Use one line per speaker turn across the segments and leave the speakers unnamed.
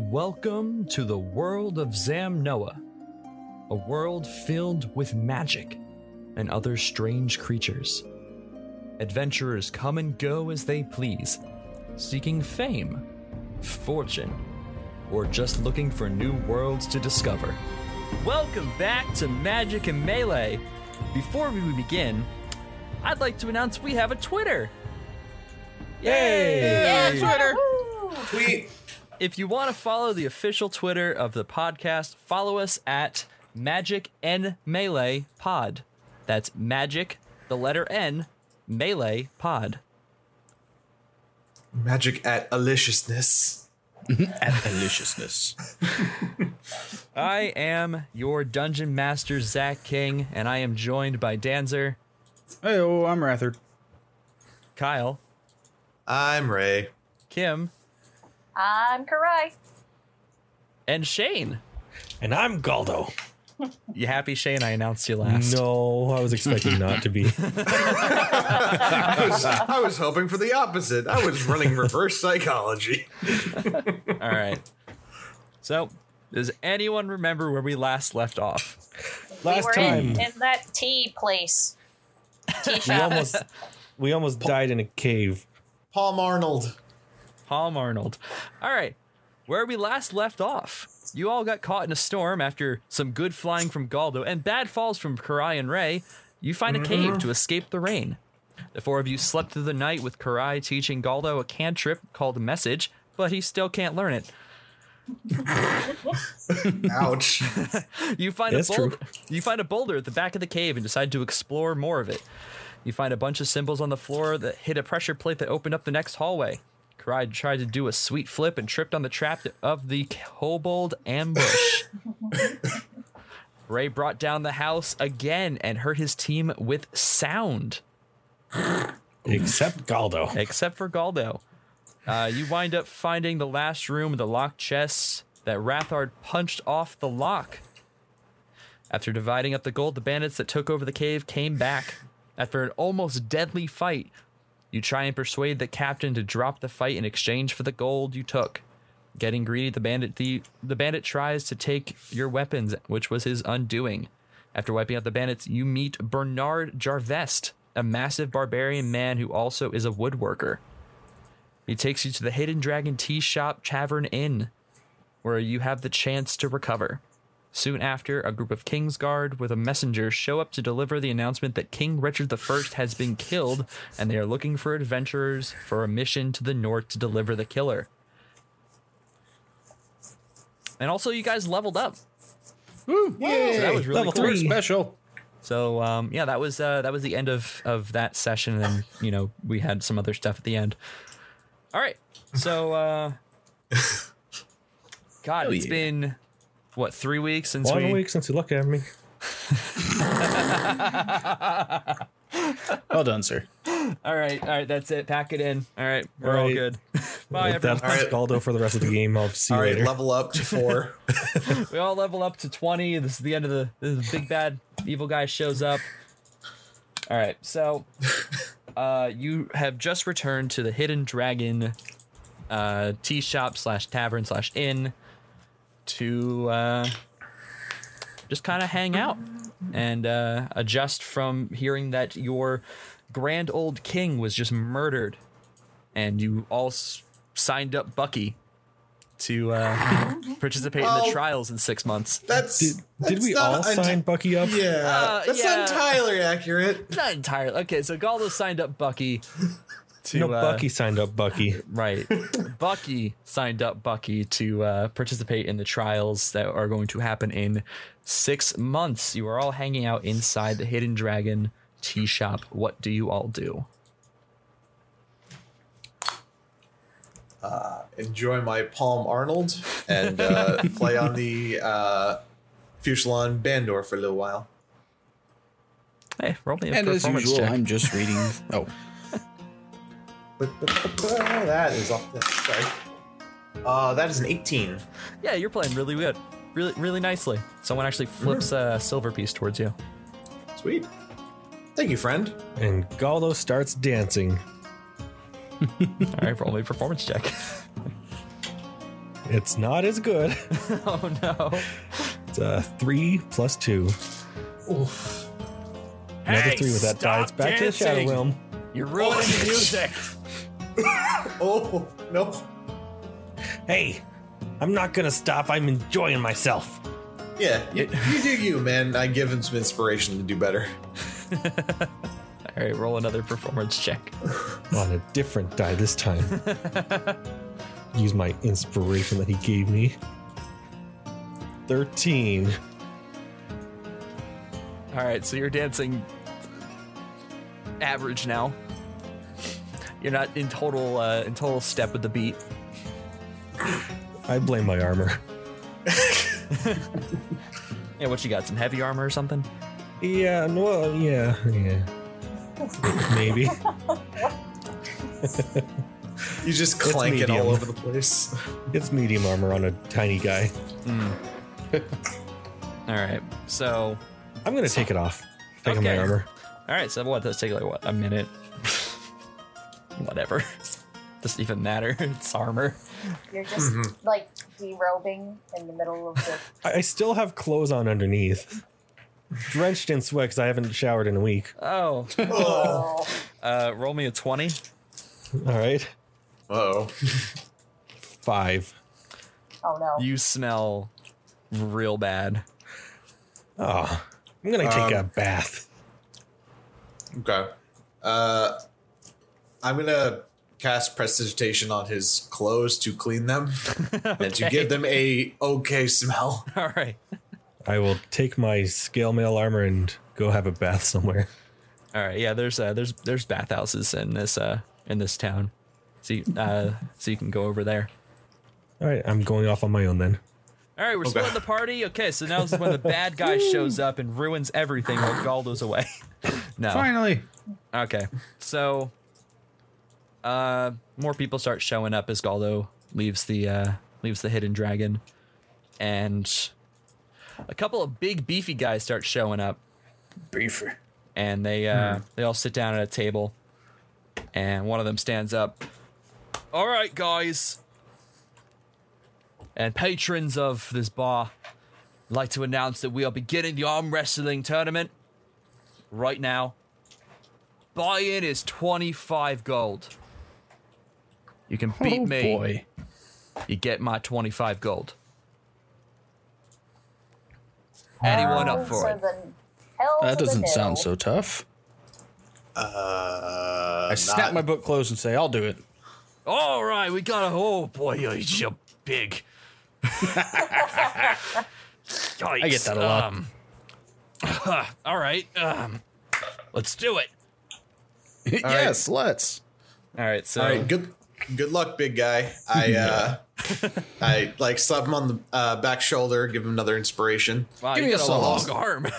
Welcome to the world of Zamnoa, a world filled with magic and other strange creatures. Adventurers come and go as they please, seeking fame, fortune, or just looking for new worlds to discover. Welcome back to Magic and Melee. Before we begin, I'd like to announce we have a Twitter. Yay!
Yeah, Twitter.
Tweet.
if you want to follow the official Twitter of the podcast, follow us at Magic N Melee Pod. That's Magic, the letter N, Melee Pod.
Magic at Aliciousness.
at deliciousness.
I am your dungeon master, Zach King, and I am joined by Danzer,
Hey, oh, I'm Rathard.
Kyle,
I'm Ray.
Kim,
I'm Karai.
and Shane.
And I'm Galdo.
You happy, Shane? I announced you last.
No, I was expecting not to be.
I was, I was hoping for the opposite. I was running reverse psychology.
All right. So, does anyone remember where we last left off?
we
Last
were
time
In, in that tea place. Tea
we
shop.
almost we almost died in a cave.
Paul Arnold.
Palm Arnold. All right, where we last left off, you all got caught in a storm after some good flying from Galdo and bad falls from Karai and Ray. You find a cave to escape the rain. The four of you slept through the night with Karai teaching Galdo a cantrip called Message, but he still can't learn it.
Ouch.
You find
That's
a
true.
boulder. You find a boulder at the back of the cave and decide to explore more of it. You find a bunch of symbols on the floor that hit a pressure plate that opened up the next hallway. Karai tried to do a sweet flip and tripped on the trap of the kobold ambush. Ray brought down the house again and hurt his team with sound,
Except Galdo.
except for Galdo. Uh, you wind up finding the last room with the locked chest that Rathard punched off the lock. After dividing up the gold, the bandits that took over the cave came back. After an almost deadly fight, you try and persuade the captain to drop the fight in exchange for the gold you took. Getting greedy, the bandit the, the bandit tries to take your weapons, which was his undoing. After wiping out the bandits, you meet Bernard Jarvest, a massive barbarian man who also is a woodworker. He takes you to the Hidden Dragon Tea Shop Tavern Inn, where you have the chance to recover. Soon after, a group of Kingsguard with a messenger show up to deliver the announcement that King Richard I has been killed, and they are looking for adventurers for a mission to the north to deliver the killer. And also, you guys leveled up.
Yay.
that was really
Level
cool.
three special.
So um, yeah, that was uh, that was the end of of that session, and you know we had some other stuff at the end. All right, so uh, God,
Hell
it's
yeah.
been what three weeks since
One
we
week since you look at me.
Well done, sir.
All right, all right, that's it. Pack it in. All right, we're all
All right.
good. Bye,
if that's
everyone.
Alright.
Galdo for the rest of the game, I'll see
All
you
right,
later.
level up to four.
We all level up to twenty. This is the end of the, this is the big bad evil guy shows up. All right, so uh, you have just returned to the Hidden Dragon uh, tea shop slash tavern slash inn to uh, just kind of hang out and uh, adjust from hearing that your grand old king was just murdered, and you all s- signed up Bucky to uh, participate in
Well-
the trials in six months.
That's.
Did, did
that's
we
not
all
enti-
sign Bucky up?
Yeah.
Uh,
that's
yeah.
not entirely accurate.
Not entirely. Okay, so Galdo signed up Bucky to
No,
uh,
Bucky signed up Bucky.
Right. Bucky signed up Bucky to uh, participate in the trials that are going to happen in six months. You are all hanging out inside the Hidden Dragon tea shop. What do you all do?
Enjoy my Palm Arnold and uh, play on the uh, Fuchelon Bandor for a little while.
Hey, roll me a
And as
performance
usual,
check.
I'm just reading. Oh,
That is off. the- Sorry. Uh, that is an 18.
Yeah, you're playing really good. Really, really nicely. Someone actually flips
Mm-hmm.
a silver piece towards you.
Sweet. Thank you, friend.
And Galdo starts dancing.
All right, roll me a performance check.
It's not as good.
Oh no.
It's uh, three plus two. Another
Hey,
three with that die. It's
stop
back to the Shadow
dancing.
Realm.
You're ruining
The music.
Oh no!
Hey, I'm not gonna stop. I'm enjoying myself.
Yeah, you, you do you, man. I give him some inspiration to do better.
All right, roll another performance check.
On a different die this time. Use my inspiration that he gave me. 13.
All right, so you're dancing average now. You're not in total uh, in total step with the beat.
I blame my armor.
Yeah, what you got? Some heavy armor or something?
Yeah, well, yeah, yeah. Maybe.
You just clank it
medium.
all over the place.
It's medium armor on a tiny guy.
All right, so
I'm gonna take it off. Taking my
Okay.
armor.
all right, so what? Let's take like what a minute. Whatever. Doesn't even matter. It's armor.
You're just like derobing in the middle of the.
I I still have clothes on underneath. Drenched in sweat because I haven't showered in a week.
Oh,
Oh.
uh, roll me a twenty.
All right.
Oh,
Five.
oh no.
You smell real bad.
Oh, I'm gonna take a bath.
okay. Uh, I'm gonna cast prestidigitation on his clothes to clean them and to give them a okay smell.
All right.
I will take my scale mail armor and go have a bath somewhere.
All right, yeah. There's uh, there's there's bathhouses in this uh in this town, so you, uh so you can go over there.
All right, I'm going off on my own then.
All right, we're splitting the party. Okay, so now this is when the bad guy shows up and ruins everything while Galdo's away. no.
Finally.
Okay. So, uh, more people start showing up as Galdo leaves the uh, leaves the hidden dragon, and a couple of big beefy guys start showing up.
Beefer.
and they uh,
Hmm.
they all sit down at a table, and one of them stands up. All right, guys, and patrons of this bar, I'd like to announce that we are beginning the arm wrestling tournament right now. Buy-in is twenty five gold. You can beat
oh,
me.
boy.
You get my twenty five gold. Anyone up for
Hell
it?
to the- hell
That
to the
doesn't
no.
sound so tough.
Uh,
I snap my book closed and say, I'll do it.
All right, we got a. Oh boy, you're you're big. Yikes.
I get that a lot.
Um, all right, um, let's do it.
yes, let's.
All right, so
All right, good good luck, big guy. I uh I like slap him on the uh, back shoulder, give him another inspiration.
wow,
give
you
me a
got a
sauce.
long arm.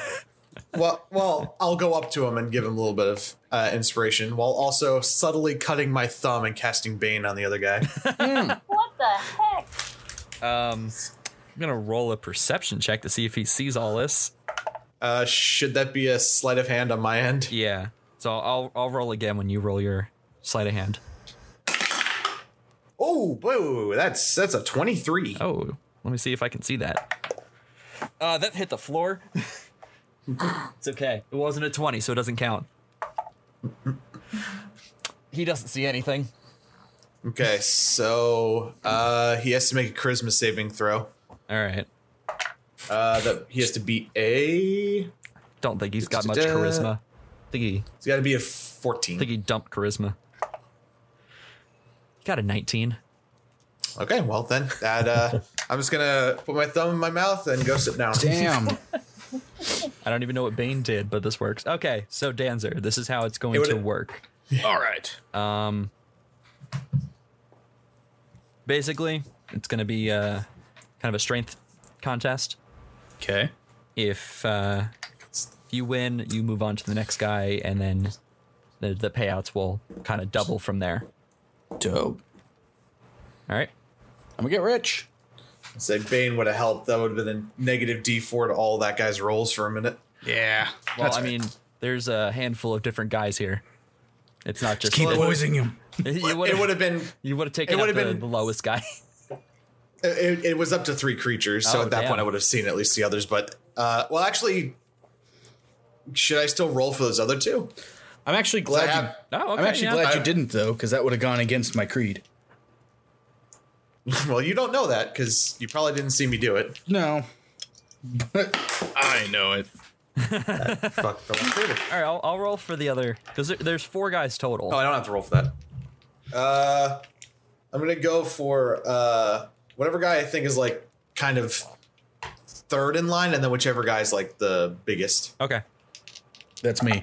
Well, well, I'll go up to him and give him a little bit of uh, inspiration while also subtly cutting my thumb and casting bane on the other guy.
What the heck?
um, I'm gonna roll a perception check to see if he sees all this.
Uh, should that be a sleight of hand on my end?
Yeah, so I'll I'll roll again when you roll your sleight of hand.
Oh, whoa, that's that's a twenty-three.
Oh, let me see if I can see that. Uh, that hit the floor. it's okay. It wasn't a 20, so it doesn't count. He doesn't see anything.
Okay, so uh, he has to make a charisma saving throw.
All right.
Uh, that he has to beat a.
Don't think he's got much
Da-da-da.
charisma. Think he
It's got to be a fourteen.
think he dumped charisma. Got a 19.
Okay, well then that uh I'm just gonna put my thumb in my mouth and go sit down.
Damn.
I don't even know what Bane did, but this works. Okay, so Danzer, this is how it's going
It would-
to work.
All right.
Um, basically, it's going to be uh, kind of a strength contest.
Okay.
If uh, if you win, you move on to the next guy, and then the, the payouts will kind of double from there.
Dope.
All right.
I'm gonna get rich.
Say Bane would have helped. That would have been a negative D four to all that guy's rolls for a minute.
Yeah.
Well, I mean, there's a handful of different guys here. It's not just
keep
the-
it-
boysing him.
you
it would
would have
have been
you would have taken
it
out
would've
the,
been-
the lowest guy.
It, it- it was up to three creatures, so
Oh,
at that
damn.
point I would have seen at least the others. But uh, well, actually, should I still roll for those other two?
I'm actually
'Cause I
glad. you,
have-
Oh, okay.
I'm actually
yeah.
glad
I-
you didn't though, because that would have gone against my creed.
well, you don't know that because you probably didn't see me do it.
No, but I know it.
Fuck. fell off later.
All right, I'll, I'll roll for the other because there, there's four guys total.
Oh, I don't have to roll for that. Uh, I'm gonna go for uh whatever guy I think is like kind of third in line, and then whichever guy's like the biggest.
Okay,
That's me.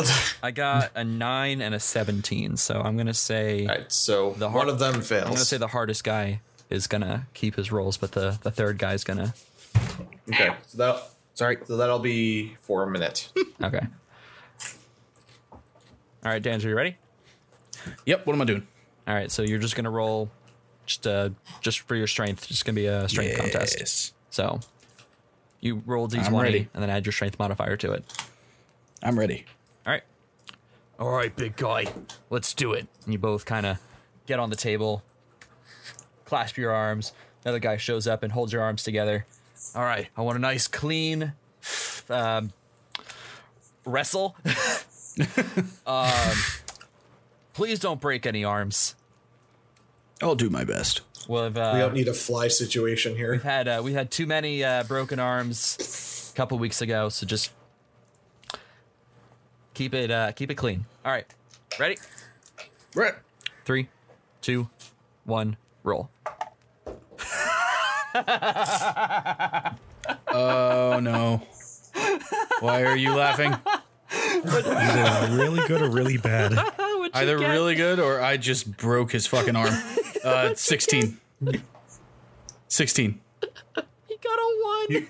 all
I got a nine and a seventeen, so I'm gonna say
right. So
The
one
har-
of them fails.
I'm gonna say the hardest guy is gonna keep his rolls, but the the third guy's gonna
okay. So that
Sorry.
so that'll be for a minute.
okay. All right, Dan, are you ready?
Yep. What am I doing?
All right, so you're just gonna roll just uh just for your strength. Just gonna be a strength contest.
Yes.
So you roll d20
I'm ready.
and then add your strength modifier to it.
I'm ready.
All right. All right, big guy. Let's do it. And you both kind of get on the table, clasp your arms. Another guy shows up and holds your arms together. All right, I want a nice clean um, wrestle. um, please don't break any arms.
I'll do my best.
We'll have,
We
uh,
don't need a fly situation here.
had uh, we had too many uh, broken arms a couple weeks ago, so just keep it uh, keep it clean. All right, ready?
Right.
Three, two, one, roll.
Oh no. Why are you laughing?
Either really good or really bad.
Either really good or I just broke his fucking arm. Uh, 16. 16.
He got a one. You,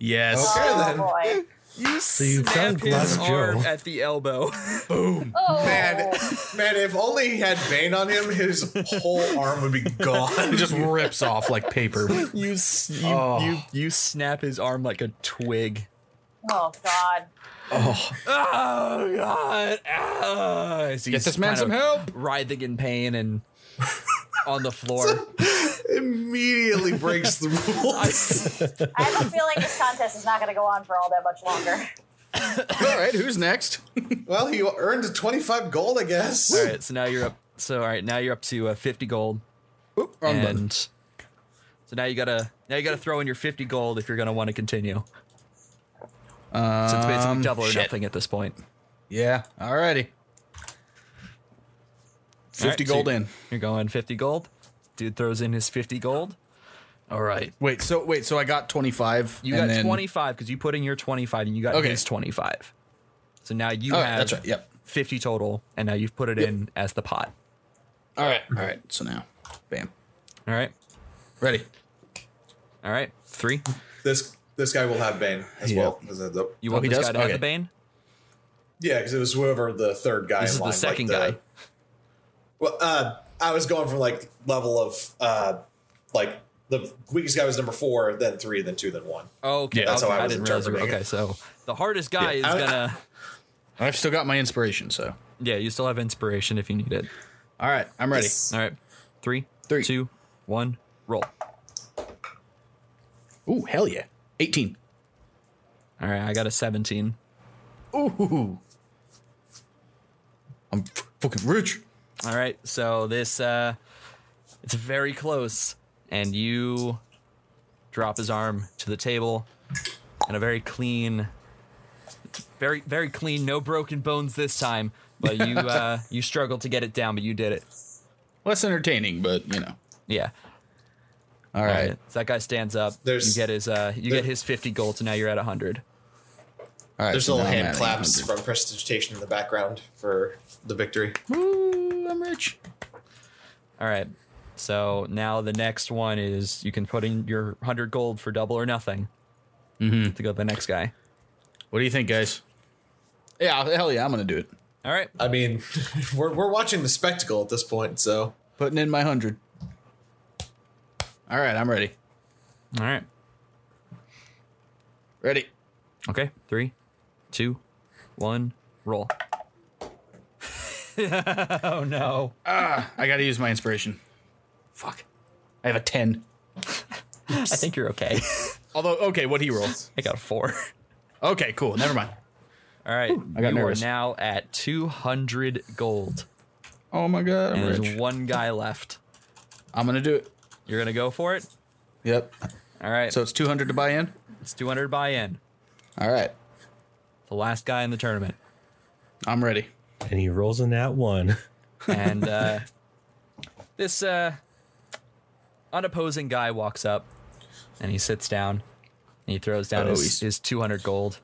Yes.
Okay.
Oh
then.
boy.
you
snap
found
his
Glass
arm
Joe.
at the elbow.
Oh
Man, man, if only he had Bane on him, his whole arm would be
It
gone.
just rips off like paper.
you, s- you,
Oh.
you you snap his arm like a twig.
oh god.
Oh god! Ah. So
Get
he's
this man
kind
some
of
help.
Writhing in pain and on the floor.
Immediately breaks the rules.
I have a feeling this contest is not going to go on for all that much longer.
All right, who's next?
well, he earned 25 gold, I guess.
All right, so now you're up. So all right, now you're up to uh, 50 gold,
Oop, wrong
and
button.
so now you gotta now you gotta throw in your 50 gold if you're gonna want to continue. So it's basically
Um,
double or
shit.
nothing at this point.
Yeah, alrighty. 50
All right, so
gold
you-
in.
You're going 50 gold. Dude throws in his 50 gold. All right,
Wait, so wait, so I got 25.
you
and
got
then-
25 because you put in your 25 and you got
Okay.
his 25. So now you
Oh,
have
that's right. Yep.
50 total, and now you've put it in as the pot.
All right. All right. So now, bam.
All right,
Ready.
all right, three.
This this guy will have Bane as
Yeah.
well. As a- the-
You
Oh,
want
he
this
does?
guy to have
Okay.
the bane?
yeah, because it was whoever the third guy.
This
in
is the
line, like
second guy.
Well, uh, I was going from like level of uh, like the weakest guy was number four, then three, then two, then one.
Okay,
that's
okay,
how I was
didn't realize. you were-
interpreting
Okay,
it.
so the hardest guy
Yeah,
is
I-
gonna.
I've still got my inspiration. So,
Yeah, you still have inspiration if you need it.
all right, I'm ready.
Yes.
All right, three,
Three.
two, one, roll.
Ooh, hell yeah. 18.
All right, I got a seventeen.
Ooh. I'm f- fucking rich.
All right, so this uh, it's very close, and you drop his arm to the table, and a very clean, very very clean, no broken bones this time. But you uh, you struggled to get it down, but you did it.
Less entertaining, but you know.
Yeah.
All
All
right.
right. So that guy stands up.
There's-
you get his uh, you
there-
get his fifty gold, so now you're at hundred.
All right.
There's
so
little
now I'm
hand
at
claps
800.
from prestidigitation in the background for the victory.
Ooh, I'm rich.
All right. So now the next one is you can put in your 100 gold for double or nothing to go to the next guy.
What do you think, guys? Yeah, hell yeah, I'm going to do it.
All right.
I mean, we're we're watching the spectacle at this point, so
Putting in my 100. All right, I'm ready.
All right.
Ready.
Okay. Three, two, one, roll. oh, no.
Ah, I got to use my inspiration.
Fuck.
I have a 10.
I think you're okay.
Although, okay, what he roll?
I got a four.
Okay, cool. Never mind.
All right.
I got
you
nervous.
are now at 200 gold.
Oh my god,
And there's one guy left.
I'm gonna do it.
You're going to go for it?
Yep.
All right.
So
So
it's 200 to buy in.
it's 200 buy in.
All right,
The last guy in the tournament.
I'm ready.
And he rolls in that one.
And uh, this uh, unopposing guy walks up and he sits down and he throws down
Oh,
his,
he's-
his 200 gold.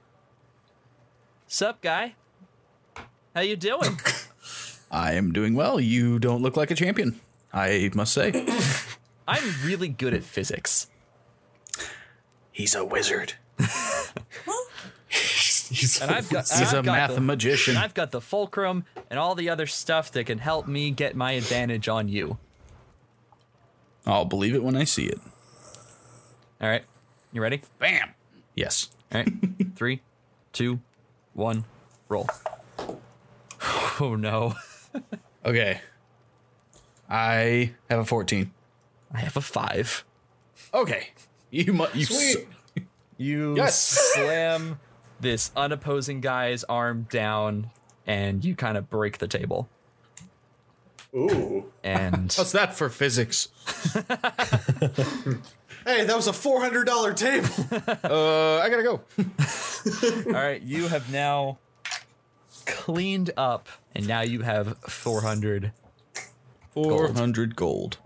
Sup, guy? How you doing?
I am doing well. You don't look like a champion. I must say.
I'm really good at physics.
He's a wizard.
And I've got, and
He's
I've
a
got the-
mathemagician.
And I've got the fulcrum and all the other stuff that can help me get my advantage on you.
I'll believe it when I see it.
All right. You ready?
Bam. Yes.
All right. Three, two, one, roll. Oh, no.
Okay. I have a 14.
I have a five.
Okay. You must. You
Sweet.
You
Yes.
slam this unopposing guy's arm down and you kind of break the table.
Ooh.
And
What's that for physics?
Hey, that was a four hundred dollar table.
Uh, I gotta go.
all right, you have now cleaned up and now you have 400.
400 gold.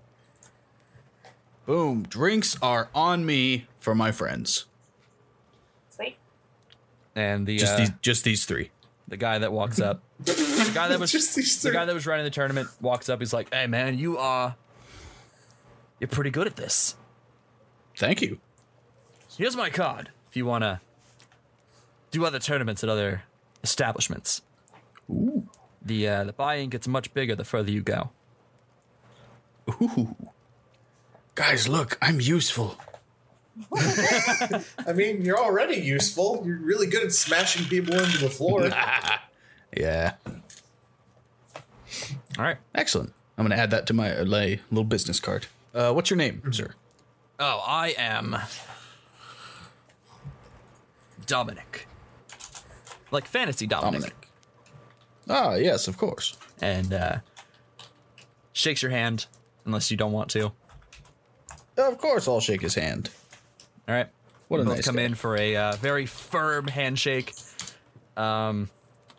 Boom. Drinks are on me for my friends.
Sweet.
And the
Just
uh,
these just these three.
the guy that walks up. The guy that was
Just these
the
three.
guy that was running the tournament walks up. He's like, "Hey, man, you are you're pretty good at this.
Thank you.
Here's my card. If you wanna do other tournaments at other establishments,
Ooh.
the uh, the buy-in gets much bigger the further you go.
Ooh. Guys, look, I'm useful.
I mean, you're already useful. You're really good at smashing people into the floor.
Yeah.
All right.
Excellent. I'm gonna add that to my lay little business card. Uh, what's your name, sir?
Oh, I am Dominic, like fantasy Dominic,
Dominic. Ah, yes, of course.
and uh, shakes your hand unless you don't want to. All
Of course, I'll shake his hand.
right.
What a
both
nice
come
guy.
in for a uh, very firm handshake. Um,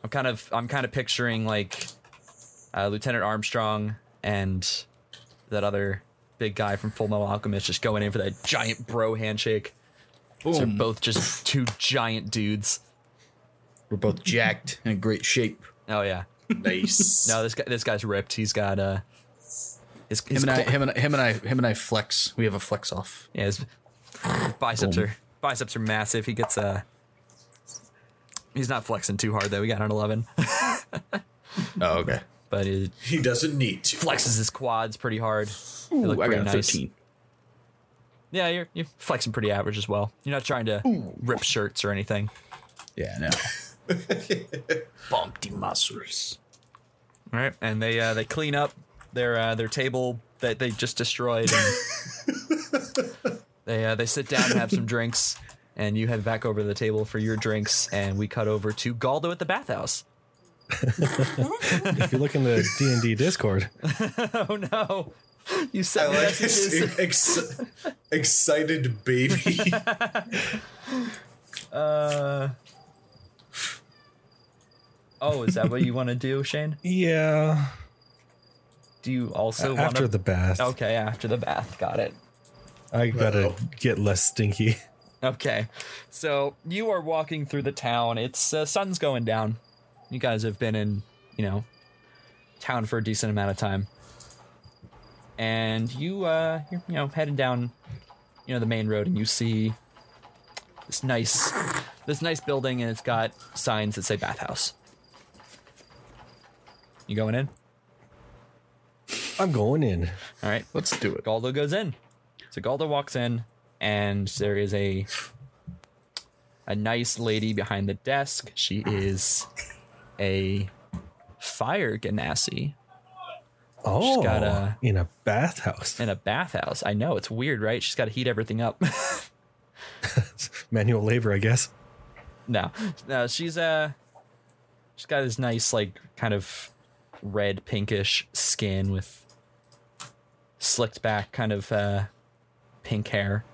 I'm kind of I'm kind of picturing like uh, Lieutenant Armstrong and that other big guy from Full Metal Alchemist just going in for that giant bro handshake. So they're
Boom.
both just two giant dudes.
We're both jacked and in great shape.
Oh yeah.
nice.
No, this guy this guy's ripped. He's got uh his, his,
Him and I,
cl-
him and I, him and I, him and I flex. We have a flex off.
yeah, his biceps are biceps are massive. He gets uh he's not flexing too hard though. He got an 11,
Oh, okay.
but it,
he doesn't need to.
flexes his quads pretty hard. They look
Ooh, I
pretty
got a
nice.
13.
Yeah, you're, you're flexing pretty average as well. You're not trying to rip shirts or anything.
Yeah, no. Bump the muscles.
All right, and they uh, they clean up their uh, their table that they just destroyed. And they uh, they sit down and have some drinks, and you head back over to the table for your drinks, and we cut over to Galdo at the bathhouse.
if you look in the D and D Discord,
Oh no, you
Oh, I
sent me
like his
messages.
ex- excited baby.
Uh... Oh, is that what you want to do, Shane?
yeah,
Do you also want
after
to
the bath,
Okay, after the bath. Got it.
I gotta
Uh-oh.
get less stinky.
Okay. So you are walking through the town. It's uh, sun's going down. You guys have been in, you know, town for a decent amount of time. And you uh you're, you know, heading down you know the main road and you see this nice this nice building and it's got signs that say bathhouse. You going in?
I'm going in.
All right.
Let's do it.
Galdo goes in. So Galdo walks in, and there is a a nice lady behind the desk. She is a fire ganassi.
Oh,
got a-
in a bathhouse.
in a bathhouse. I know it's weird, right? She's got to heat everything up.
Manual labor, I guess.
no, no, she's uh, she's got this nice like kind of red pinkish skin with slicked back kind of uh, pink hair,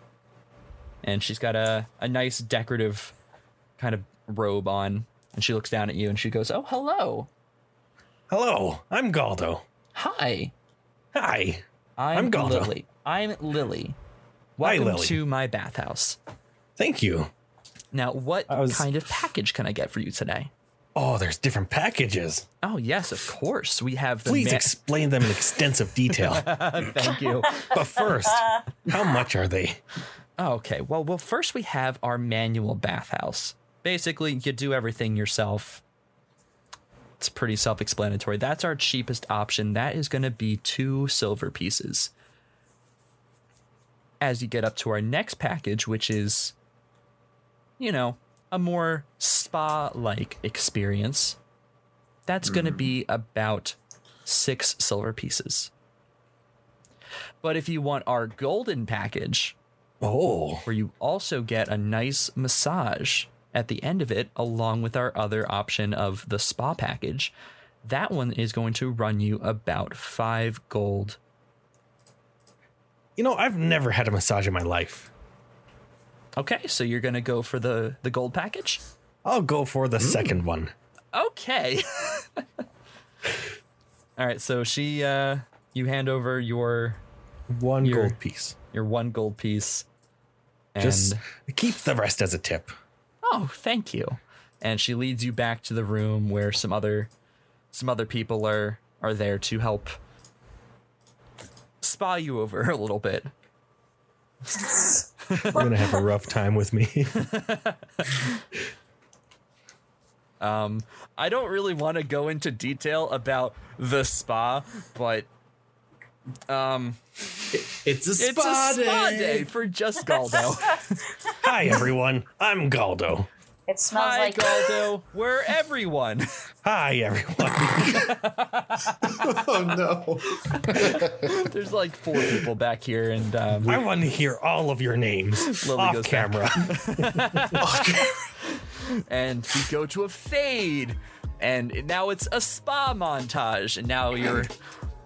and she's got a a nice decorative kind of robe on. And she looks down at you and she goes, "Oh, hello,
Hello, I'm Galdo.
hi,
Hi.
I'm,
I'm Galdo.
Lily. I'm Lily.
Hi,
Welcome
Lily.
to my bathhouse.
Thank you.
Now, what
I was-
kind of package can I get for you today?"
Oh, there's different packages.
Oh yes, of course. We have the
Please
ma-
explain them in extensive detail.
thank you.
but first, how much are they?
Oh, okay. Well, well, first we have our manual bathhouse. Basically, you do everything yourself. It's pretty self-explanatory. That's our cheapest option. That is going to be two silver pieces. As you get up to our next package, which is you know, a more spa-like experience, that's going to be about 6 silver pieces. But if you want our golden package,
Oh,
where you also get a nice massage at the end of it, along with our other option of the spa package. That one is going to run you about five gold.
you know, I've never had a massage in my life.
Okay, so you're going to go for the, the gold package?
I'll go for
Mm.
the second one.
Okay. All right, so she, uh, you hand over your
One
You're-
gold piece.
your one gold piece. And
Just keep the rest as a tip.
oh thank you and she leads you back to the room where some other some other people are are there to help spy you over a little bit
You're gonna have a rough time with me.
i don't really want to go into detail about the spa but um
It's a
it's
spa,
a spa
day.
day, for just galdo
Hi everyone, I'm Galdo.
It smells
hi
like
galdo we're everyone
Hi everyone.
Oh no!
there's like four people back here and um
I want to hear all of your names
Lily
off
goes back.
camera.
and we go to a fade and now it's a spa montage and now you're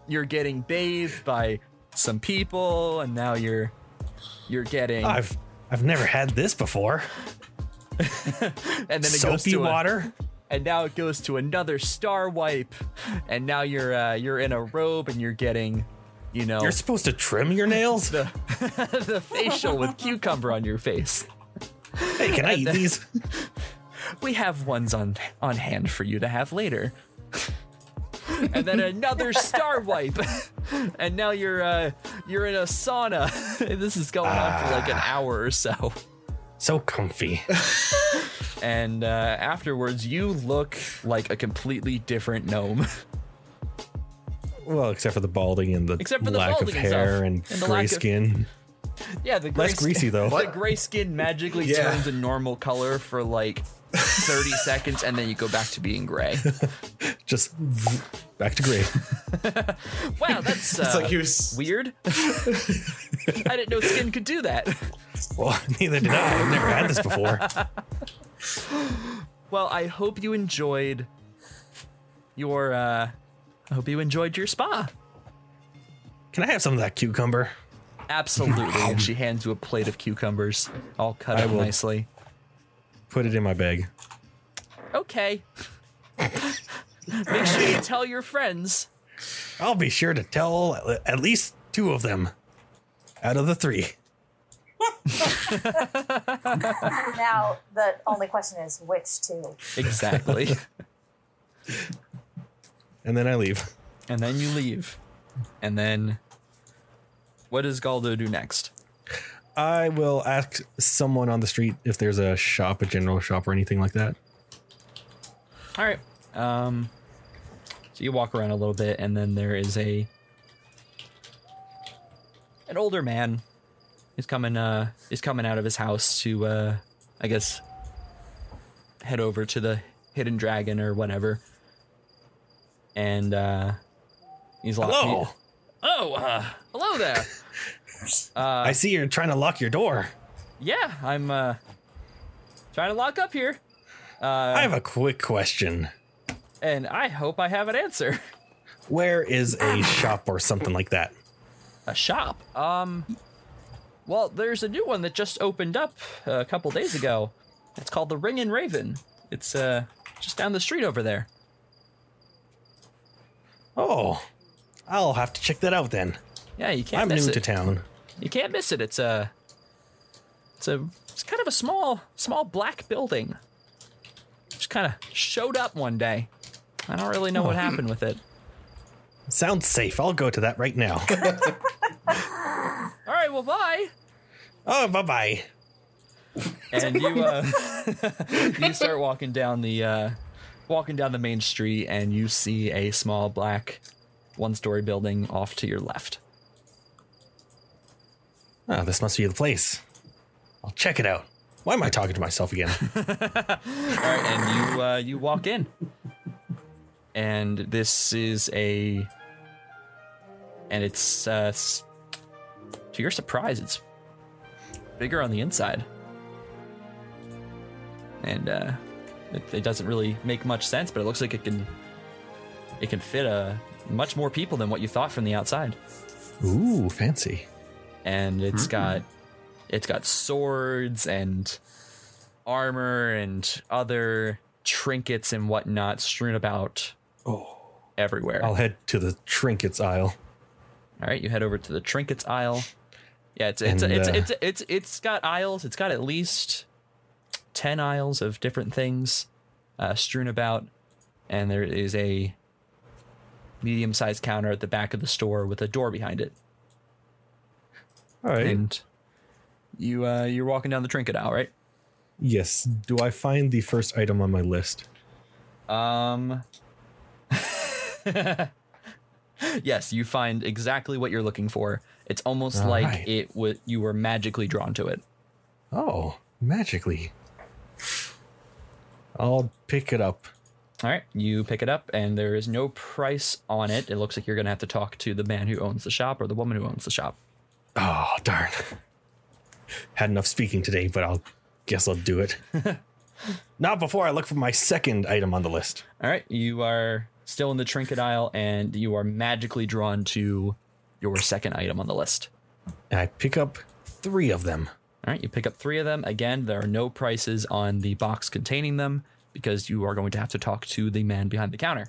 you're getting bathed by some people and now you're you're getting
I've I've never had this before.
and then it goes
Soapy
to a-
water.
and now it goes to another star wipe and now you're uh, you're in a robe and you're getting you know
You're supposed to trim your nails.
the, the facial with cucumber on your face
Hey, can I eat these?
we have ones on on hand for you to have later. and then another star wipe. and now you're uh you're in a sauna. this is going on for like an
Ah.
hour or so.
So comfy.
And uh afterwards you look like a completely different gnome.
Well, except for the balding and the
Except for the
lack of
balding and
hair
stuff,
and,
and the
gray
lack of-
skin.
yeah, the gray
Less greasy though.
The gray skin magically
Yeah.
turns a normal color for like 30 seconds and then you go back to being gray.
Just back to gray.
Wow, that's uh,
It's like he was.
weird. I didn't know skin could do that.
Well, neither did I. I've never had this before.
Well, I hope you enjoyed your uh I hope you enjoyed your spa.
Can I have some of that cucumber?
Absolutely. and she hands you a plate of cucumbers, all cut
I
up
will.
nicely.
Put it in my bag.
Okay. Make sure you tell your friends.
I'll be sure to tell at- at least two of them out of the three.
now. The only question is which two.
Exactly.
And then I leave.
and then you leave. And then what does Galdo do next?
I will ask someone on the street if there's a shop, a general shop, or anything like that.
All right. Um, so you walk around a little bit, and then there is a an older man. He's coming. Uh, he's coming out of his house to, uh, I guess, head over to the hidden dragon or whatever. And uh, He's like,
Hello.
Oh, uh, hello there. Uh,
I see you're trying to lock your door.
yeah, I'm uh, trying to lock up here, uh,
I have a quick question.
and I hope I have an answer.
Where is a shop or something like that?
A shop. Um, well, there's a new one that just opened up a couple days ago. It's called the Ring and Raven. It's uh, just down the street over there.
Oh, I'll have to check that out then.
Yeah, you can't
I'm
miss
new
it.
to town.
You can't miss it. It's a, it's a, it's kind of a small, small black building. Just kind of showed up one day. I don't really know what
Hmm.
happened with it.
Sounds safe. I'll go to that right now.
All right, well, bye.
oh, bye bye.
And you, uh, you start walking down the, uh, walking down the main street, and you see a small black, one-story building off to your left.
Oh, this must be the place. I'll check it out. Why am I talking to myself again?
All right, and you uh, you walk in, and this is a, and it's uh, s- to your surprise, it's bigger on the inside, and uh, it, it doesn't really make much sense, but it looks like it can it can fit uh, much more people than what you thought from the outside
Ooh, fancy.
and it's
Hmm.
got it's got swords and armor and other trinkets and whatnot strewn about
Oh.
everywhere.
I'll head to the trinkets aisle.
All right, you head over to the trinkets aisle. Yeah, it's it's
And,
it's,
uh,
it's it's it's got aisles. It's got at least ten aisles of different things uh, strewn about, and there is a medium-sized counter at the back of the store with a door behind it.
All right.
And you uh, you're walking down the trinket aisle, right?
yes. Do I find the first item on my list?
Um. yes, you find exactly what you're looking for. It's almost
All
like
right.
it w- you were magically drawn to it.
Oh, magically. I'll pick it up.
All right, you pick it up, and there is no price on it. It looks like you're gonna have to talk to the man who owns the shop or the woman who owns the shop.
Oh, darn. Had enough speaking today, but I'll guess I'll do it. Not before I look for my second item on the list.
All right, you are still in the trinket aisle, and you are magically drawn to your second item on the list.
And I pick up three of them.
All right, you pick up three of them. Again, there are no prices on the box containing them because you are going to have to talk to the man behind the counter.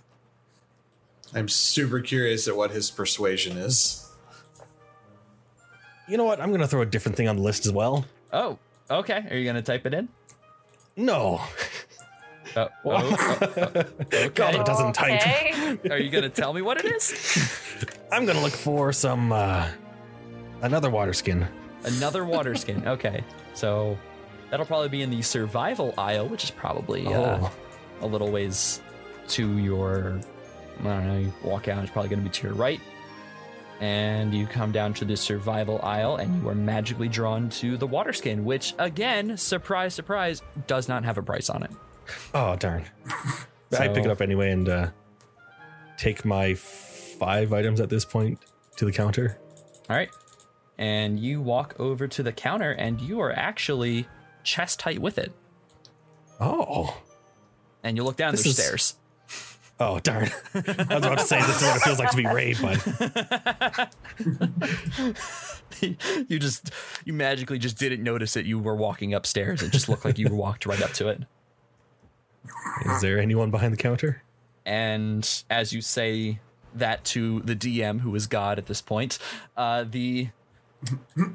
I'm super curious at what his persuasion is.
You know what? I'm going to throw a different thing on the list as well.
Oh, okay. Are you going to type it in?
No.
Oh, oh, oh, oh,
God,
okay.
it doesn't type.
Okay.
Are you going to tell me what it is?
I'm going to look for some, uh, another water skin.
Another water skin. Okay. So that'll probably be in the survival aisle, which is probably uh,
Oh.
a little ways to your, I don't know, you walk out. It's probably going to be to your right. And you come down to the survival aisle and you are magically drawn to the water skin, which, again, surprise, surprise, does not have a price on it.
Oh, darn. I pick it
So-
up anyway and, uh, take my five items at this point to the counter.
All right. And you walk over to the counter and you are actually chest height with it.
Oh.
And you look down,
This
there's
is-
stairs.
Oh, darn. I was about to say this is what it feels like to be raid, but
you just, you magically just didn't notice that you were walking upstairs. It just looked like you walked right up to it.
Is there anyone behind the counter?
And as you say that to the DM, who is God at this point, uh, the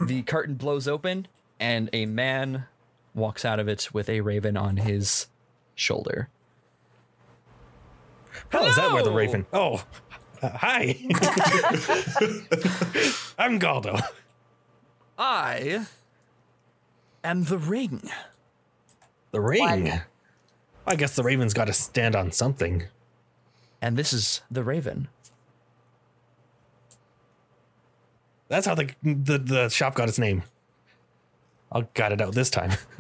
the curtain blows open and a man walks out of it with a raven on his shoulder.
Oh, is that where the
Hello!
raven? Oh, uh, hi. I'm Galdo.
I am the ring.
The ring.
What?
I guess the raven's got to stand on something.
And this is the Raven.
That's how the the, the shop got its name. I got it out this time.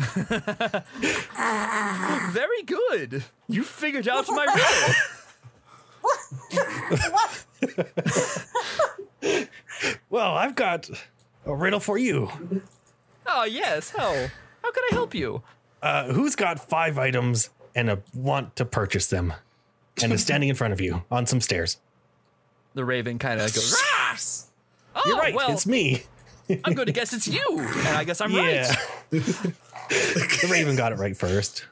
Very good. You figured out my riddle.
what?
well, I've got a riddle for you.
Oh yes, hell. How can I help you?
Uh, who's got five items and a want to purchase them, and is standing in front of you on some stairs?
The raven kind of goes. "Rah!" Oh,
You're right.
Well,
it's me.
I'm going to guess it's you, and I guess I'm right.
the Raven got it right first.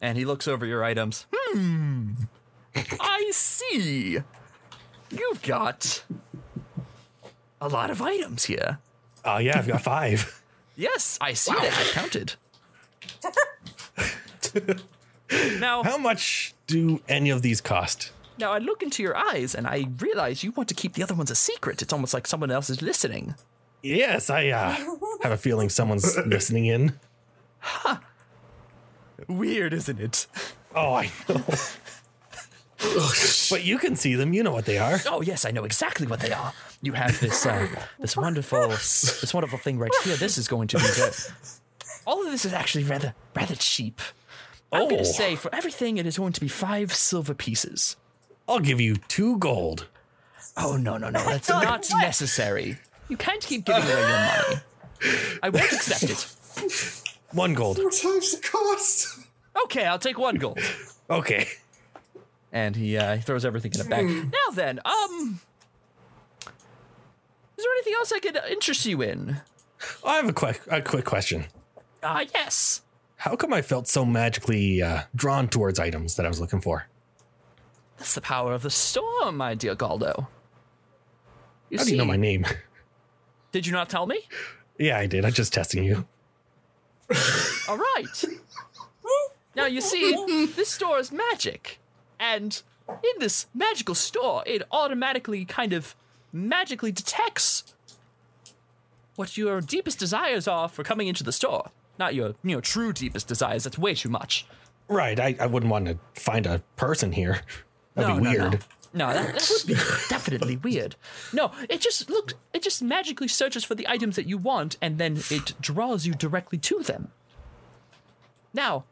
And he looks over your items. Hmm. I see. You've got a lot of items here.
Oh yeah, I've got five.
Yes, I see that. I counted. now,
How much do any of these cost?
now I look into your eyes and I realize you want to keep the other ones a secret. It's almost like someone else is listening.
Yes, I uh, have a feeling someone's listening in.
Weird, isn't it?
Oh, I know. but you can see them. You know what they are.
Oh yes, I know exactly what they are. You have this uh, this wonderful this wonderful thing right here. This is going to be good. All of this is actually rather rather cheap. I'm going to
Oh.
say for everything it is going to be five silver pieces.
I'll give you two gold.
Oh no no no, that's
Like
not
what?
necessary. You can't keep giving away your money. I won't accept it.
One gold.
Four times the cost.
Okay, I'll take one gold.
Okay.
And he uh, he throws everything in a bag. Now then, um, is there anything else I could interest you in?
I have a quick a quick question.
Ah yes.
How come I felt so magically uh, drawn towards items that I was looking for?
That's the power of the storm, my dear Galdo. You
How do you know
see,
my name?
Did you not tell me?
yeah, I did. I'm just testing you.
All right. now you see, this store is magic, and in this magical store, it automatically kind of magically detects what your deepest desires are for coming into the store. Not your, you know, true deepest desires. That's way too much.
Right. I, I wouldn't want to find a person here.
no,
That'd be
No,
weird.
no. No, that, that would be definitely weird. No, it just look it just magically searches for the items that you want and then it draws you directly to them. Now,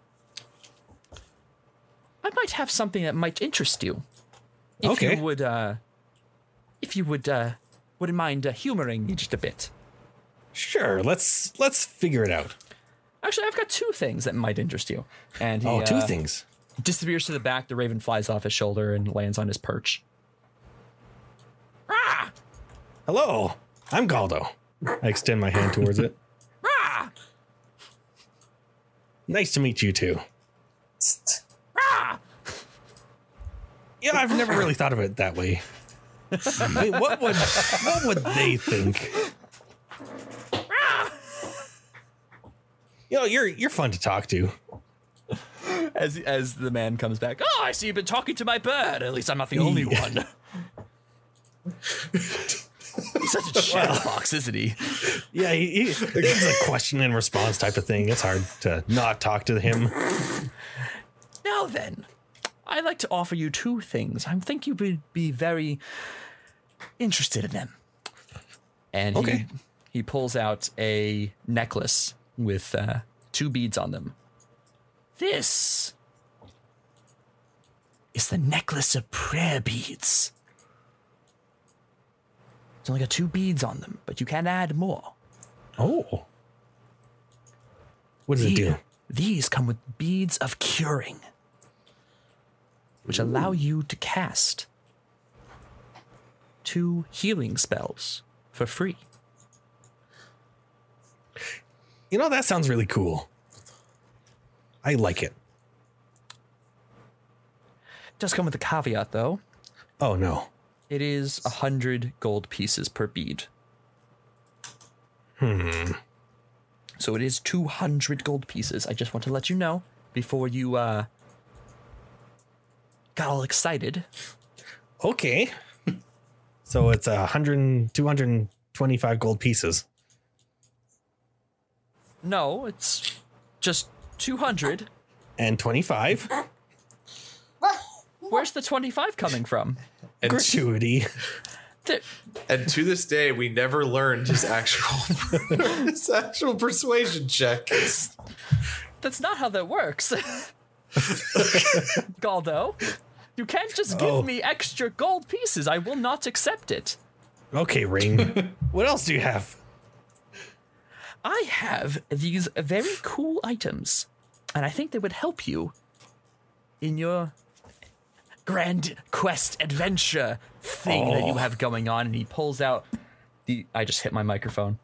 I might have something that might interest you. If
Okay.
you would uh if you would uh wouldn't mind uh, humoring me just a bit.
Sure. Let's let's figure it out.
Actually, I've got two things that might interest you. And he,
Oh, two
uh,
things.
disappears to the back. The raven flies off his shoulder and lands on his perch. Ah!
Hello. I'm Galdo. I extend my hand towards it.
Ah!
Nice to meet you too. Yeah, I've never really thought of it that way. I mean, what would what would they think? You know, you're you're fun to talk to.
As as the man comes back, oh, I see you've been talking to my bird. At least I'm not the only
Yeah.
one. He's such a chatterbox, isn't he?
Yeah, he, he, it's a question and response type of thing. It's hard to not talk to him.
Now then, I'd like to offer you two things. I think you would be very interested in them. And he,
Okay.
he pulls out a necklace with uh, two beads on them. This is the necklace of prayer beads. It's only got two beads on them, but you can add more.
Oh, what does it do?
Here, These come with beads of curing, which allow you to cast two healing spells for free.
You know, that sounds really cool. I like it.
Does come with a caveat, though.
Oh no.
It is a hundred gold pieces per bead. Hmm. So it is two hundred gold pieces. I just want to let you know before you uh, got all excited.
Okay. so it's a 100 and 225 gold pieces.
No, it's just two hundred.
And 25
Where's the 25 coming from?
And,
gratuity.
There-
and to this day, we never learned his actual his actual persuasion check.
that's not how that works. Galdo, You can't just give
Oh.
me extra gold pieces. I will not accept it.
Okay, ring. what else do you have?
I have these very cool items, and I think they would help you in your grand quest adventure thing that you have going on. And he pulls out the. I just hit my microphone.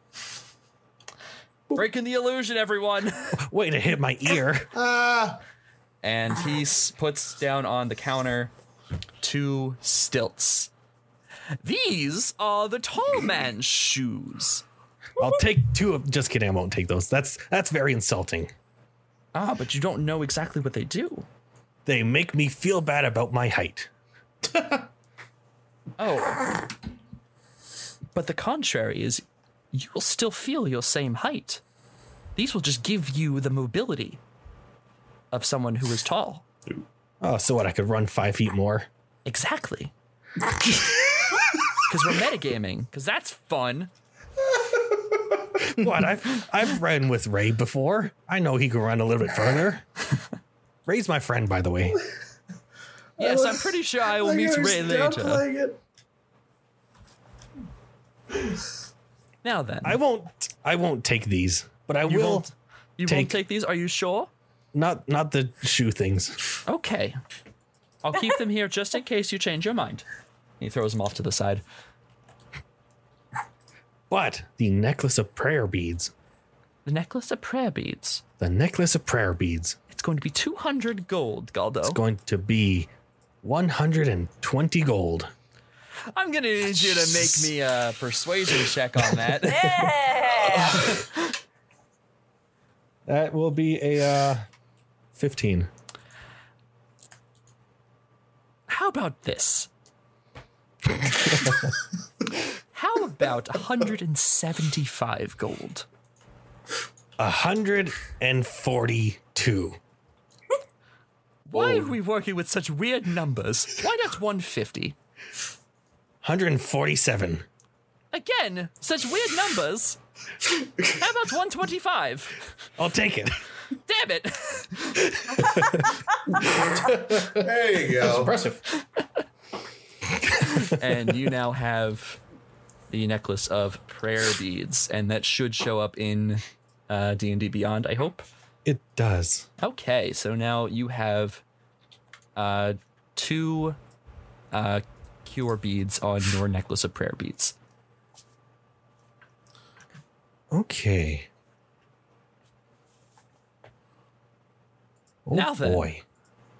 Breaking the illusion, everyone.
Way to hit my ear.
and he s- puts down on the counter two stilts. These are the tall man's shoes.
I'll take two of. Just kidding. I won't take those. That's that's very insulting.
Ah, but you don't know exactly what they do.
They make me feel bad about my height.
Oh. But the contrary is you will still feel your same height. These will just give you the mobility of someone who is tall.
Oh, so what? I could run five feet more.
Exactly. Because we're metagaming, because that's fun.
What? I've I've ran with Ray before. I know he can run a little bit further. Ray's my friend, by the way.
Yes, I'm pretty sure I will meet Ray later.
It.
Now then,
I won't I won't take these, but I
you
will
won't, you
take-
won't take these. Are you sure?
not not the shoe things.
Okay. I'll keep them here just in case you change your mind. He throws them off to the side.
But the necklace of prayer beads.
The necklace of prayer beads.
The necklace of prayer beads
It's going to be 200 gold, Galdo.
is going to be 120 gold.
I'm gonna need you to make me a persuasion check on that.
Yeah.
That will be a uh 15.
How about this? How about 175 gold?
142.
Why are we working with such weird numbers? Why not 150?
147.
Again, such weird numbers. How about 125?
I'll take it.
Damn it!
There you go.
Impressive.
And you now have the necklace of prayer beads, and that should show up in uh, D&D Beyond, I hope.
It does.
Okay, so now you have uh, two uh, cure beads on your necklace of prayer beads.
Okay. Oh
Now then.
boy.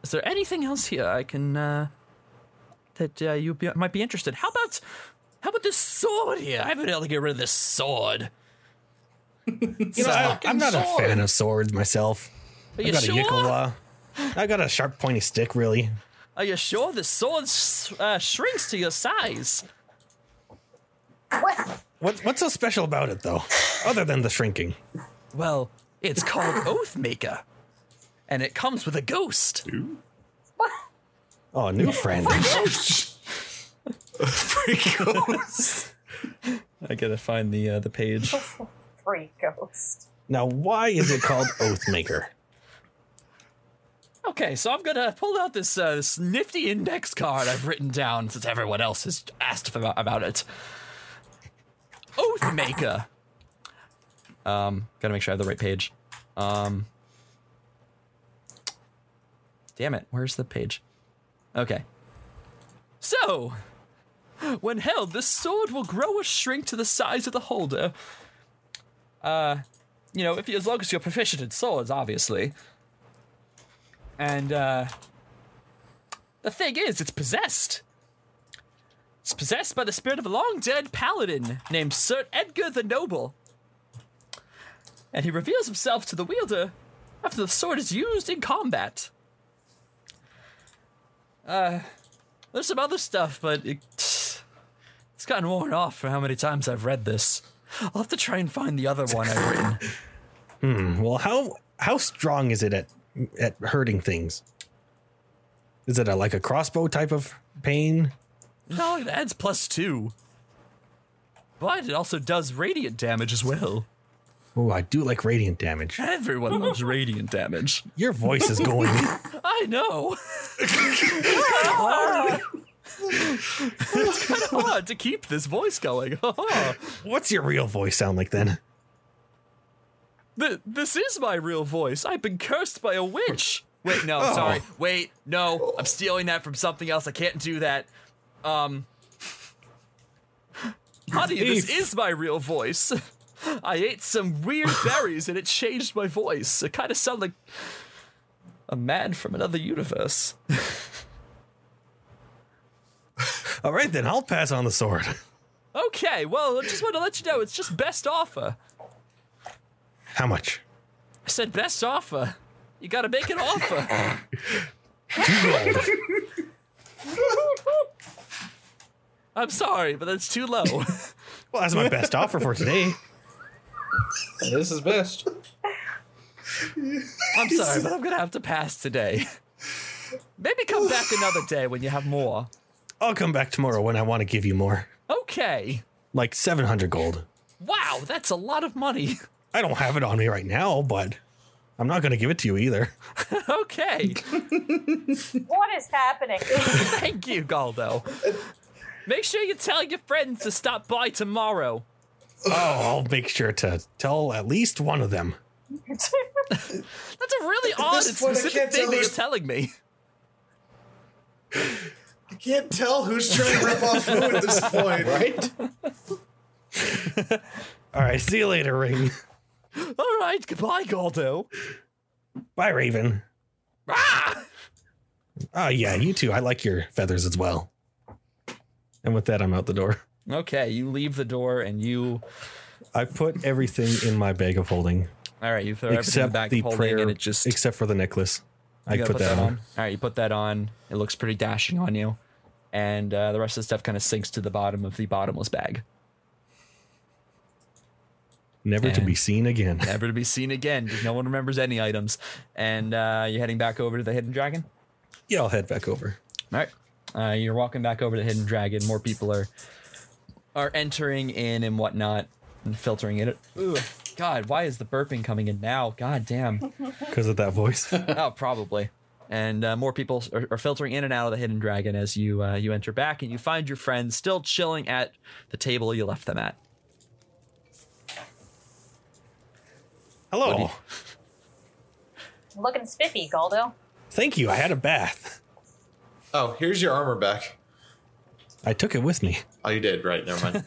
Is there anything else here I can uh, that uh, you be, might be interested? How about how about this sword here? I've been able to get rid of this sword.
You know, I, I'm not
sword.
a fan of swords myself.
Are
I
you
got a
sure?
Yikola. I got a sharp pointy stick, really.
Are you sure the sword s- uh, shrinks to your size?
what?
What, what's so special about it, though? Other than the shrinking.
Well, it's called Oathmaker, and it comes with a ghost.
What?
Oh, a new friend.
I gotta find the uh, the page.
Free ghost.
Now, why is it called Oathmaker?
Okay, so I'm gonna pull out this, uh, this nifty index card I've written down since everyone else has asked about, about it. Oathmaker. Um, gotta make sure I have the right page. Um, damn it, where's the page? Okay. So, when held, this sword will grow or shrink to the size of the holder. Uh, you know, if you, as long as you're proficient in swords, obviously. And uh, the thing is, it's possessed. It's possessed by the spirit of a long dead paladin named Sir Edgar the Noble. And he reveals himself to the wielder after the sword is used in combat. Uh, there's some other stuff, but it, it's gotten worn off for how many times I've read this. I'll have to try and find the other one I've written.
Well, how how strong is it at at hurting things? Is it a, like a crossbow type of pain?
No, it adds plus two. But it also does radiant damage as well.
Oh, I do like radiant damage.
Everyone loves radiant damage.
Your voice is going.
I know. it's kind of hard to keep this voice going.
What's your real voice sound like then?
Th- this is my real voice. I've been cursed by a witch. Oh. Wait, no, sorry. Wait, no, I'm stealing that from something else. I can't do that. Um, honey, this is my real voice. I ate some weird berries and it changed my voice. It kind of sounded like a man from another universe.
All right, then I'll pass on the sword.
Okay, well, I just want to let you know it's just best offer.
How much?
I said best offer. You gotta make an offer. I'm sorry, but that's too low.
Well, that's my best offer for today.
This is best.
I'm sorry, but I'm gonna have to pass today. Maybe come back another day when you have more.
I'll come back tomorrow when I want to give you more.
Okay.
Like 700 gold.
Wow, that's a lot of money.
I don't have it on me right now, but I'm not going to give it to you either.
Okay.
What is happening?
Thank you, Galdo. Make sure you tell your friends to stop by tomorrow.
Oh, I'll make sure to tell at least one of them.
That's a really
At
odd and
this point, I
specific
can't
thing
tell
that you're
who's-
telling me.
I can't tell who's trying to rip off who at this point. Right?
All right, see you later, Ring.
All right, goodbye, Galdo.
Bye, Raven.
Ah!
Oh, yeah, you too. I like your feathers as well. And with that, I'm out the door.
Okay, you leave the door and you.
I put everything in my bag of holding
All right, you throw everything
except
back,
the
holding,
prayer,
and it just.
except for the necklace. I
you gotta
put, that, on.
All right, you put that on. It looks pretty dashing on you, and uh, the rest of the stuff kind of sinks to the bottom of the bottomless bag,
Never to
And-
be seen again.
never to be seen again because no one remembers any items. And uh, you're heading back over to the hidden dragon.
Yeah, I'll head back over.
All right. Uh, you're walking back over to Hidden Dragon. More people are are entering in and whatnot and filtering in it. Ooh, God, why is the burping coming in now? God damn.
Because of that voice.
oh, probably. And uh, more people are, are filtering in and out of the Hidden Dragon as you uh, you enter back and you find your friends still chilling at the table you left them at.
Hello.
Looking spiffy, Galdo.
Thank you. I had a bath.
Oh, here's your armor back.
I took it with me.
Oh, you did, right? Never mind.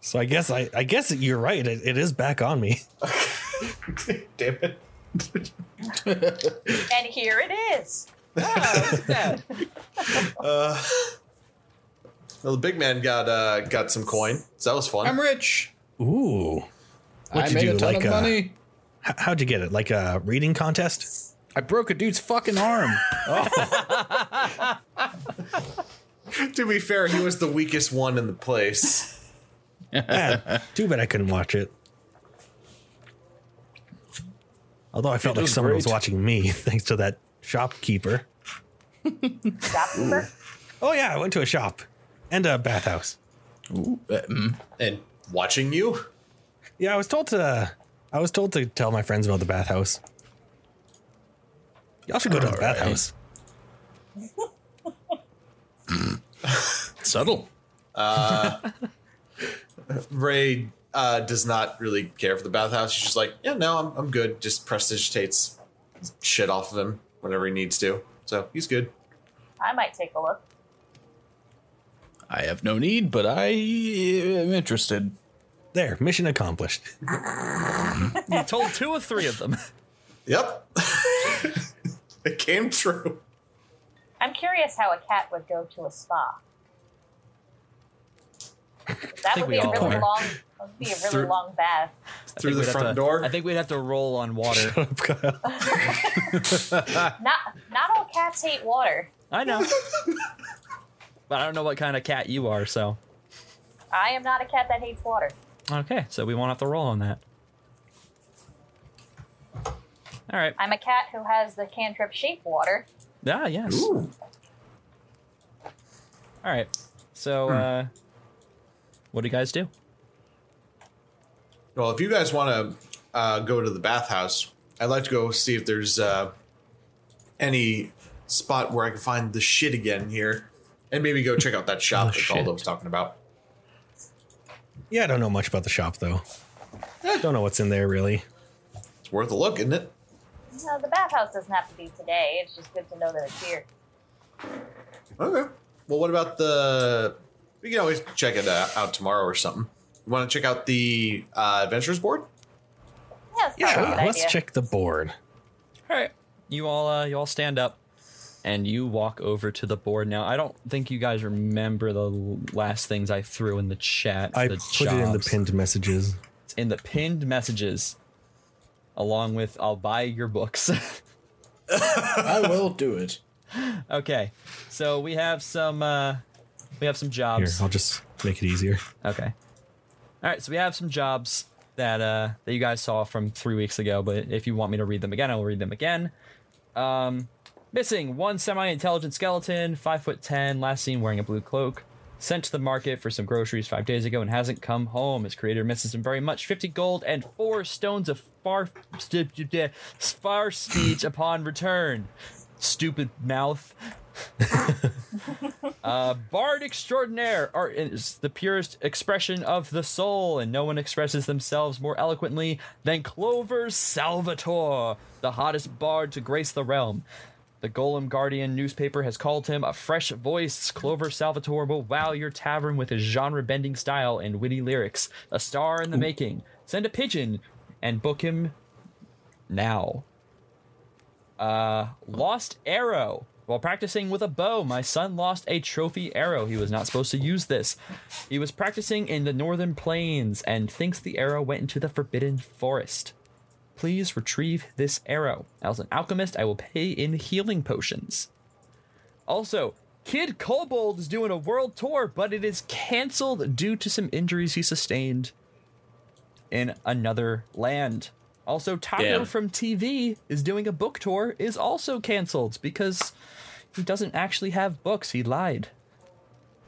So I guess I, I guess you're right. It, it is back on me.
Damn it.
And here it is.
Well, the big man got uh, got some coin, so that was fun.
I'm rich.
Ooh.
I
What'd you
made
do,
a ton
like,
of
uh,
money.
H- how'd you get it? Like a reading contest?
I broke a dude's fucking arm.
to be fair, he was the weakest one in the place.
Ah, too bad I couldn't watch it. Although I felt
You're
like
doing
someone was
great.
watching me thanks to that shopkeeper.
Shopkeeper.
Oh yeah, I went to a shop and a bathhouse.
And watching you?
Yeah, I was told to I was told to tell my friends about the bathhouse. Y'all should go to the
All right.
bathhouse.
Subtle.
Ray uh, does not really care for the bathhouse. He's just like, yeah, no, I'm, I'm good. Just prestigitates shit off of him whenever he needs to. So he's good.
I might take a look.
I have no need, but I am interested.
There, mission accomplished.
You told two or three of them.
Yep. it came true.
I'm curious how a cat would go to a spa. That
think
would
we
be a
all
really
are.
long. That would be a really
Through-
long bath.
Through the
We'd have
front
to-
door.
I think we'd have to roll on water.
Not not all cats hate water.
I know. but I don't know what kind of cat you are, so.
I am not a cat that hates water.
Okay, so we won't have to roll on that. All right.
I'm a cat who has the cantrip shape water.
Ah, yes.
Ooh.
All
Hmm.
right. So, uh, what do you guys do?
Well, if you guys want to uh, go to the bathhouse, I'd like to go see if there's uh, any spot where I can find the shit again here, and maybe go check out that shop that Aldo was talking about.
Yeah, I don't know much about the shop though. Don't know what's in there really.
It's worth a look, isn't it?
No, the bathhouse doesn't have to be today. It's just good to know that it's here.
Okay. Well, what about the? We can always check it uh, out tomorrow or something. You want to check out the uh, adventures board?
Yeah, it's not
Yeah,
a good
let's
idea.
check the board.
All right. You all, uh, you all stand up, and you walk over to the board. Now, I don't think you guys remember the l- last things I threw in the chat.
I
the
put it in the
jobs.
pinned messages.
It's in the pinned messages, along with "I'll buy your books."
I will do it.
okay, so we have some, uh, we have some
Here,
jobs.
I'll just make it easier.
Okay. All right, so we have some jobs that uh, that you guys saw from three weeks ago, but if you want me to read them again, I'll read them again. Um, missing one semi-intelligent skeleton, five foot ten, last seen wearing a blue cloak. Sent to the market for some groceries five days ago and hasn't come home. His creator misses him very much. Fifty gold and four stones of far, st- st- far speech upon return. Stupid mouth. Uh, bard extraordinaire art is the purest expression of the soul, and no one expresses themselves more eloquently than Clover Salvator, the hottest bard to grace the realm. The Golem Guardian newspaper has called him a fresh voice. Clover Salvator will wow your tavern with his genre bending style and witty lyrics. A star in the making. Send a pigeon and book him now. Lost arrow. While practicing with a bow, my son lost a trophy arrow. He was not supposed to use this. He was practicing in the northern plains and thinks the arrow went into the forbidden forest. Please retrieve this arrow. As an alchemist, I will pay in healing potions. Also, Kid Kobold is doing a world tour, but it is canceled due to some injuries he sustained in another land. Also, Taco
Damn.
from TV is doing a book tour, is also canceled because he doesn't actually have books. He lied.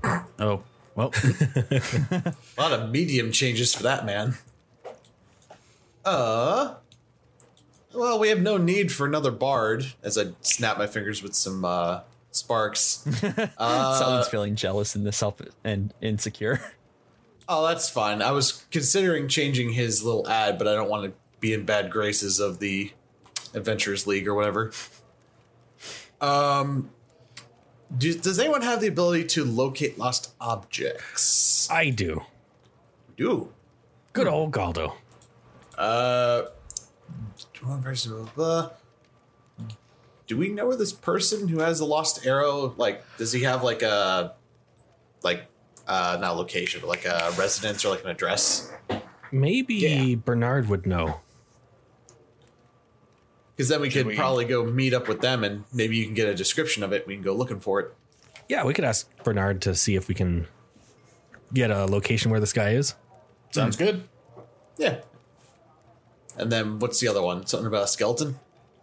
Oh, well,
A lot of medium changes for that man. Uh. Well, we have no need for another bard. As I snap my fingers with some uh, sparks.
Someone's feeling jealous and the self and insecure.
oh, that's fine. I was considering changing his little ad, but I don't want to be in bad graces of the Adventurers League or whatever. Um. Do, does anyone have the ability to locate lost objects? I
I do.
do.
Good old Galdo.
Uh, one person. Blah, blah, blah. Do we know where this person who has the lost arrow? Like, does he have like a, like, uh, not a location, but like a residence or like an address?
Maybe Bernard would know.
Because then we could
we-
probably go meet up with them, and maybe you can get a description of it. We can go looking for it.
Yeah, we could ask Bernard to see if we can get a location where this guy is.
Sounds good.
Yeah. And then what's the other one? Something about a skeleton.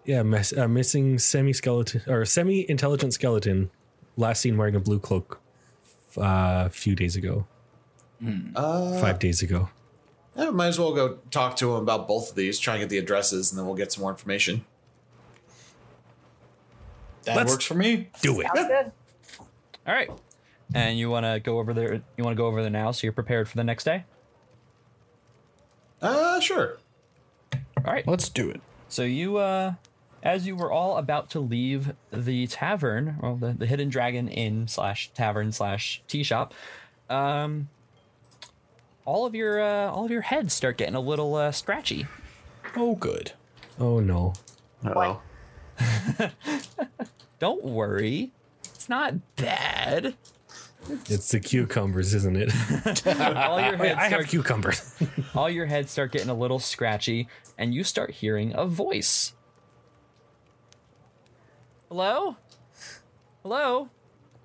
Yeah, mess, uh, missing semi skeleton or semi intelligent skeleton, last seen wearing a blue cloak a few days ago,
Uh,
five days ago.
I might as well go talk to him about both of these, try and get the addresses, and then we'll get some more information.
That
Let's-
works for me.
Do it.
Sounds good.
All right. And you want to go over there? You want to go over there now, so you're prepared for the next day.
Uh, sure.
All right.
Let's do it.
So you, uh, as you were all about to leave the tavern, well, the, the Hidden Dragon Inn slash tavern slash tea shop, um, all of your uh, all of your heads start getting a little uh, scratchy.
Oh, good.
Oh no.
What?
Don't worry, it's not bad.
It's the cucumbers, isn't it?
All your heads
I
start,
have cucumbers.
all your heads start getting a little scratchy, and you start hearing a voice. Hello, hello,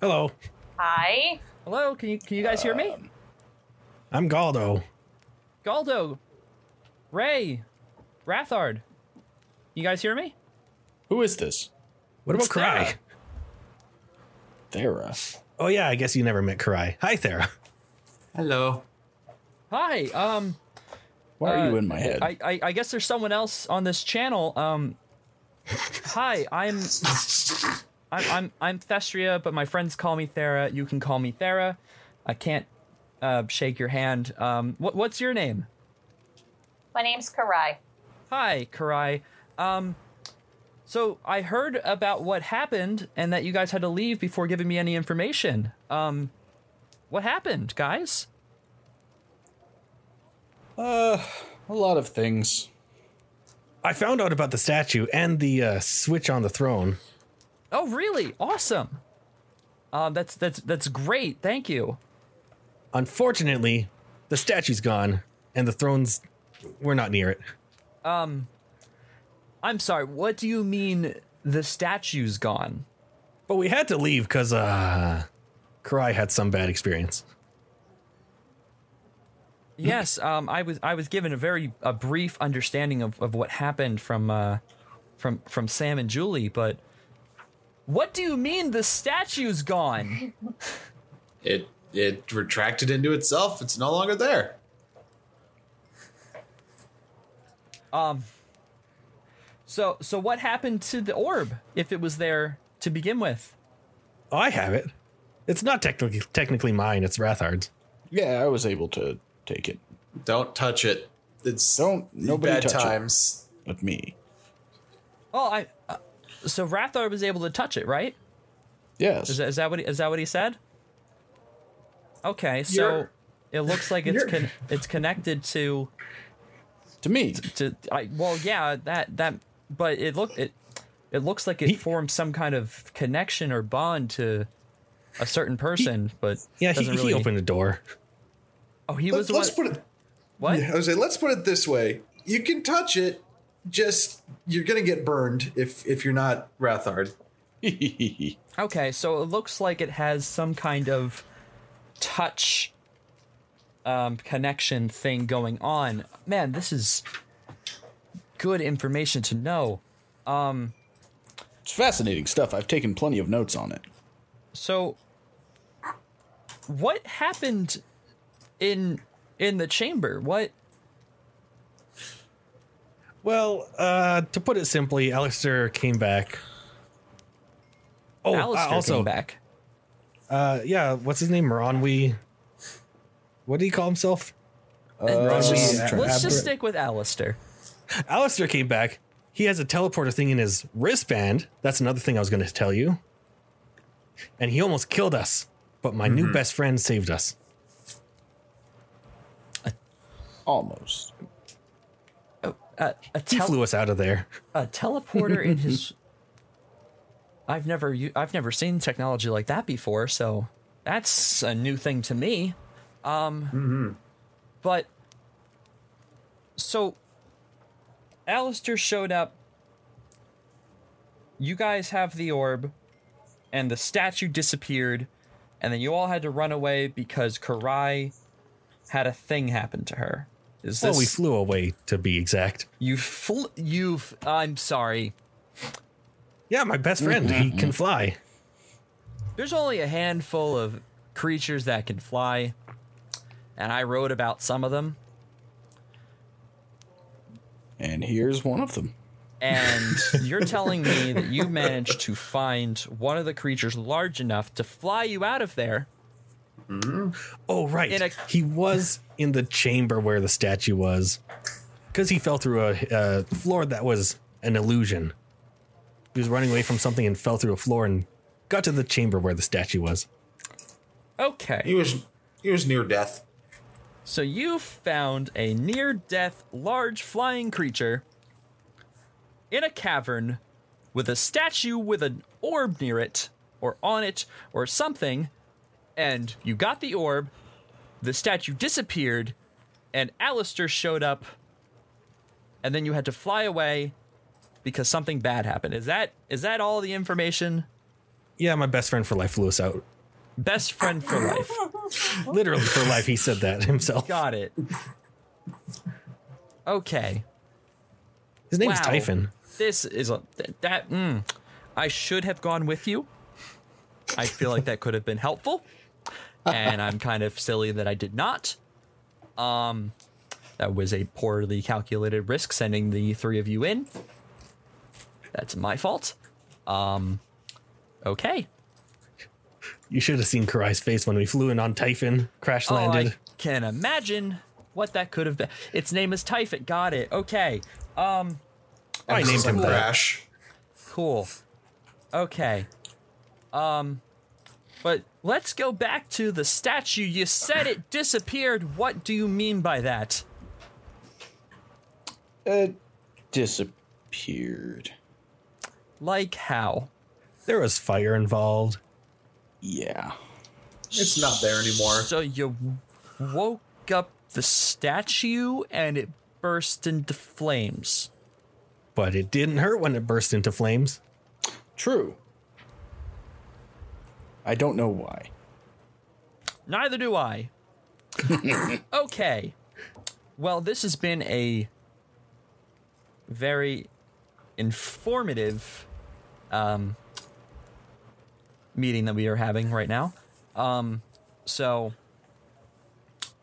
Hello.
Hi.
hello. Can you can you guys hear me?
I'm Galdo.
Galdo, Ray, Rathard. You guys hear me?
Who is this?
What about
It's Thera.
Karai?
Thera.
Oh yeah, I guess you never met Karai. Hi Thera.
Hello.
Hi. Um,
Why are
Uh,
you in my head?
I, I, I guess there's someone else on this channel. Um, hi, I'm, I'm, I'm, I'm Thestria, but my friends call me Thera. You can call me Thera. I can't uh, shake your hand. Um, what, what's your name?
My name's Karai.
Hi, Karai. Um, so I heard about what happened and that you guys had to leave before giving me any information. Um, what happened, guys?
a lot of things.
I found out about the statue and the uh, switch on the throne.
Oh, really? Awesome. Um, that's that's that's great. Thank you.
Unfortunately, the statue's gone and the throne's. We're not near it.
I'm sorry. What do you mean the statue's gone?
But we had to leave because uh, Karai had some bad experience.
Yes, um, I was I was given a very a brief understanding of, of what happened from uh, from from Sam and Julie, but what do you mean the statue's gone?
It it retracted into itself. It's no longer there.
So so what happened to the orb if it was there to begin with?
Oh, I have it. It's not technically technically mine. It's Rathard's.
Yeah, I was able to take it.
Don't touch it. It's
Don't-
the
nobody
bad
touch it.
times.
But me.
Oh, I uh, so Rathar was able to touch it, right?
Yes.
Is that, is that what he, is that what he said? Okay, so
You're-
it looks like it's
you're-
con- it's connected to
to me.
to I well yeah that that but it look it it looks like it
He-
formed some kind of connection or bond to a certain person, but
Yeah, he,
doesn't
he
really,
opened a door.
Oh, he was
Let's,
the
let's
one-
put it.
what?
I was say, let's put it this way: you can touch it. Just you're gonna get burned if if you're not Rathard.
Okay, so it looks like it has some kind of touch um, connection thing going on. Man, this is good information to know.
it's fascinating stuff. I've taken plenty of notes on it.
So, what happened in in the chamber? What?
Well, uh, to put it simply, Alistair came back. Oh, uh,
Alistair
also,
came back.
Uh, yeah, what's his name? Moronwy. What did he call himself? uh,
let's just,
Rosie
let's just
Abbott.
stick with Alistair.
Alistair came back. He has a teleporter thing in his wristband. That's another thing I was going to tell you. And he almost killed us, but my new best friend saved us.
Almost.
A, Uh, a,
He
tel-
flew us out of there.
a teleporter in his. I've never u- I've never seen technology like that before, so that's a new thing to me. Um, But so, Alistair showed up. You guys have the orb, and the statue disappeared, and then you all had to run away because Karai had a thing happen to her. Is this
Well, we flew away to be exact.
you fl- you've I'm sorry.
Yeah, my best friend. He can fly.
There's only a handful of creatures that can fly, and I wrote about some of them.
And here's one of them.
And you're telling me that you managed to find one of the creatures large enough to fly you out of there.
Oh, right.
In a-
he was in the chamber where the statue was because he fell through a, a floor that was an illusion. He was running away from something and fell through a floor and got to the chamber where the statue was.
Okay.
He was he was near death.
So you found a near death large flying creature in a cavern with a statue with an orb near it, or on it, or something, and you got the orb, the statue disappeared, and Alistair showed up, and then you had to fly away because something bad happened. Is that is that all the information?
Yeah, my best friend for life flew us out.
Best friend for life.
Literally for life, he said that himself.
Got it. Okay.
His name is
Wow.
Typhon.
This is a th- that. Mm, I should have gone with you. I feel like that could have been helpful, and I'm kind of silly that I did not. Um, That was a poorly calculated risk sending the three of you in. That's my fault. Um, okay.
You should have seen Karai's face when we flew in on Typhon, crash
Oh,
landed.
I can imagine what that could have been. Its name is Typhon. Got it. Okay.
I named
Emphasis
him
on
that.
Crash.
Cool. Okay. Um, but let's go back to the statue. You said it disappeared. What do you mean by that?
It disappeared.
Like how?
There was fire involved.
Yeah.
It's not there anymore.
So you woke up the statue and it burst into flames.
But it didn't hurt when it burst into flames.
True. I don't know why.
Neither do I. okay. Well, this has been a very informative um, meeting that we are having right now. Um, so,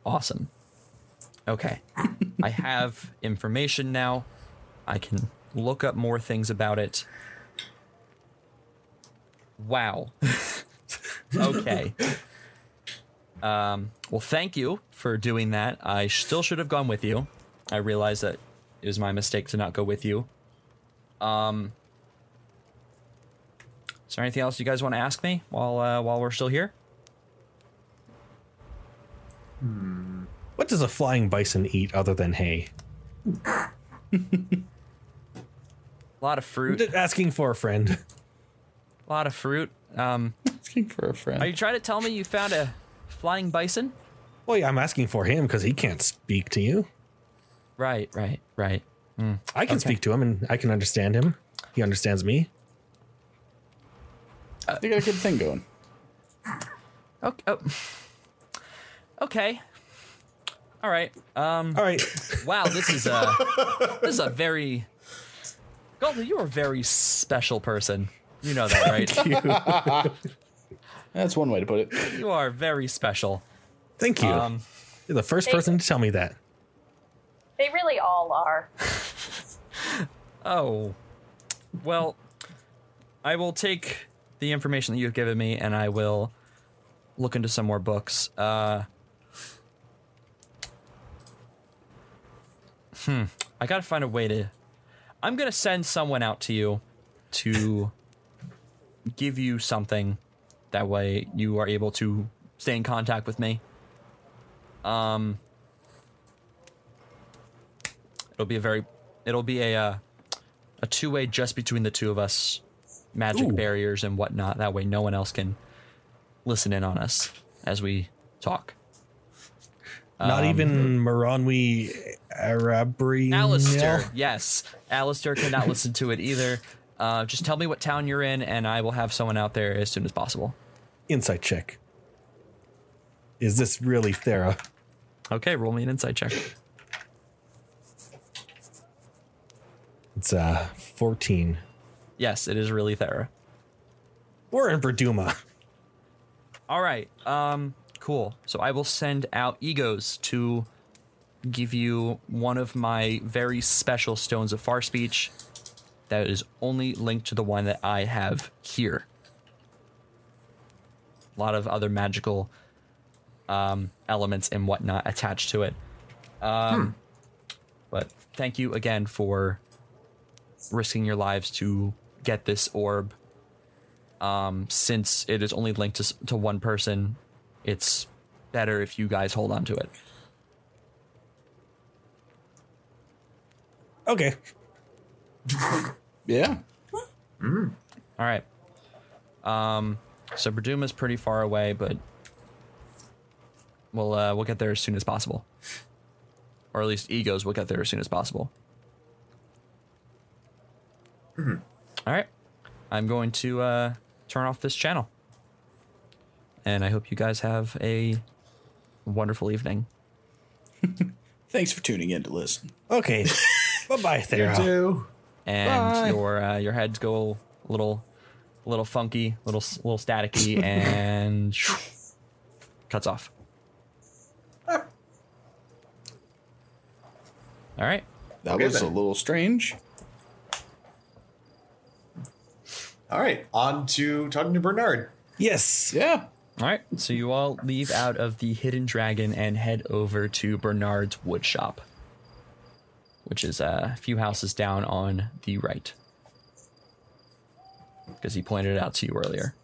awesome. Okay. I have information now. I can look up more things about it. Wow. okay. Um, well, thank you for doing that. I still should have gone with you. I realize that it was my mistake to not go with you. Um, is there anything else you guys want to ask me while uh, while we're still here?
What does a flying bison eat other than hay?
A lot of fruit.
D- Asking for a friend.
A lot of fruit. Um,
Asking for a friend.
are you trying to tell me you found a flying bison?
Well, yeah, I'm asking for him because he can't speak to you.
Right, right, right.
I can speak to him and I can understand him. He understands me.
they got a good thing going.
Okay. Oh. Okay. All right. Um,
All right.
Wow, this is a this is a very Galton, you're a very special person. You know that, right?
That's one way to put it.
you are very special.
Thank you.
Um,
You're the first person to tell me that.
They really all are.
Oh. Well, I will take the information that you've given me and I will look into some more books. Uh Hmm. I gotta find a way to I'm gonna send someone out to you to give you something. That way you are able to stay in contact with me. Um It'll be a very it'll be a uh, a two way just between the two of us, magic
Ooh.
barriers and whatnot. That way, no one else can listen in on us as we talk.
Not
um,
even Maronwi
Mm,
Arabri.
Alistair, yes, Alistair cannot listen to it either. Uh, just tell me what town you're in, and I will have someone out there as soon as possible.
Insight check. Is this really Thera?
Okay, roll me an insight check.
It's uh 14.
Yes, it is really Thera.
We're in Verduma.
All right. Um. Cool. So I will send out egos to give you one of my very special stones of far speech that is only linked to the one that I have here. A lot of other magical um, elements and whatnot attached to it. Um, But thank you again for risking your lives to get this orb since it is only linked to, s- to one person, it's better if you guys hold on to it.
Okay.
Yeah.
All right. Um, so Berduma is pretty far away, but we'll uh, we'll get there as soon as possible, or at least egos will get there as soon as possible. All right, I'm going to uh, turn off this channel, and I hope you guys have a wonderful evening.
Thanks for tuning in to listen.
Okay. bye bye, Thera.
Do.
and
Bye.
your uh, your heads go a little a little funky, little s- little staticky, and shoo, cuts off. All right.
That
Okay,
was
then.
a little strange.
All right, on to talking to Bernard.
Yes.
Yeah.
All right. So you all leave out of the hidden dragon and head over to Bernard's wood shop, which is uh, a few houses down on the right. Because he pointed it out to you earlier.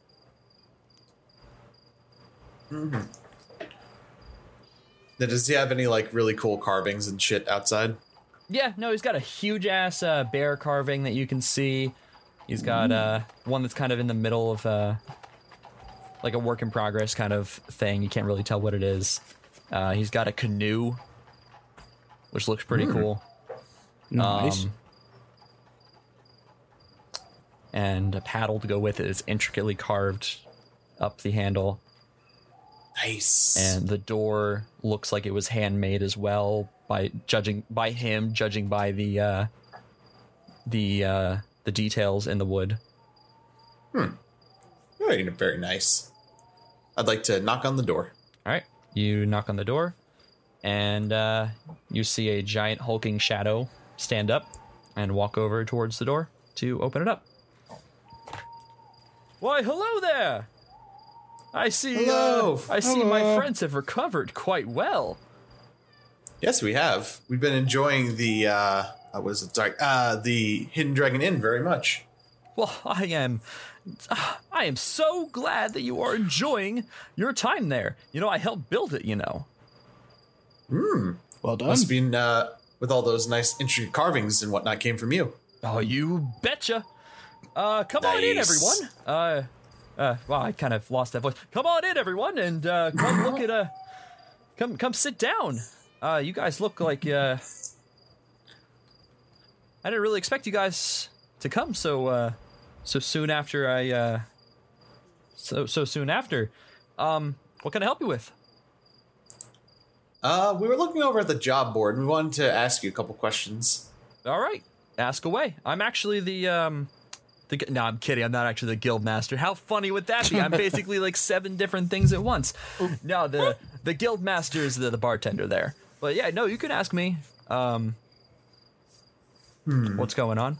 Now, does he have any like really cool carvings and shit outside?
Yeah, no, he's got a huge ass uh, bear carving that you can see. He's got uh, one that's kind of in the middle of uh, like a work in progress kind of thing. You can't really tell what it is. Uh, he's got a canoe, which looks pretty cool.
Nice.
Um, and a paddle to go with it is intricately carved up the handle.
Nice.
And the door looks like it was handmade as well by judging by him, judging by the uh, the uh, the details in the wood.
very, very nice. I'd like to knock on the door.
All right, you knock on the door, and uh, you see a giant hulking shadow stand up and walk over towards the door to open it up. Why, hello there! I see. uh,
Hello.
I see my friends have recovered quite well.
Yes, we have. We've been enjoying the uh, uh what is it? Sorry, uh, the Hidden Dragon Inn very much.
Well, I am. ah, I am so glad that you are enjoying your time there. You know, I helped build it, you know.
Well done.
Must have been uh, with all those nice intricate carvings and whatnot came from you.
Oh, you betcha. Uh, come on in,
Nice.
everyone. Uh, uh, well, I kind of lost that voice. Come on in, everyone, and uh, come look at uh, come come sit down. Uh, you guys look like uh, I didn't really expect you guys to come so uh, so soon after I uh, so so soon after. Um, what can I help you with?
Uh, we were looking over at the job board and we wanted to ask you a couple questions.
All right, ask away. I'm actually the um, the gu- no, I'm kidding. I'm not actually the guild master. How funny would that be? I'm basically like seven different things at once. No, the the guild master is the, the bartender there. But yeah, no, you can ask me. Um, what's going on?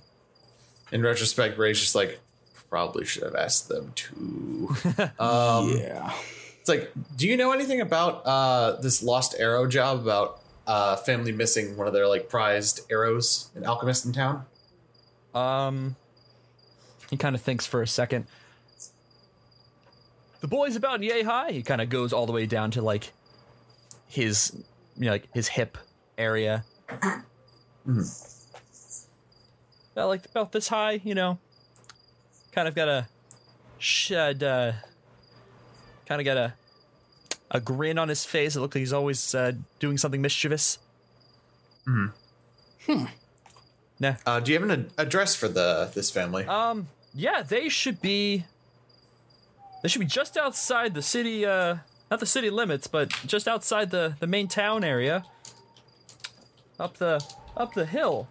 In retrospect, Ray's just like, probably should have asked them too.
yeah.
It's like, do you know anything about uh, this lost arrow job about uh, family missing one of their like prized arrows, an alchemist in town?
Um, he kind of thinks for a second. The boy's about yay high. He kind of goes all the way down to like his, you know, like his hip area. About like about this high, you know. Kind of got a shed. Uh, kind of got a a grin on his face. It looks like he's always uh, doing something mischievous. Hmm. Nah.
Uh, do you have an ad- address for the this family?
Um, yeah, they should be. They should be just outside the city, uh, not the city limits, but just outside the the main town area. Up the up the hill.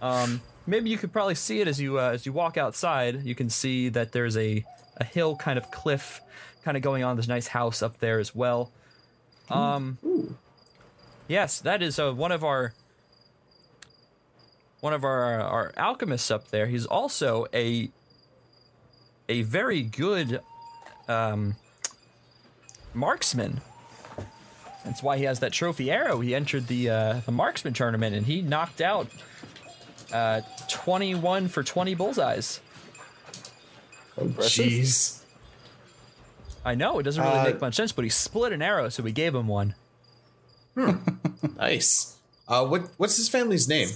Um, maybe you could probably see it as you uh, as you walk outside. You can see that there's a a hill kind of cliff, kind of going on. There's a nice house up there as well. Um, yes, that is uh, one of our one of our our alchemists up there. He's also a a very good um, marksman. That's why he has that trophy arrow. He entered the uh, the marksman tournament and he knocked out uh, twenty one for twenty bullseyes.
Jeez.
I know it doesn't really
Uh,
make much sense, but he split an arrow, so we gave him one.
Nice. Uh, what what's his family's name?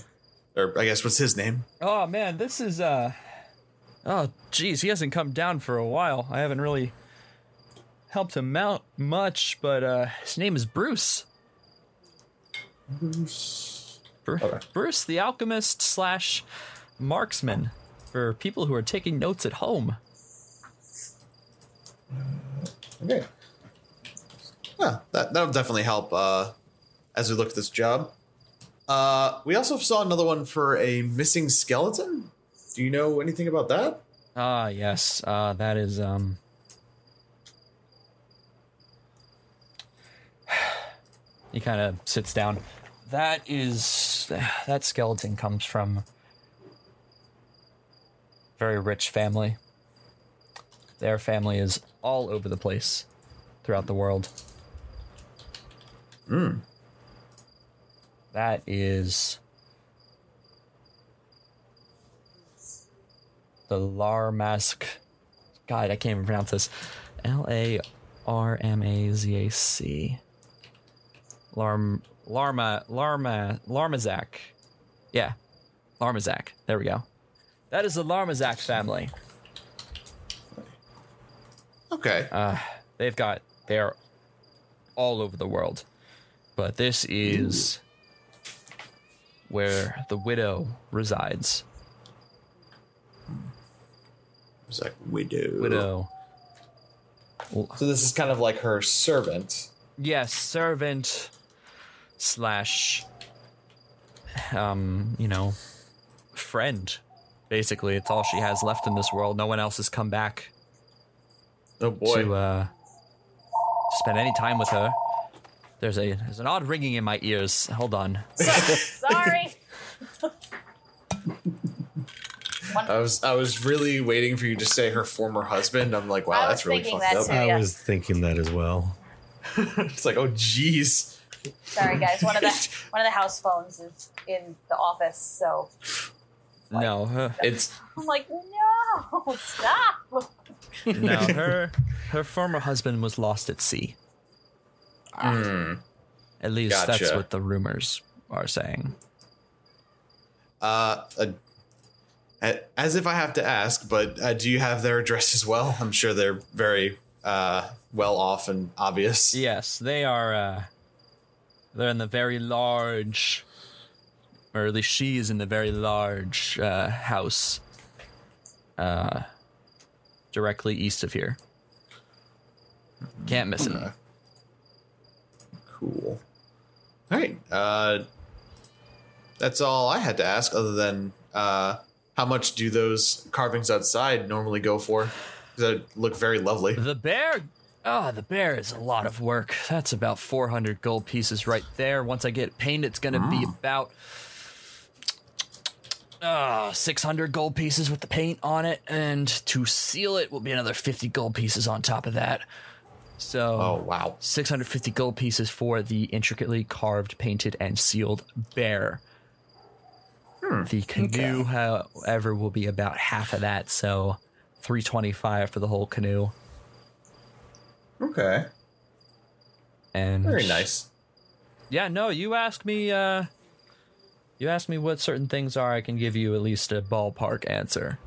Or I guess what's his name?
Oh man, this is uh Oh jeez, he hasn't come down for a while. I haven't really helped him out much, but uh his name is Bruce. Bruce. Bruce the alchemist slash marksman for people who are taking notes at home.
Okay. Yeah, that that'll definitely help uh, as we look at this job. Uh, we also saw another one for a missing skeleton. Do you know anything about that?
Ah, yes. Uh, that is, um. He kind of sits down. That is that skeleton comes from very rich family. Their family is all over the place throughout the world. That is the Larmask. God, I can't even pronounce this. L A R M A Z A C. Larm Larma Larma Larmazak. Yeah. Larmazak. There we go. That is the Larmazak family.
Okay.
They've got they're all over the world. But this is where the widow resides.
it's like widow.
Widow.
So this is kind of like her servant.
yes, servant slash, um, you know, friend. Basically, it's all she has left in this world. No one else has come back
Oh boy.
to uh, spend any time with her. There's a there's an odd ringing in my ears. Hold on.
Sorry. One-
I was I was really waiting for you to say her former husband. I'm like,
I
wow,
was
that's really
thinking
fucked
that
up.
I
Yeah.
was thinking that as well.
It's like, oh jeez.
Sorry, guys. One of the one of the house phones is in the office, so
No, her,
It's
I'm like, no, stop.
no, her her former husband was lost at sea.
mm.
At least that's
Gotcha.
what the rumors are saying.
uh, a- a- as if I have to ask, but uh, do you have their address as well? I'm sure they're very uh, well off and obvious.
Yes, they are. Uh, they're in the very large, or at least she is in the very large uh, house, uh, directly east of here. Can't miss it.
Cool. All right. Uh, that's all I had to ask. Other than uh, how much do those carvings outside normally go for? 'Cause They look very lovely.
The bear. Oh, the bear is a lot of work. That's about 400 gold pieces right there. Once I get it painted, it's going to be about uh, 600 gold pieces with the paint on it. And to seal it will be another 50 gold pieces on top of that. So
Oh wow.
650 gold pieces for the intricately carved, painted, and sealed bear. The canoe, however, will be about half of that, so 325 for the whole canoe.
Okay.
And
Very nice.
Yeah, no, you ask me uh you ask me what certain things are, I can give you at least a ballpark answer.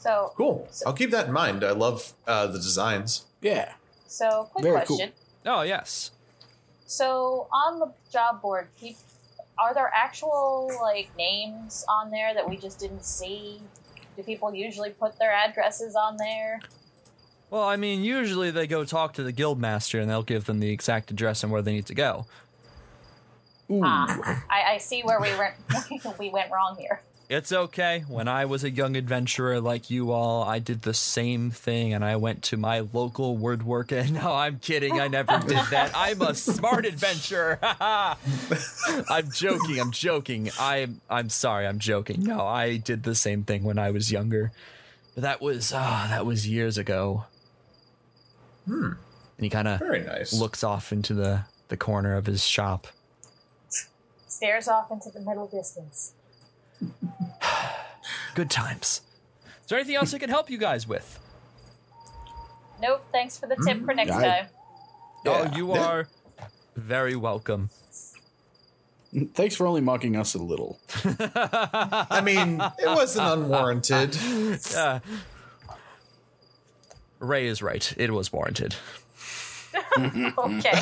So
Cool. I'll keep that in mind. I love uh, the designs.
Yeah.
so quick
Very cool.
question.
Oh, yes.
So on the job board, peop are there actual like names on there that we just didn't see? Do people usually put their addresses on there?
Well, I mean, usually they go talk to the guild master and they'll give them the exact address and where they need to go.
Ah, I, I see where we went we went wrong here.
It's okay. When I was a young adventurer like you all, I did the same thing and I went to my local word worker. No, I'm kidding. I never did that. I'm a smart adventurer. I'm joking. I'm joking. I'm I'm sorry. I'm joking. No, I did the same thing when I was younger. But that was ah, that was years ago. Hmm. And he kind of
Very nice.
looks off into the the corner of his shop.
Stares off into the middle distance.
Good times. Is there anything else I can help you guys with?
Nope. Thanks for the tip for next
I-
time.
Oh, you are very welcome.
Thanks for only mocking us a little.
I mean, it wasn't unwarranted.
Uh, Ray is right. It was warranted.
Okay.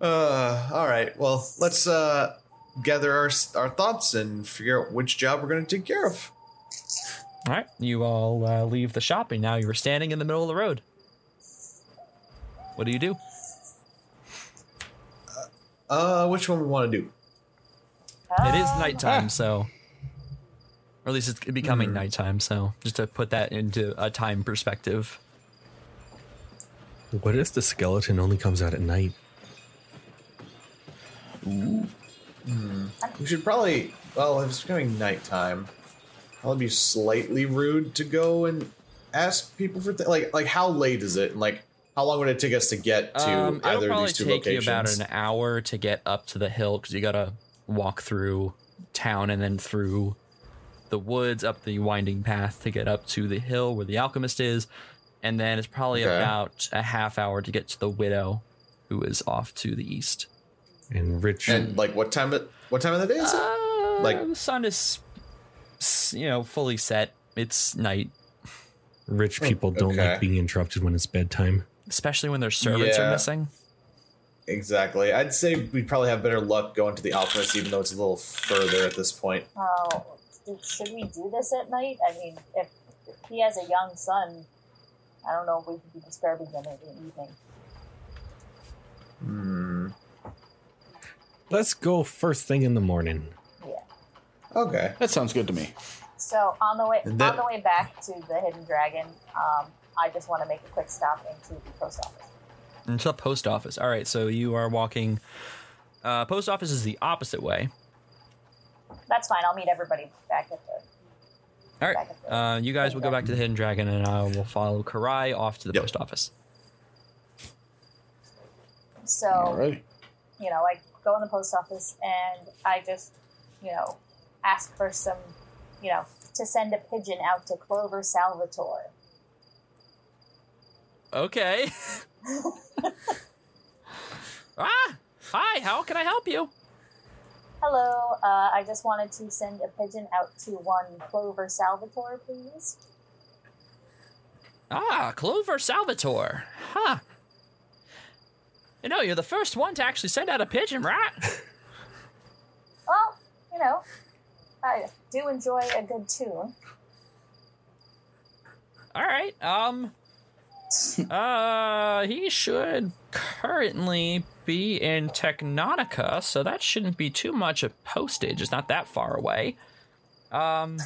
Uh, all right. Well, let's uh, gather our our thoughts and figure out which job we're going to take care of.
All right. You all uh, leave the shop, and now you're standing in the middle of the road. What do you do?
Uh, which one we want to do?
It is nighttime, so. Or at least it's becoming nighttime, so just to put that into a time perspective.
What if the skeleton only comes out at night?
We should probably. Well, if it's becoming nighttime, I'll be slightly rude to go and ask people for th- like like how late is it and like how long would it take us to get to
Um, it'll
either of
probably
these two
take
locations?
you about an hour to get up to the hill because you gotta walk through town and then through the woods up the winding path to get up to the hill where the alchemist is, and then it's probably
Okay.
about a half hour to get to the widow, who is off to the east.
And Rich,
and like what time? Of, what time of the day is it?
Uh,
Like-
the sun is, s- you know, fully set. It's night,
rich people don't
Oh, okay.
like being interrupted when it's bedtime.
especially when their servants are
Yeah.
missing.
Exactly. I'd say we'd probably have better luck going to the alchemist, even though it's a little further at this point.
Oh, did- should we do this at night? I mean, if, if he has a young son, I don't know if we could be disturbing him in the evening.
Hmm.
Let's go first thing in the morning.
Okay.
That sounds good to me.
So on the way
And that-
on the way back to the Hidden Dragon, um, I just want to make a quick stop into the post office.
into the post office. All right, so you are walking. Uh, post office is the opposite way.
That's fine. I'll meet everybody back at the.
All right, uh, you guys will go back to the Hidden Dragon, and I will follow Karai off to the
Yep.
post office.
So
All right.
you know, I go in the post office and I just, you know, ask for some, you know, to send a pigeon out to Clover Salvatore.
Okay. ah, hi. How can I help you?
Hello, uh, I just wanted to send a pigeon out to one Clover Salvatore, please.
Ah, Clover Salvatore. Huh. You know, you're the first one to actually send out a pigeon, right?
Well, you know, I do enjoy a good tune.
All right. Um. Uh, he should currently be in Technonica, so that shouldn't be too much of postage. It's not that far away. Um.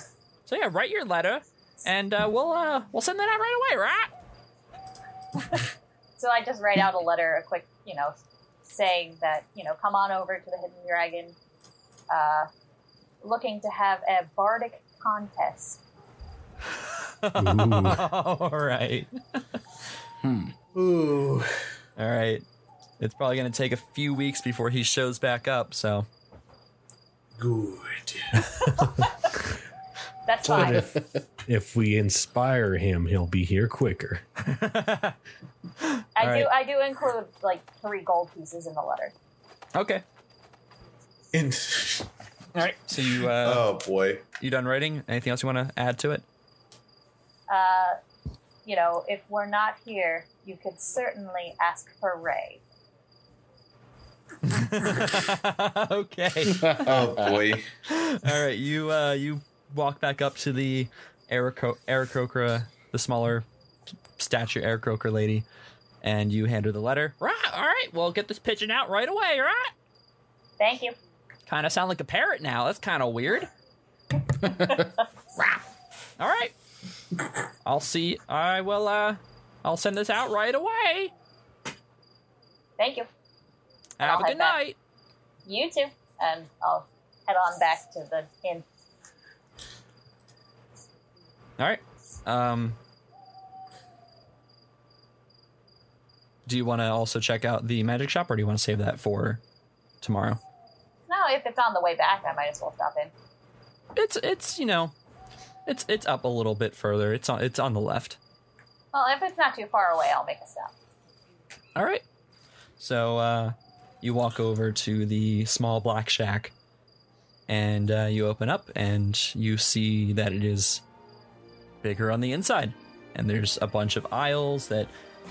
So yeah, write your letter, and uh, we'll uh we'll send that out right away, right?
So I just write out a letter, a quick, you know, saying that, you know, come on over to the Hidden Dragon, uh, looking to have a bardic contest.
Ooh.
All right.
Ooh.
All right. It's probably gonna take a few weeks before he shows back up. So
Good.
That's
But
fine.
if if we inspire him, he'll be here quicker.
I
All right.
do I do include like three gold pieces in the letter.
okay.
And
All right. So you uh,
oh boy.
you done writing? Anything else you want to add to it?
Uh, you know, if we're not here, you could certainly ask for Ray.
okay.
Oh boy.
All right, you uh, you walk back up to the Araco- Aracocra, the smaller statue Aracocra lady, and you hand her the letter. Right, all right, we'll get this pigeon out right away, right?
Thank you.
Kind of sound like a parrot now. That's kind of weird. Rah. all right. I'll see. I will, uh, I'll send this out right away.
Thank you.
Have
I'll
a
head
good
back.
night.
You too. And I'll head on back to the inn.
All right. Um, do you want to also check out the magic shop, or do you want to save that for tomorrow?
No, if it's on the way back, I might as well stop in.
It's it's you know, it's it's up a little bit further. It's on it's on the left.
Well, if it's not too far away, I'll make a stop.
All right. So uh, you walk over to the small black shack, and uh, you open up, and you see that it is bigger on the inside, and there's a bunch of aisles that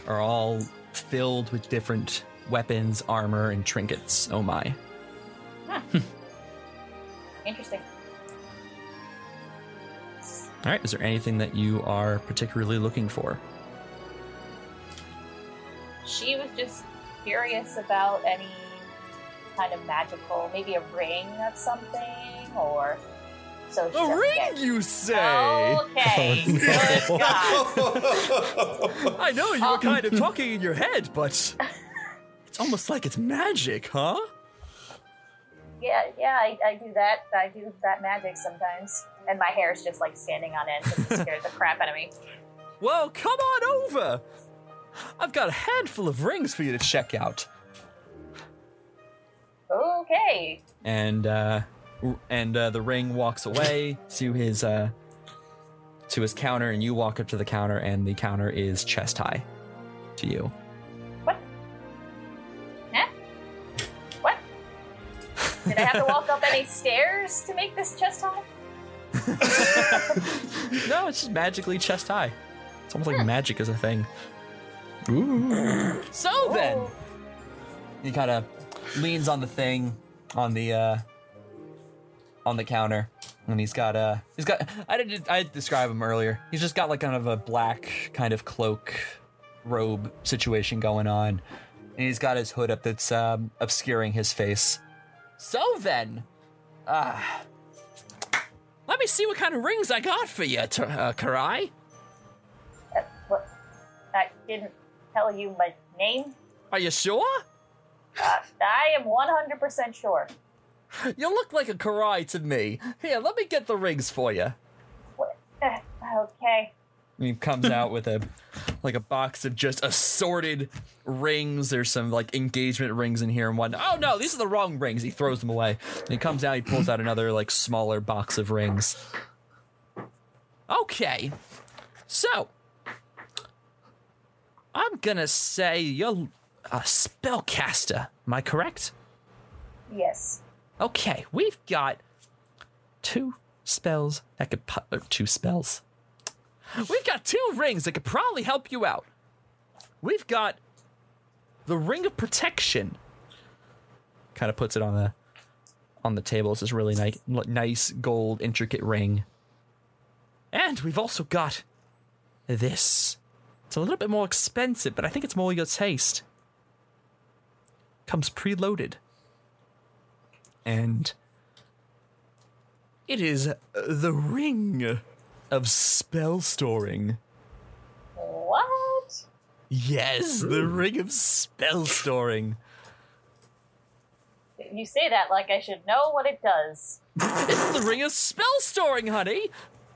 are all filled with different weapons, armor, and trinkets. Oh my!
Interesting.
All right. Is there anything that you are particularly looking for?
She was just curious about any kind of magical, maybe a ring of something, or so. She doesn't get-
you say? Oh.
Okay. Good God.
I know you
were Um, kind
of talking in your head, but it's almost like it's magic, huh?
yeah, yeah, I, I do that. I do that magic sometimes. And my hair is just like standing on end because it scared the crap out of me.
Well, come on over. I've got a handful of rings for you to check out.
Okay.
and uh, r- and uh, the ring walks away to his uh, to his counter, and you walk up to the counter, and the counter is chest high to you.
Huh? What? Did I have to walk up any stairs to make this chest high?
No, it's just magically chest high. It's almost like magic is a thing. So then,
Oh,
he kind of leans on the thing on the uh, on the counter, and he's got uh, he's got I didn't I described him earlier. He's just got like kind of a black kind of cloak robe situation going on, and he's got his hood up that's um, obscuring his face. So then, uh, let me see what kind of rings I got for you, T- uh, Karai.
uh, what? I didn't tell you my name.
Are you sure?
Uh, I am 100% sure.
You look like a Karai to me. Here, let me get the rings for you.
What? Uh, okay.
And he comes out with a like a box of just assorted rings. There's some like engagement rings in here and whatnot. Oh no, these are the wrong rings. He throws them away. And he comes out, he pulls out another like smaller box of rings. Okay. So I'm gonna say you're a spellcaster, am I correct?
Yes.
Okay, we've got two spells that could po- or two spells. We've got two rings that could probably help you out. We've got the ring of protection. Kind of puts it on the on the table. It's this really nice, nice gold intricate ring. And we've also got this. It's a little bit more expensive, but I think it's more your taste. Comes preloaded and it is uh, the ring of spell storing.
What?
Yes, the ring of spell storing.
You say that like I should know what it does.
It's the ring of spell storing, honey.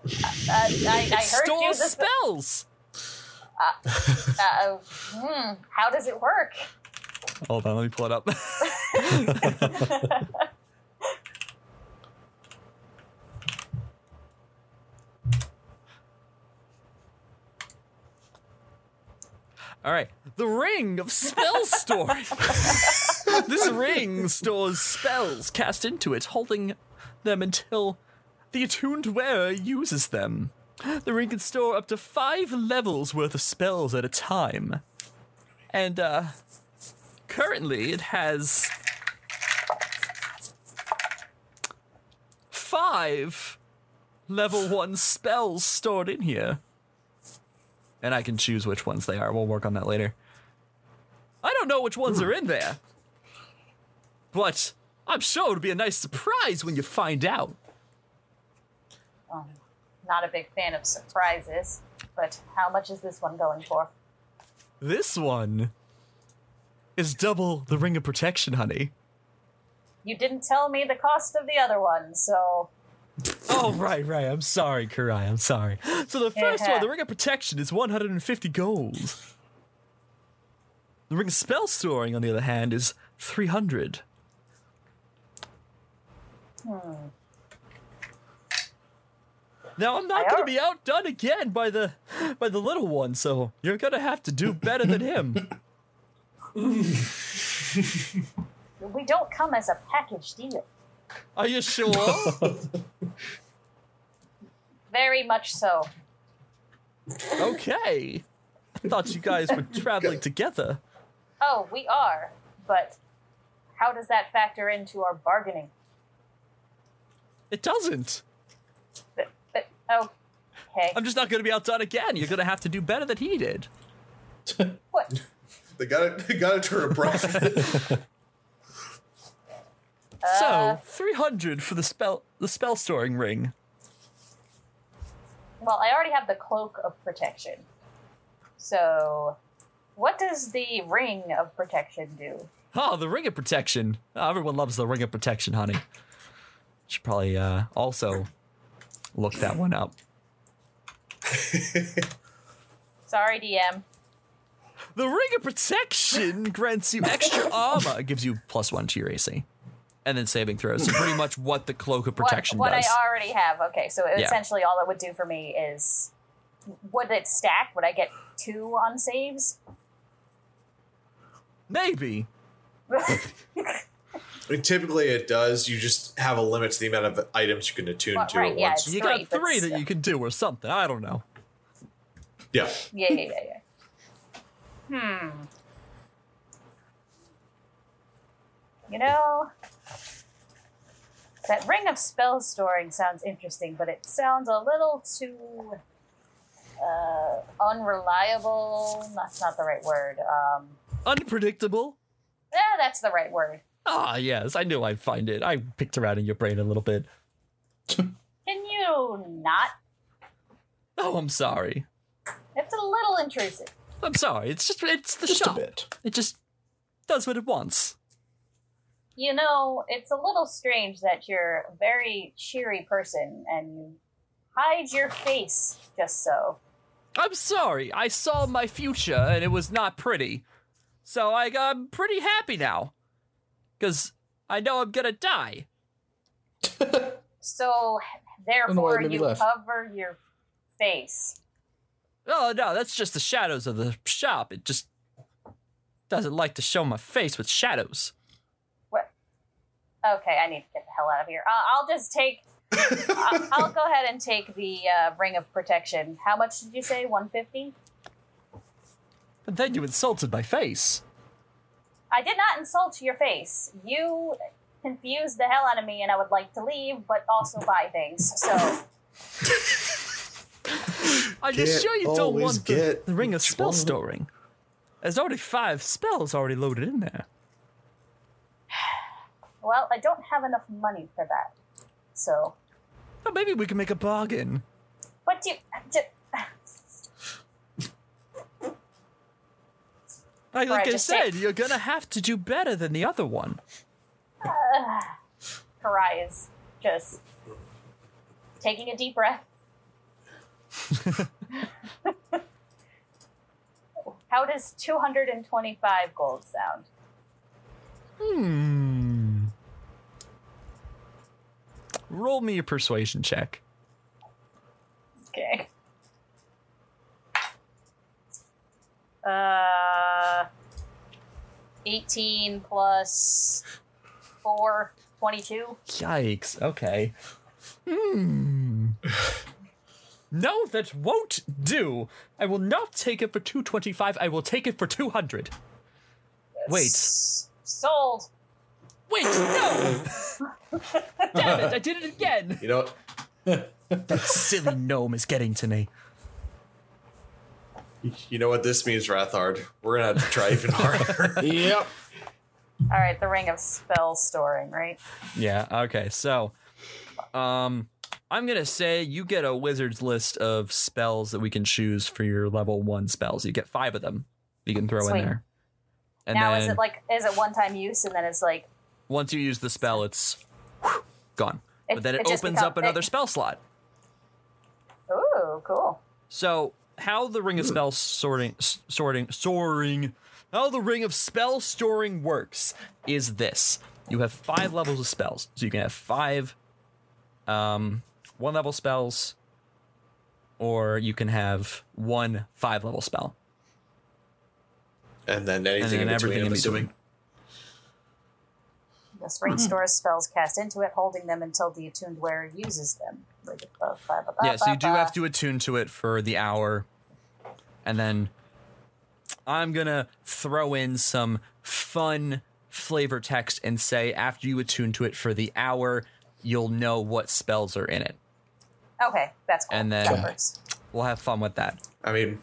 Uh, I, I
It
heard you.
stores
This,
spells.
uh, hmm, how does it work?
Hold on, let me pull it up. All right, the ring of spell storing. this ring stores spells cast into it, holding them until the attuned wearer uses them. The ring can store up to five levels worth of spells at a time. And, uh, currently it has five level one spells stored in here. And I can choose which ones they are. We'll work on that later. I don't know which ones are in there. But I'm sure it'll be a nice surprise when you find out.
Um, not a big fan of surprises, but how much is this one going for?
This one is double the ring of protection, honey.
You didn't tell me the cost of the other one, so
Oh right, right. I'm sorry, Karai. I'm sorry. So the first one, the Ring of Protection, is 150 gold. The Ring of Spell Storing, on the other hand, is 300.
Hmm.
Now I'm not
I
going to
al-
be outdone again by the by the little one, so you're going to have to do better than him.
we don't come as a package deal.
Are you sure?
Very much so.
okay. I thought you guys were traveling together.
Oh, we are, but how does that factor into our bargaining?
It doesn't.
But, but oh, okay.
I'm just not going to be outdone again. You're going to have to do better than he did.
What?
They gotta, they gotta turn a profit.
Uh.
so 300 for the spell, the spell storing ring.
Well, I already have the cloak of protection. So, what does the ring of protection do?
Oh, the ring of protection. Oh, everyone loves the ring of protection, honey. Should probably uh, also look that one up.
Sorry, DM.
The ring of protection grants you extra armor, It gives you plus one to your AC, and then saving throws. So pretty much what the cloak of
What-
protection
what,
does.
I already have. Okay, so
Yeah.
essentially all it would do for me is would it stack? Would I get two on saves?
Maybe.
I mean, typically it does. You just have a limit to the amount of items you can attune
Well,
to
right,
at
yeah,
once.
You
Three,
got
but
three that
still.
you can do or something. I don't know.
Yeah.
Yeah, yeah, yeah, yeah. Hmm. You know, that ring of spell storing sounds interesting, but it sounds a little too uh, unreliable. That's not the right word. Um,
Unpredictable.
yeah, that's the right word.
Ah, yes, I knew I'd find it. I picked around in your brain a little bit.
Can you not?
Oh, I'm sorry.
It's a little intrusive.
I'm sorry. It's just it's the
Just
shop.
a bit.
It just does what it wants.
You know, it's a little strange that you're a very cheery person and you hide your face just so.
I'm sorry. I saw my future and it was not pretty. So I, I'm pretty happy now. Because I know I'm going to die.
So,
know why it
therefore,
made me
you
laugh.
cover your face.
Oh, no, that's just the shadows of the shop. It just doesn't like to show my face with shadows.
What? Okay, I need to get the hell out of here. Uh, I'll just take. I- I'll go ahead and take the uh, ring of protection. How much did you say? One fifty.
And then you insulted my face.
I did not insult your face. You confused the hell out of me, and I would like to leave, but also buy things. So
I just
Can't
sure you don't
always
want the,
get
the ring of
what you
spell
want.
storing. There's already five spells already loaded in there.
Well, I don't have enough money for that. So,
Oh, maybe we can make a bargain.
what do you? Just,
Like,
Right,
like I
just
said,
say-
you're gonna have to do better than the other one.
Karai is just taking a deep breath. How does two hundred and twenty-five gold sound?
Hmm. Roll me a persuasion check.
Okay. Uh, eighteen plus four. 22
Yikes. Okay. Hmm. No, that won't do. I will not take it for 225. I will take it for 200. Wait.
S- sold
Wait, no! Damn it, I did it again!
You know what?
Silly gnome is getting to me.
You know what this means, Rathard. We're gonna have to try even harder.
Yep.
all right the ring of spell storing right
Yeah, okay, so. Um. I'm gonna say you get a wizard's list of spells that we can choose for your level one spells. You get five of them. You can throw
Sweet.
in there. And
now
then,
is it like is it one time use and then it's like
once you use the spell, it's whew, gone.
It-
but then it,
it just
opens
become-
up another
it-
spell slot.
ooh cool
So how the ring of spell sorting, s- sorting, soaring, how the ring of spell storing works is this: you have five levels of spells, so you can have five, um, one level spells, or you can have one five level spell.
and then anything
then
in between,
everything
I'm
in between.
assuming.
this ring
Mm-hmm.
stores spells cast into it holding them until the attuned wearer uses them uh,
yeah, so you do have to attune to it for the hour. And then I'm going to throw in some fun flavor text and say after you attune to it for the hour, you'll know what spells are in it.
okay that's cool
And then-
that works.
We'll have fun with that.
I mean,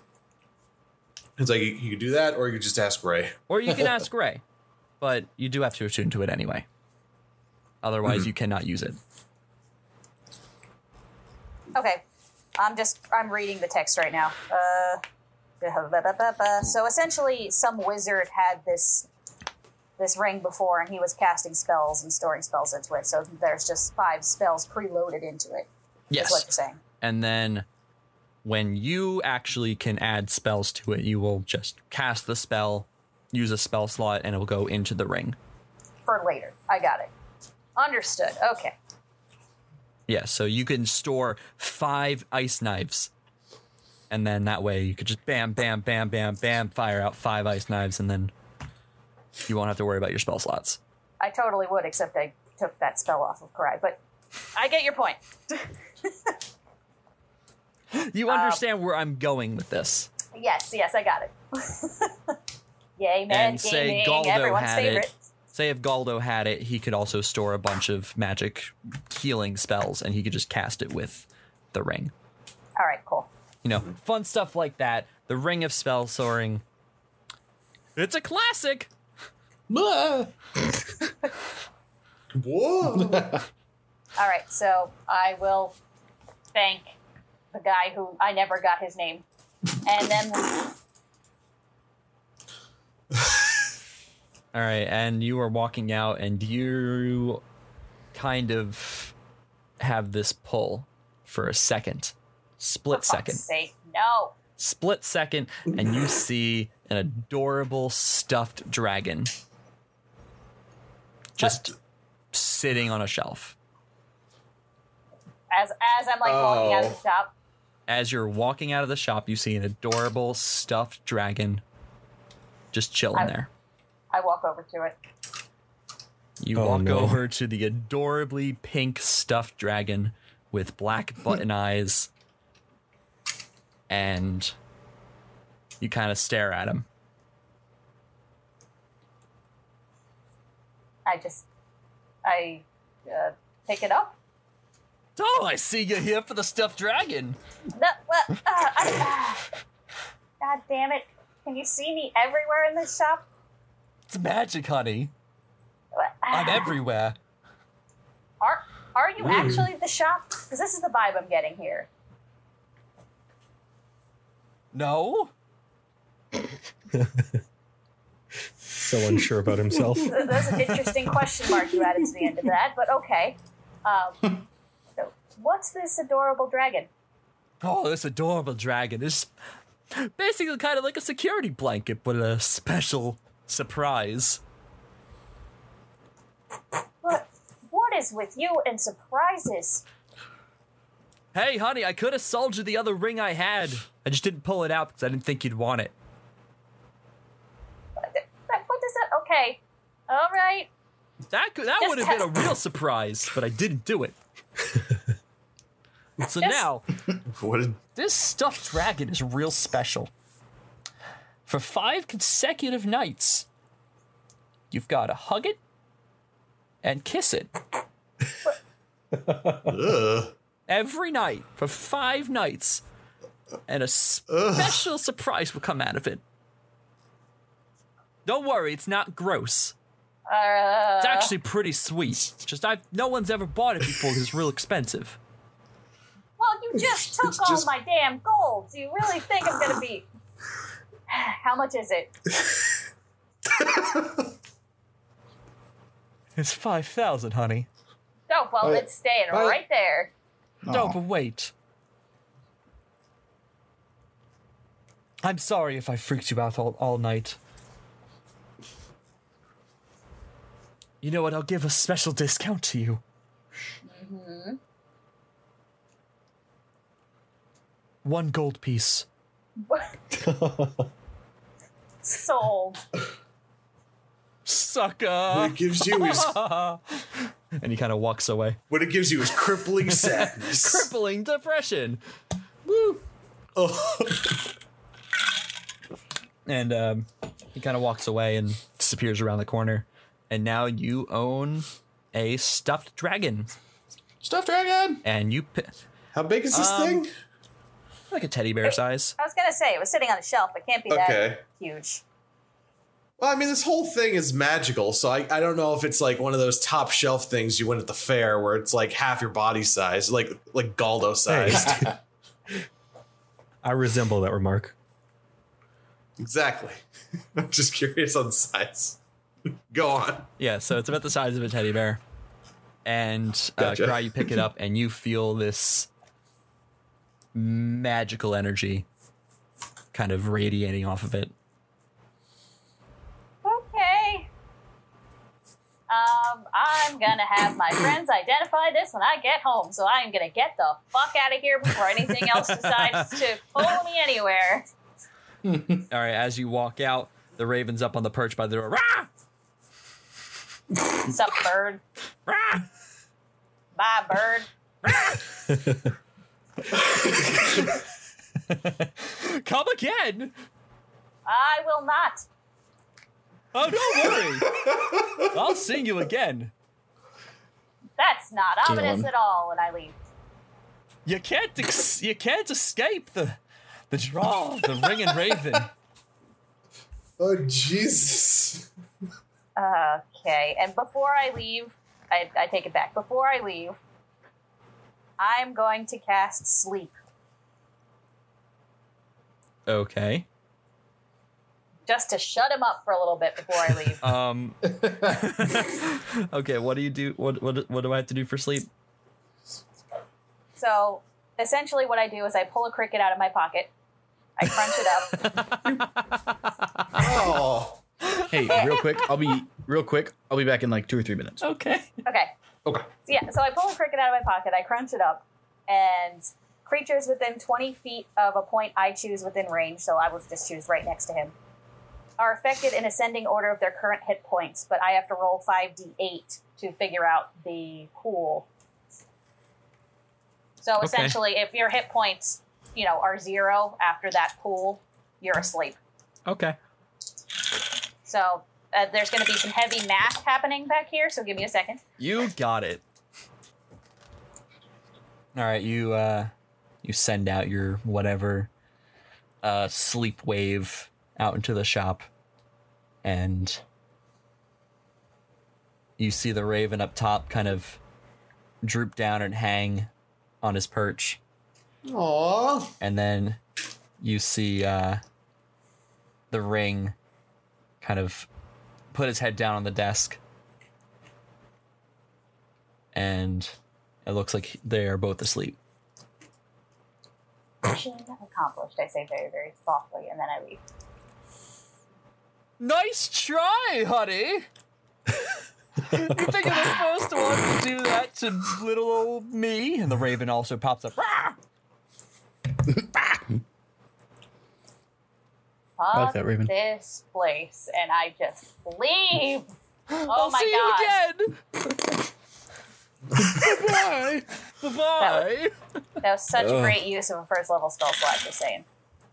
it's like you, you could do that, or you could just ask Ray.
Or you can ask Ray, but you do have to attune to it anyway. Otherwise, you cannot use it.
Okay. I'm just I'm reading the text right now. Uh, so essentially, some wizard had this this ring before, and he was casting spells and storing spells into it. So there's just five spells preloaded into it. Is what you're
Yes.
saying?
And then when you actually can add spells to it, you will just cast the spell, use a spell slot, and it will go into the ring.
For later, I got it. Understood. Okay.
Yeah, so you can store five ice knives. And then that way you could just bam, bam, bam, bam, bam, fire out five ice knives, and then you won't have to worry about your spell slots.
I totally would, except I took that spell off of Karai. But I get your point.
You understand where I'm going with this.
Yes, yes, I got it. Yay, man!
And say
gaming,
Galdo
everyone's
had
favorite.
it. Say if Galdo had it, he could also store a bunch of magic healing spells and he could just cast it with the ring.
All right, cool.
You know, fun stuff like that. The Ring of Spell Soaring. It's a classic!
Blah.
Whoa.
All right, so I will thank the guy who I never got his name, and then
All right, and you are walking out, and you kind of have this pull for a second, split second,
fuck's sake, no,
split second, and you see an adorable stuffed dragon just sitting on a shelf.
as as I'm like walking out of the
Oh.
shop,
As you're walking out of the shop, you see an adorable stuffed dragon just chilling
I-
there.
I walk over to it.
You
Oh,
walk
no.
over to the adorably pink stuffed dragon with black button eyes, and you kind of stare at him.
I just I uh, pick it up.
Oh, I see you here for the stuffed dragon.
No, well, uh, I, ah. God damn it! Can you see me everywhere in this shop?
It's magic, honey.
What-
I'm everywhere.
Uh, Are are you actually the shop? Because this is the vibe I'm getting here.
No?
So unsure about himself.
Th- That's an interesting question mark you added to the end of that, but okay. Um, so what's this adorable dragon?
Oh, this adorable dragon is basically kind of like a security blanket, but a special surprise.
What what is with you and surprises?
Hey, honey, I could have sold you the other ring I had. I just didn't pull it out because I didn't think you'd want it.
What what is that? Okay, all right.
That could, that
Just
would have been a real surprise, but I didn't do it. so
Just-
now
what did
this stuffed dragon is real special. For five consecutive nights, you've got to hug it and kiss it
Ugh.
every night for five nights, and a special surprise will come out of it. Don't worry, it's not gross.
Uh,
It's actually pretty sweet. Just I no one's ever bought it before because it's real expensive.
well, you just took
It's
all
just-
my damn gold. Do you really think I'm gonna be? How much is it?
It's five thousand, honey.
Oh well,
Wait,
it's staying
wait.
right there.
No,
Aw.
but wait. I'm sorry if I freaked you out all, all night. You know what? I'll give a special discount to you. Mm-hmm. One gold piece.
Sold.
Sucker!
What it gives you is
and he kind of walks away.
what it gives you is crippling sadness.
Crippling depression!
Oh.
and um, he kind of walks away and disappears around the corner. And now you own a stuffed dragon,
Stuff dragon.
and you pi-
How big is this thing?
like a teddy bear size.
I was gonna say it was sitting on a shelf. It can't be that
Okay.
huge.
Well, I mean, this whole thing is magical, so I, I don't know if it's like one of those top shelf things you win at the fair where it's like half your body size, like like Galdo sized.
I resemble that remark.
exactly. I'm just curious on size. Go on.
Yeah, so it's about the size of a teddy bear. And uh,
Gotcha.
Cry, you pick it up and you feel this magical energy kind of radiating off of it.
Okay. Um, I'm gonna have my friends identify this when I get home, so I'm gonna get the fuck out of here before anything else decides to follow me anywhere.
All right, as you walk out, the raven's up on the perch by the door. Rah!
Sup, bird?
Rah!
Bye, bird.
Come again!
I will not.
Oh, don't worry. I'll sing you again.
That's not ominous
Dylan.
at all when I leave.
You can't ex- you can't escape the the draw, of the ringing raven.
Oh Jesus.
Okay, and before I leave, I, I take it back. Before I leave, I'm going to cast sleep.
Okay.
just to shut him up for a little bit before I leave.
Um. okay. What do you do? What what what do I have to do for sleep?
so essentially, what I do is I pull a cricket out of my pocket, I crunch it up.
Oh.
Hey, real quick, I'll be real quick. I'll be back in like two or three minutes.
Okay.
Okay,
Okay.
so yeah, so I pull a cricket out of my pocket, I crunch it up, and creatures within 20 feet of a point I choose within range, so I will just choose right next to him, are affected in ascending order of their current hit points, but I have to roll 5d8 to figure out the pool. So
Okay.
essentially, if your hit points, you know, are zero after that pool, you're asleep.
Okay.
So uh, there's going to be some heavy math happening back here. So give me a second.
You got it. All right, you uh you send out your whatever uh sleep wave out into the shop and you see the raven up top kind of droop down and hang on his perch
Aw.
and then you see uh the ring kind of put his head down on the desk and it looks like they are both asleep
Mission accomplished. I say very, very softly, and then I leave.
nice try honey you think you're the first one to do that to little old me and the raven also pops up
Oh
"Rah!"
Fuck
like that, Raven.
this place, and I just leave. Oh
i'll
my
see
god!
you again bye bye
That was such great use of a first level spell slot. Just saying.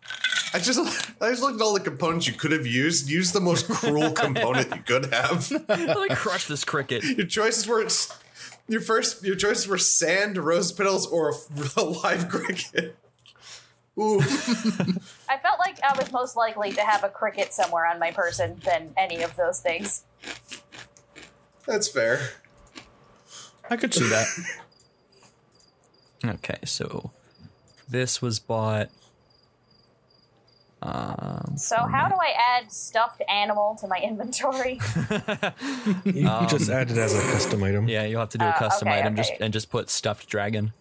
I just I just looked at all the components you could have used. Use the most cruel component you could have.
Really crush this cricket
Your choices were s- your first your choices were sand, rose petals, or a, f- a live cricket. Ooh.
I felt like I was most likely to have a cricket somewhere on my person than any of those things.
That's fair.
I could see that.
Okay, so this was bought. Um,
So how do I add stuffed animal to my inventory?
You
Um,
just add it as a custom item.
yeah, you'll have to do a
Uh,
custom
okay,
item just
okay.
and just put stuffed dragon.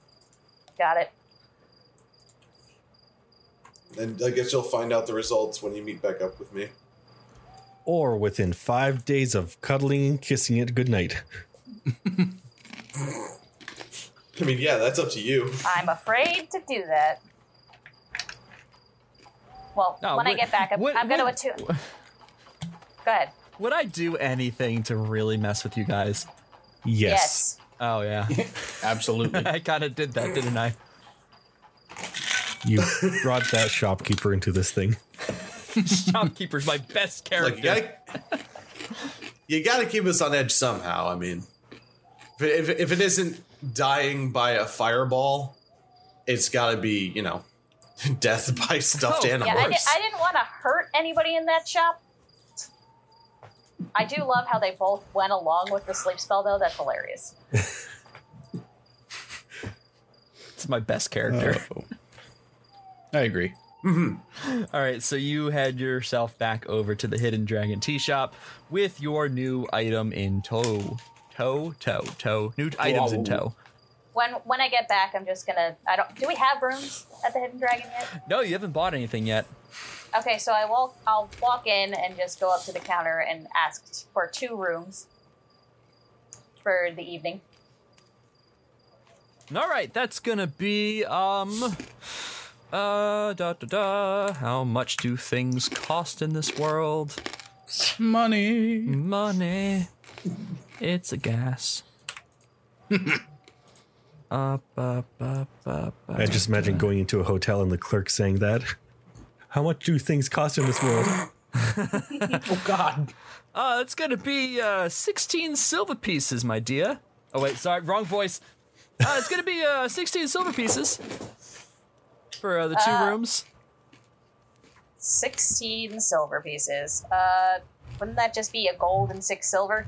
Got it.
And I guess you'll find out the results when you meet back up with me.
Or within five days of cuddling and kissing it goodnight.
I mean, yeah, that's up to you.
I'm afraid to do that. Well,
No,
when I
what-
get back, I'm,
what-
I'm going
what-
to attune. Go ahead.
Would I do anything to really mess with you guys?
Yes.
Yes.
Oh yeah,
Absolutely.
I kind of did that, didn't I?
You brought that shopkeeper into this thing.
Shopkeeper's my best character.
Like you gotta, you gotta keep us on edge somehow. I mean, if it, if, it- if it isn't dying by a fireball, it's gotta be you know, death by stuffed
Oh, yeah,
Yeah,
animals.
I, di- I didn't want to hurt anybody in that shop. I do love how they both went along with the sleep spell, though. That's hilarious.
it's my best character.
I agree.
All right, so you head yourself back over to the Hidden Dragon Tea Shop with your new item in tow. Toe, toe, toe. New items in tow.
When when I get back, I'm just gonna. I don't. Do we have rooms at the Hidden Dragon yet?
No, you haven't bought anything yet.
Okay, so I walk. I'll walk in and just go up to the counter and ask for two rooms for the evening.
All right, that's gonna be um, uh, da da da. How much do things cost in this world?
Money.
Money. It's a gas. up, up, up, up, up.
I just imagine going into a hotel and the clerk saying that. How much do things cost in this world?
Oh God.
Uh, it's gonna be uh, 16 silver pieces, my dear. Oh wait, sorry, wrong voice. Uh, it's gonna be uh, 16 silver pieces for uh, the two rooms.
Sixteen silver pieces. Uh, wouldn't that just be a gold and six silver?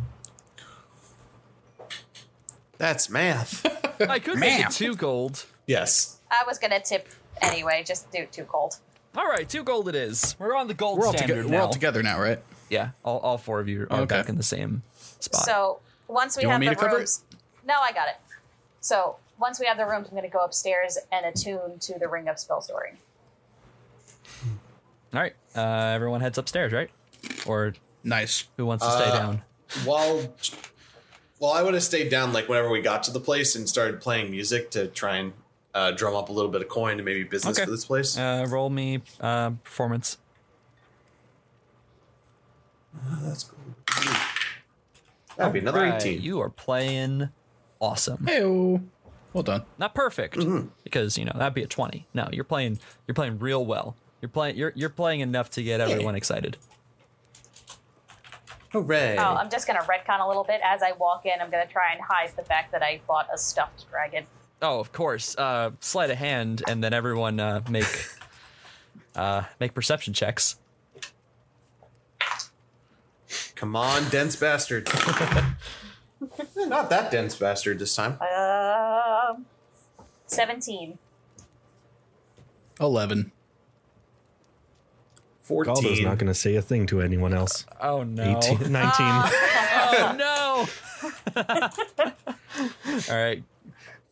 That's math.
I could make
ma'am.
it two gold.
yes.
I was gonna tip anyway. Just do two gold.
All right, two gold it is. We're on the gold
We're all,
standard
together.
now.
we're all together now, right?
Yeah, all, all four of you are
Okay.
back in the same spot.
So once we
You
have
want me
the
to cover
rooms, no, I got it. So once we have the rooms, I'm going to go upstairs and attune to the ring of spell story.
all right, uh, everyone heads upstairs, right? Or
Nice.
who wants to stay
Uh,
down?
While while I would have stayed down, like whenever we got to the place and started playing music to try and uh, drum up a little bit of coin and maybe business
Okay.
for this place.
Uh, roll me uh, performance.
That's cool. That'd be another
Right,
eighteen.
You are playing awesome.
Heyo. Well done.
not perfect because you know that'd be a 20 no you're playing you're playing real well you're playing you're, you're playing enough to get everyone excited
Hooray!
Oh, I'm just going to retcon a little bit. As I walk in, I'm going to try and hide the fact that I bought a stuffed dragon.
oh of course uh sleight of hand and then everyone uh make uh make perception checks
Come on, dense bastard. Eh, Not that dense bastard this time.
Um, 17.
Eleven.
Galdo's
Fourteen.
not going to say a thing to anyone else.
oh no
18, 19.
oh no all right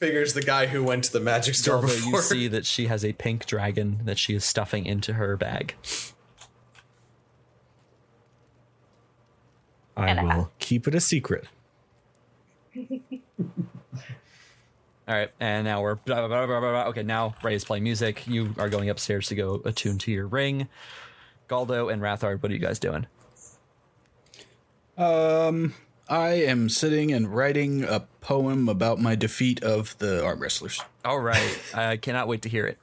Figures the guy who went to the magic store
Although
before.
you see that she has a pink dragon that she is stuffing into her bag
I will keep it a secret.
All right, and now we're blah, blah, blah, blah, blah, blah. okay. Now Ray is playing music. You are going upstairs to go attune to your ring. Galdo and Rathard, what are you guys doing?
I am sitting and writing a poem about my defeat of the arm wrestlers.
All right, I cannot wait to hear it.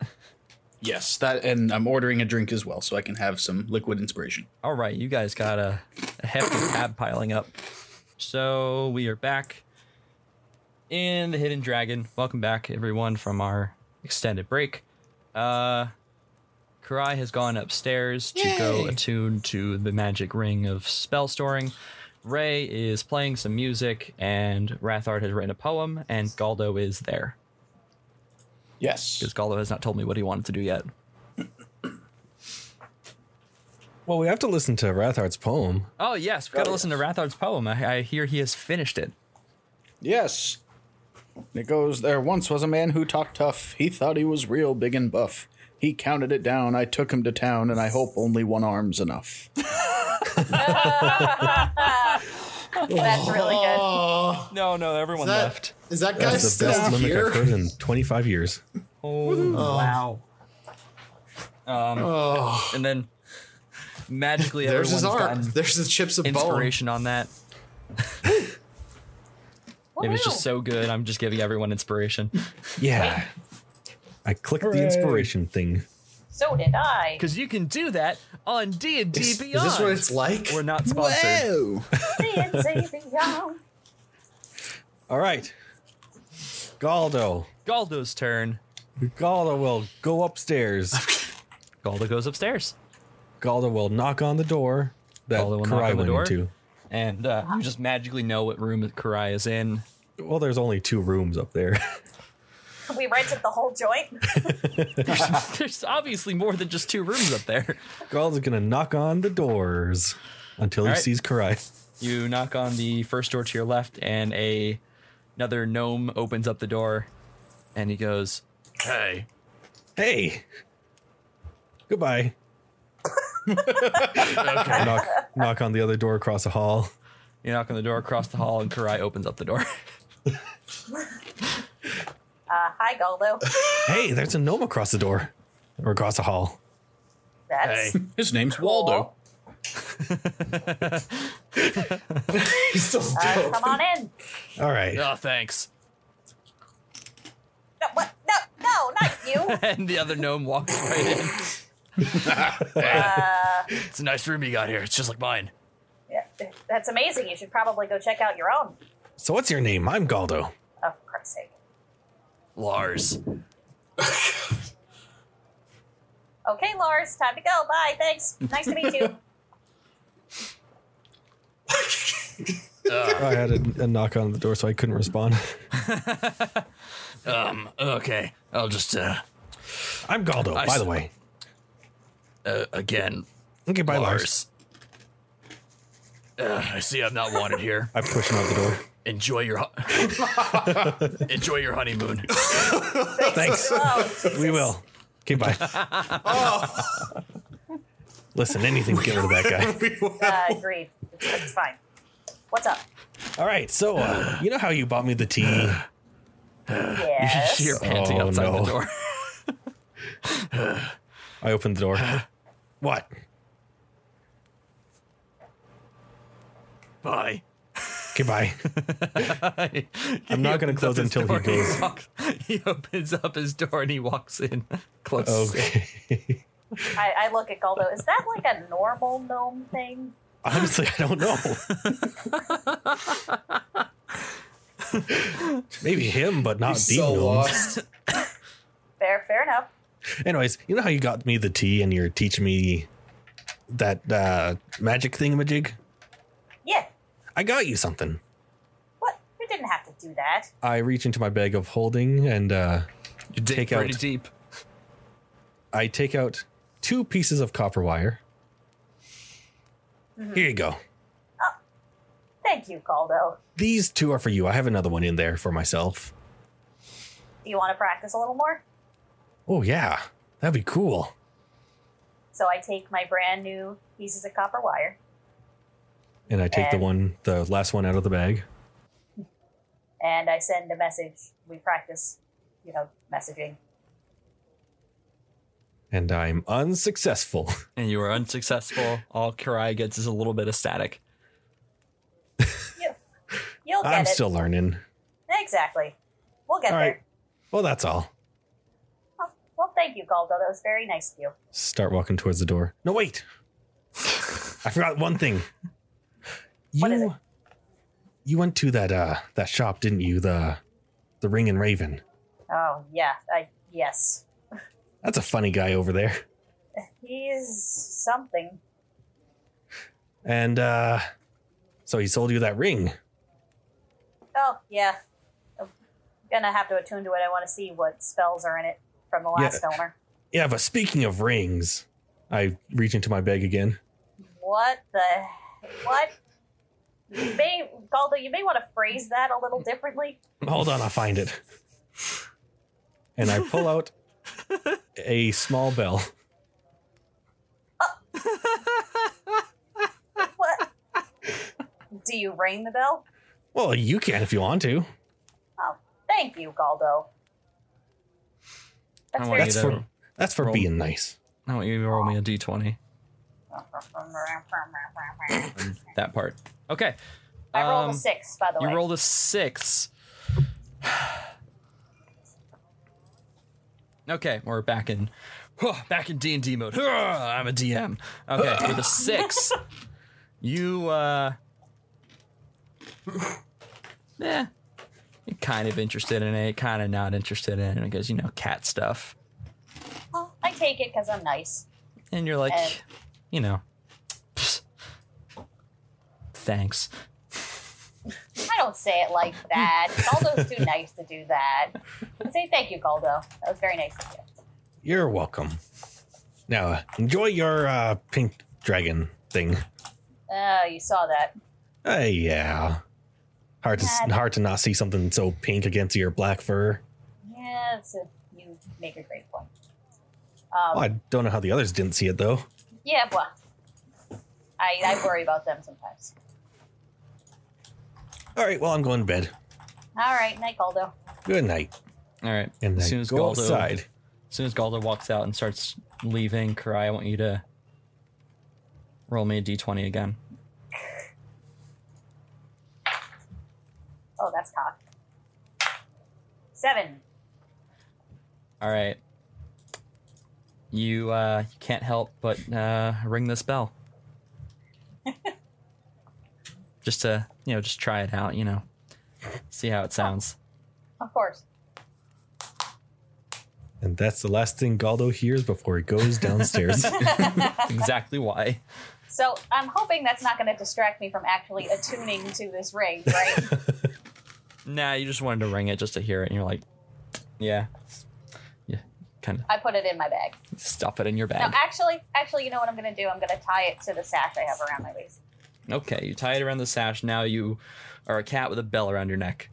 Yes, that, and I'm ordering a drink as well, so I can have some liquid inspiration.
All right, you guys got a, a hefty tab piling up. So we are back in the Hidden Dragon. Welcome back, everyone, from our extended break. Uh, Karai has gone upstairs to go attune to the magic ring of spell storing. Ray is playing some music, and Rathard has written a poem, and Galdo is there.
Yes.
Because Galdo has not told me what he wanted to do yet.
Well, we have to listen to Rathart's poem.
Oh, yes, we've got to listen to Rathard's poem. I, I hear he has finished it.
Yes. It goes there once was a man who talked tough. He thought he was real big and buff. He counted it down. I took him to town, and I hope only one arm's enough.
That's really good.
Oh,
No, no, everyone
is that-
left.
is that guy
That's the
still
best limerick
here?
I've heard in 25 years.
wow. oh,
and then magically everyone's
there's his arm.
gotten
There's the chips of bone.
inspiration on that. It was just so good. I'm just giving everyone inspiration
Yeah. I clicked the inspiration thing.
So did I.
because you can do that on D and D
Is,
Beyond.
is this what it's like?
We're not sponsored.
Fancy beyond.
All right. Galdo.
Galdo's turn.
Galdo will go upstairs.
Galdo goes upstairs,
Galdo will knock on the door that
Galdo will knock on
Karai
the
went
door.
into.
and uh, you just magically know what room Karai is in.
Well, there's only two rooms up there.
we rented the whole joint.
There's obviously more than just two rooms up there.
Garl is gonna knock on the doors until he
All right.
sees Karai.
You knock on the first door to your left, and a another gnome opens up the door, and he goes, "Hey,
Hey. Goodbye. Knock knock on the other door across the hall.
You knock on the door across the hall, and Karai opens up the door.
Uh, hi, Goldo.
Hey, there's a gnome across the door. Or across the hall.
That's
His name's Waldo.
He's still
uh, come on in.
All right.
oh, thanks.
No, what? No, no, not you.
And the other gnome walks right in.
Uh,
It's a nice room you got here. It's just like mine.
Yeah, that's amazing. You should probably go check out your own.
So what's your name? I'm Galdo.
Oh, for Christ's sake.
Lars.
Okay, Lars, time to go. Bye. Thanks. Nice to meet you.
I had a, a knock on the door, so I couldn't respond.
Um. Okay. I'll just uh,
I'm Galdo,
I
by
s-
the way.
uh again.
Okay, bye, Lars.
Uh, I see. I'm not wanted here.
I push him out the door.
Enjoy your enjoy your honeymoon.
Thanks.
Oh, Jesus.
We will. Okay, bye. Listen, anything to get rid of that guy.
Uh, agreed. It's, it's fine. What's up?
All right, so uh, you know how you bought me the tea?
Yes.
You're panting
Oh,
outside
no.
the door.
I opened the door. What?
Bye.
Okay, bye. I'm not going to close
opens up
until he
his door,
goes.
walks- he opens up his door and he walks in. Close.
Okay.
I, I look at Goldo. Is that like a normal gnome thing?
Honestly, I don't know. Maybe him, but not the
so
gnomes.
lost.
Fair, fair enough.
Anyways, you know how you got me the tea and you're teaching me that uh, magic thingamajig?
Yeah.
I got you something.
What? You didn't have to do that.
I reach into my bag of holding and uh,
You dig
Take
pretty
out.
deep.
I take out two pieces of copper wire.
Mm-hmm.
Here you go.
Thank you, Goldo.
These two are for you. I have another one in there for myself.
Do you want to practice a little more?
Oh, yeah. That'd be cool.
So I take my brand new pieces of copper wire
And I take the
And-
one, the last one out of the bag.
and I send a message. We practice, you know, messaging.
And I'm unsuccessful.
And you are unsuccessful. All Karai gets is a little bit of static.
You, you'll get
I'm
it.
still learning.
exactly. We'll get
All
there.
right. Well, that's all.
Oh, well, thank you, Goldo. That was very nice of you.
Start walking towards the door. No, wait. I forgot one thing. You,
What is it?
you went to that uh that shop, didn't you? The the Ring and Raven.
Oh yeah, I, yes.
That's a funny guy over there.
He is something.
And uh so he sold you that ring.
Oh yeah. I'm gonna have to attune to it. I want to see what spells are in it from the last
Yeah.
filmer.
Yeah, but speaking of rings, I reach into my bag again.
What the? What? You may, Goldo, you may want to phrase that a little differently.
Hold on, I'll find it. And I pull out a small bell.
What? Do you ring the bell?
Well, you can if you want to.
Oh, thank you, Goldo. That's
I
very
want you
That's
to.
for that's for
Roll.
being nice.
I want you to roll me a d20. That part. Okay.
I rolled
Um,
a six, by the
You
way.
rolled a six. Okay, we're back in Huh, back in D and D mode. Huh, I'm a DM. Okay, with a six, you uh, yeah, eh, you're kind of interested in it, kind of not interested in it because you know cat stuff,
Oh, I take it because I'm nice.
and you're like,
And-
you know, thanks.
I Don't say it like that. Caldo's too nice to do that. Say thank you, Caldo. That was very nice of you.
You're welcome. Now uh, enjoy your uh, pink dragon thing.
Oh, you saw that.
Uh, yeah. Hard to
Dad.
hard to not see something so pink against your black fur.
Yeah, that's a, you make a great point.
Oh,
Um,
I don't know how the others didn't see it though.
Yeah, well, I, I worry about them sometimes.
All right, well I'm going to bed.
All right, night, Caldo.
Good night.
All right.
And
as
I
soon as
go
Galdo,
outside.
as soon as Galdo walks out and starts leaving, Karai, I want you to roll me a d20 again.
Oh, that's cock. Seven.
All right. You uh, you can't help but uh, ring this bell. just to you know, just try it out. You know, see how it sounds.
Of course.
And that's the last thing Galdo hears before he goes downstairs.
exactly why.
So I'm hoping that's not going to distract me from actually attuning to this ring, right?
Nah, you just wanted to ring it just to hear it, and you're like, yeah, yeah, kind of
I put it in my bag.
stuff it in your
No,
bag.
actually, actually, you know what I'm going to do? I'm going to tie it to the sash I have around my waist.
Okay, you tie it around the sash. Now you are a cat with a bell around your neck,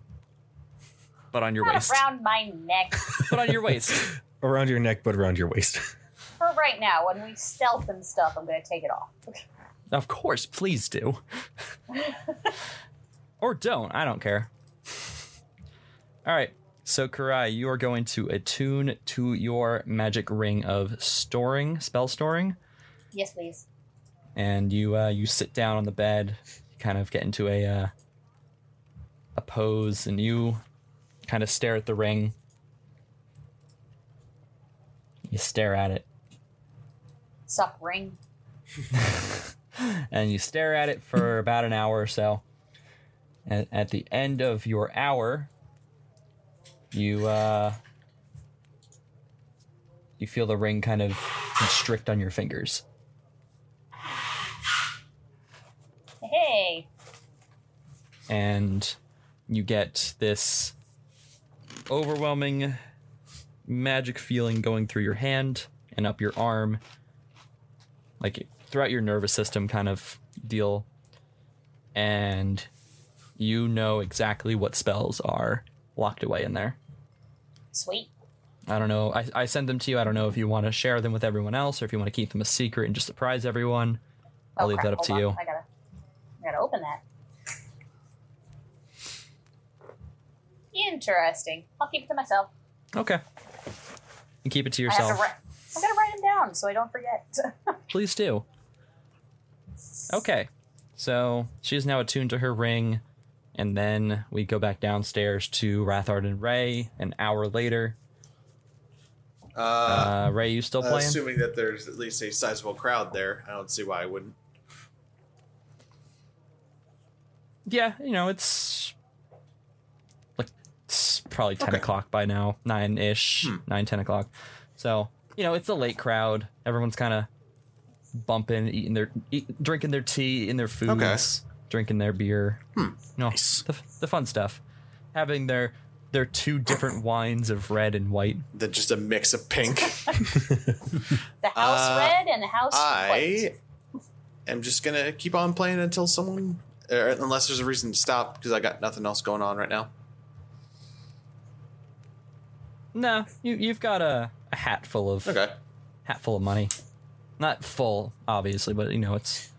but on your
Not
waist.
around my neck
But on your waist.
around your neck, but around your waist.
for right now. When we stealth and stuff, I'm going to take it off.
Of course, please do. or don't. I don't care. All right. So, Karai, you are going to attune to your magic ring of storing, spell storing,
Yes, please.
and you uh, you sit down on the bed, you kind of get into a uh, a pose, and you kind of stare at the ring. You stare at it,
Suck ring.
and you stare at it for about an hour or so. And at the end of your hour, you uh, you feel the ring kind of constrict on your fingers.
Hey.
and you get this overwhelming magic feeling going through your hand and up your arm like throughout your nervous system kind of deal and you know exactly what spells are locked away in there
Sweet.
i don't know i, I send them to you i don't know if you want to share them with everyone else or if you want to keep them a secret and just surprise everyone i'll
Oh,
leave
crap.
that up
Hold
to
on.
you
I gotta, I gotta open that. Interesting. I'll keep it to myself.
okay you keep it to
I have
yourself
to write. I gotta write them down so I don't forget.
Please do. Okay. So she's now attuned to her ring. And then we go back downstairs to Rathard and Ray an hour later.
Uh,
Uh, Ray, you still playing?
assuming that there's at least a sizable crowd there, I don't see why I wouldn't.
yeah, you know, it's like it's probably 10
Okay.
o'clock by now, 9 ish,
Hmm.
nine ten o'clock. So, you know, it's a late crowd. Everyone's kind of bumping, eating their, eat, drinking their tea, eating their foods, drinking their beer.
Hmm.
You know, the, the fun stuff. Having their their two different wines of red and white.
Than just a mix of pink.
the house
Uh,
red and the house
I
white.
am just gonna keep on playing until someone, or unless there's a reason to stop, because I got nothing else going on right now.
No, you you've got a, a hat full of
Okay.
hat full of money. Not full, obviously, but you know it's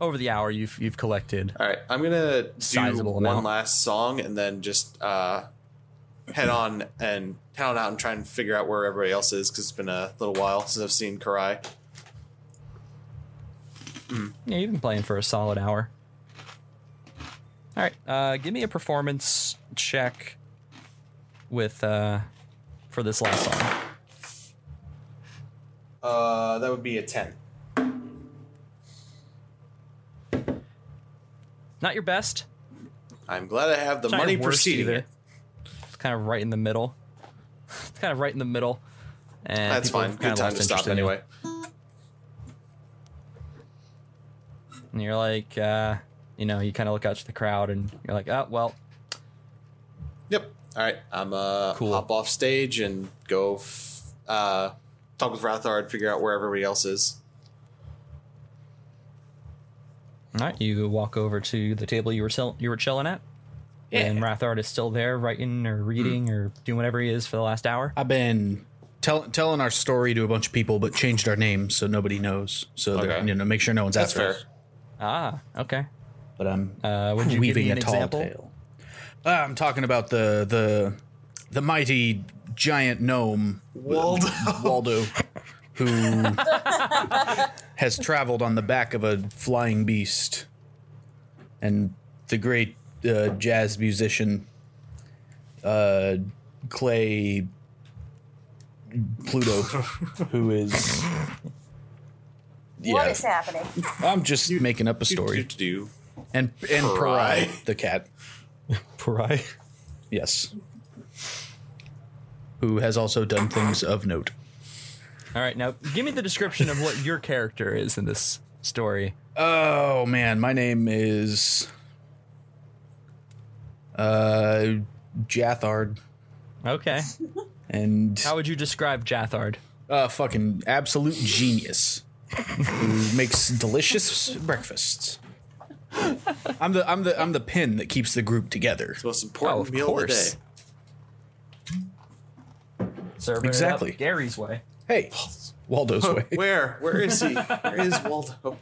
over the hour you've you've collected.
All right. I'm gonna do
Sizable
one
amount.
last song and then just uh, head on and head on out and try and figure out where everybody else is because it's been a little while since I've seen Karai.
Yeah, you've been playing for a solid hour. All right, uh, give me a performance check with uh, for this last song.
Uh, that would be a ten.
Not your best.
I'm glad I have the
It's not
money
your worst
proceeding. it.
It's kind of right in the middle. It's kind of right in the middle. And
That's
people
fine.
have kinda
Good time
lost
to stop
interest in you.
anyway.
And you're like, uh, You know, you kind of look out to the crowd and you're like, oh, well,
Yep. All right. I'm uh
Cool.
hop off stage and go f- uh talk with Rathard, figure out where everybody else is.
all right. You walk over to the table you were sell- you were chilling at, and Rathard is still there writing or reading
Hmm.
or doing whatever he is for the last hour.
I've been tell, telling our story to a bunch of people, but changed our names so nobody knows. So they're
Okay.
you know make sure no one's
That's
after
fair.
us.
Ah, okay.
But um, I'm
Uh, would you give
weaving
me an
a tall
example?
tale. Uh, I'm talking about the the the mighty giant gnome
Waldo.
Waldo, who has traveled on the back of a flying beast, and the great uh, jazz musician uh, Clay Pluto, who is.
What
Yeah,
is happening?
I'm just making up a story.
Do
And and
Pariah.
Pariah, the cat.
Pariah.
Yes. Who has also done things of note.
All right, now give me the description of what your character is in this story.
Oh man, my name is uh Jathard
Okay.
and
How would you describe Jathard?
uh fucking absolute genius who makes delicious breakfasts. I'm the I'm the I'm the pin that keeps the group together.
the most important
Oh, of
meal
course.
of
Serving
Exactly.
Gary's way.
Hey, Waldo's
the
way.
day. Where? Where is he? Where is Waldo?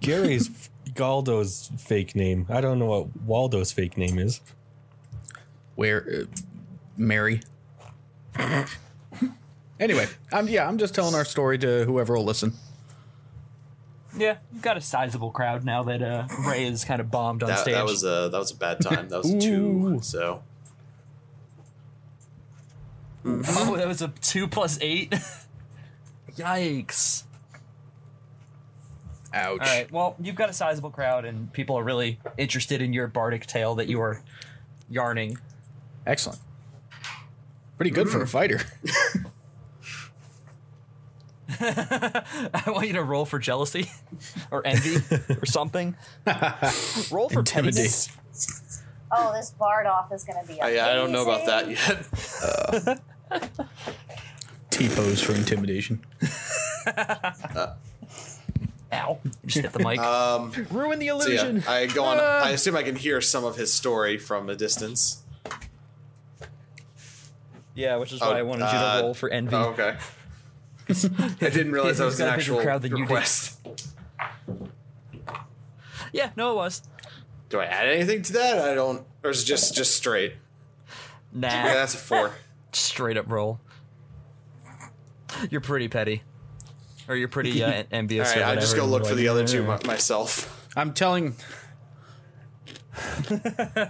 Gary's Galdo's fake name. I don't know what Waldo's fake name is.
where uh, Mary. anyway, I'm yeah, I'm just telling our story to whoever will listen.
Yeah, you've got a sizable crowd now that uh, Ray is kind of bombed on
That,
stage.
that was a that was a bad time. That was a two. So
oh, that was a two plus eight. Yikes!
Ouch.
All right, well, you've got a sizable crowd, and people are really interested in your bardic tale that you are yarning.
Excellent. Pretty good
Mm.
for a fighter.
I want you to roll for jealousy or envy or something. roll for
Intimidate.
pettiness.
Oh, this bard off is going to be.
I, I don't know about that
amazing.
yet.
T pose for intimidation.
Ow! Just hit the mic.
Um,
Ruin the
so yeah,
illusion.
I go on. I assume I can hear some of his story from a distance.
Yeah, which is
Oh,
why I wanted you to
uh,
roll for envy.
Oh, okay. I didn't realize that was an
Got a bigger
actual
crowd than you did.
request.
Yeah, no, it was.
Do I add anything to that? I don't, or is it just just straight?
Nah,
Yeah, that's a four.
straight up roll. You're pretty petty, or you're pretty uh, en-
All
envious.
right,
or
I just
whatever.
go look for the other two
Yeah.
my- myself.
I'm telling.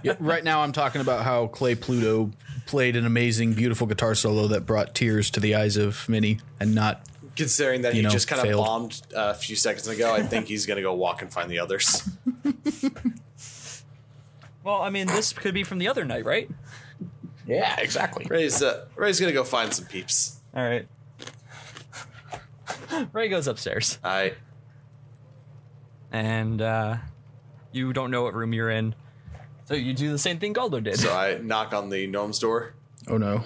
Yeah, right now, I'm talking about how Clay Pluto played an amazing, beautiful guitar solo that brought tears to the eyes of many, and not
Considering that
You
he
know,
just kind of
failed.
bombed uh, a few seconds ago, I think he's gonna go walk and find the others.
Well, I mean, this could be from the other night, right?
yeah, exactly.
Ray's uh, Ray's gonna go find some peeps.
All right. Ray goes upstairs,
All right,
and uh, you don't know what room you're in, so you do the same thing Galdo did.
so I knock on the gnome's door.
Oh no,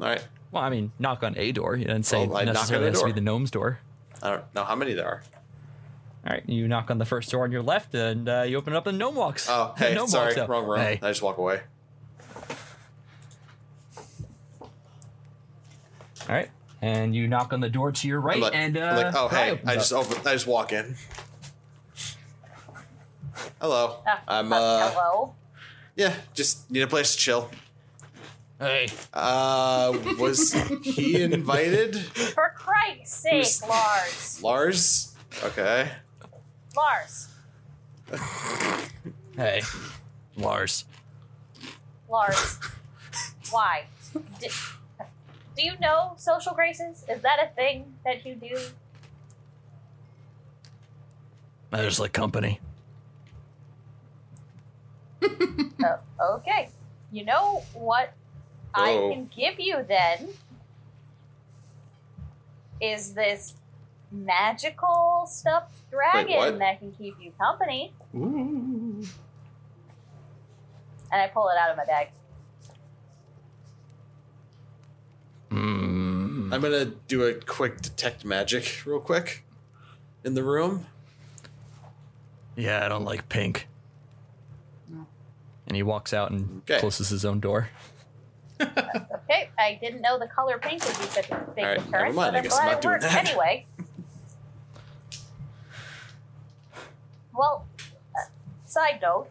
All right,
well, I mean, knock on a door. You didn't say
Well, I knock on
necessarily
the
has to be
door.
the gnome's door.
I don't know how many there are.
All right, you knock on the first door on your left, and uh, you open it up, and gnome walks.
Oh,
The
hey,
gnome
sorry,
walks up.
wrong room.
Hey.
I just walk away.
All right, and you knock on the door to your right,
I'm like,
and uh,
I'm like, oh
Rai
hey,
opens
I
up.
just open, I just walk in. Hello,
Ah,
I'm
fuck,
uh,
hello.
yeah, just need a place to chill.
hey.
Uh, was he invited?
For Christ's
Who's-
sake, Lars.
Lars? Okay.
Lars.
Hey, Lars.
Lars. Why? Do, do you know social graces? Is that a thing that you do?
I just like company.
Uh, okay. You know what I
Oh.
can give you then is this magical stuffed dragon
what?
that can keep you company. And I pull it out of my bag.
I'm gonna do a quick detect magic real quick in the room.
Yeah, I don't like pink. And he walks out and
Okay.
closes his own door.
Okay, I didn't know the color pink would be such a big
All right,
occurrence,
never mind.
but
I
I'm
guess I'm
glad
not
it
doing
worked
that.
anyway. Well, uh, side note,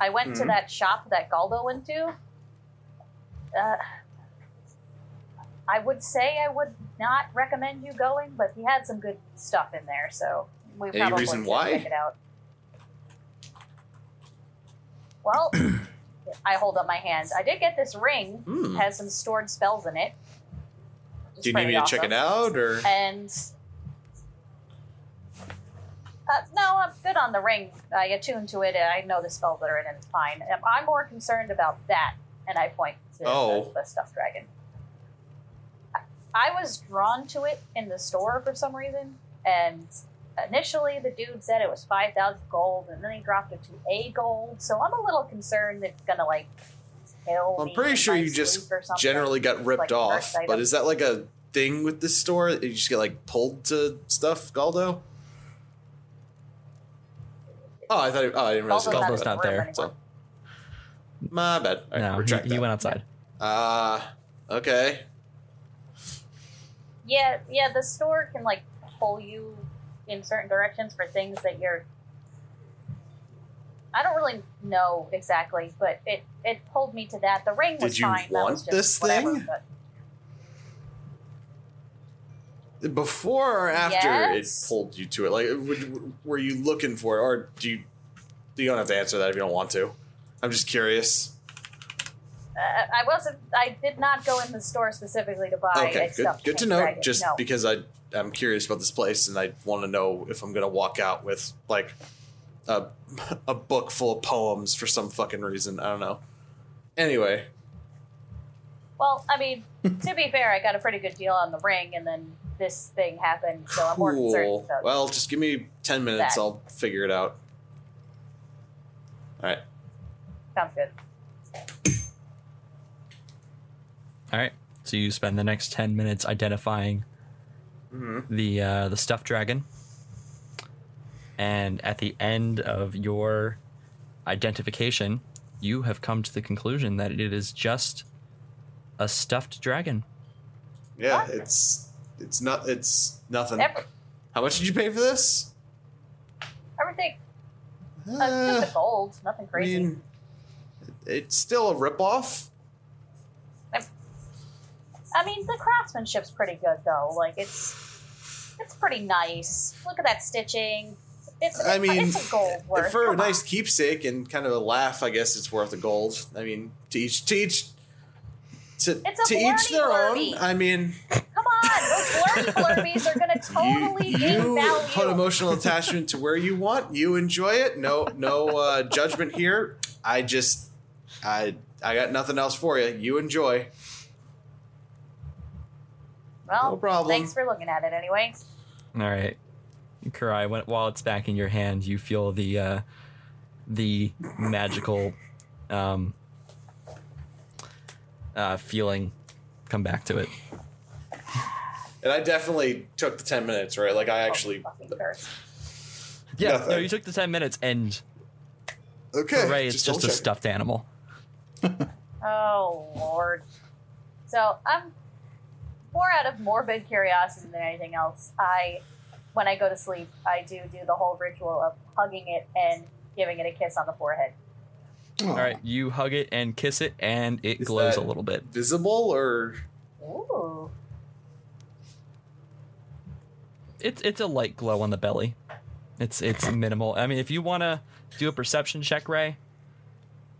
I went
Hmm?
to that shop that Galdo went to. Uh, I would say I would not recommend you going, but he had some good stuff in there, so we
Any
probably
reason
should
why?
check it out. Well, I hold up my hands. I did get this ring.
Hmm.
Has some stored spells in it. Which is
Do you need
pretty
me to check
awesome.
it out or?
And uh, no, I'm good on the ring. I attuned to it, and I know the spells that are in it. It's fine. Um, I'm more concerned about that, and I point to
Oh.
the, the stuffed dragon. I- I was drawn to it in the store for some reason, and initially the dude said it was five thousand gold, and then he dropped it to a gold. So I'm a little concerned that it's gonna like kill.
Well, I'm
me
pretty
in
sure
my
you just
sleep or something.
generally got ripped
like,
off,
first item.
but is that like a thing with this store? You just get like pulled to stuff, Galdo? Oh, I thought. He, oh, I didn't realize
Galdo's
Galdo's
Galdo's
not
in the room
there,
anymore.
So, my bad. All right,
no,
retract
he, he
that.
went outside.
Ah, okay.
Yeah, yeah, the store can like pull you in certain directions for things that you're I don't really know exactly, but it it pulled me to that. The ring was
Did you
fine. that was
want this
just whatever,
thing?
but-
Before or after
Yes?
it pulled you to it? Like, would, were you looking for it, or do you? You don't have to answer that if you don't want to. I'm just curious.
uh, I wasn't I did not go in the store specifically to buy
Okay,
a
good,
stuffed
good to
pink
know.
dragon.
Just
no.
because I I'm curious about this place and I want to know if I'm gonna walk out with like a a book full of poems for some fucking reason. I don't know. Anyway,
Well, I mean, to be fair, I got a pretty good deal on the ring and then this thing happened, so I'm more concerned
cool.
about
Well, just give me ten minutes.
That.
I'll figure it out. All right.
sounds good.
All right. So you spend the next 10 minutes identifying the uh, the stuffed dragon. And at the end of your identification, you have come to the conclusion that it is just a stuffed dragon.
Yeah,
What?
it's it's not it's nothing.
Every,
How much did you pay for this?
everything uh,
Uh,
just the gold, nothing
I
crazy.
mean, it's still a ripoff.
I mean, the craftsmanship's pretty good though. Like it's it's pretty nice. Look at that stitching. It's
I mean,
it's a gold worth.
for a
Come on.
nice keepsake and kind of a laugh, I guess it's worth a gold. I mean, to each, to each, to,
It's a
to each
blurry
their
blurby.
own. I mean,
Come on, those blurry blurbies are gonna totally
you,
gain
you
value.
put emotional attachment to where you want. You enjoy it. No, no uh, judgment here. I just, I, I got nothing else for you. You enjoy.
well,
no problem.
Thanks for looking at it anyway.
All right. Karai, when, while it's back in your hand, you feel the uh, the magical um, uh, feeling come back to it.
And I definitely took the ten minutes, right? Like I actually.
Oh, Fucking curse.
Yeah,
Nothing.
no, you took the 10 minutes and
Okay.
Ray is just a
double-checking.
stuffed animal.
Oh lord. So I'm more out of morbid curiosity than anything else. I when I go to sleep, I do do the whole ritual of hugging it and giving it a kiss on the forehead.
All right, you hug it and kiss it, and it
Is
glows
that-
a little bit.
Visible or
Ooh.
It's it's a light glow on the belly. It's it's minimal. I mean, if you want to do a perception check, Ray,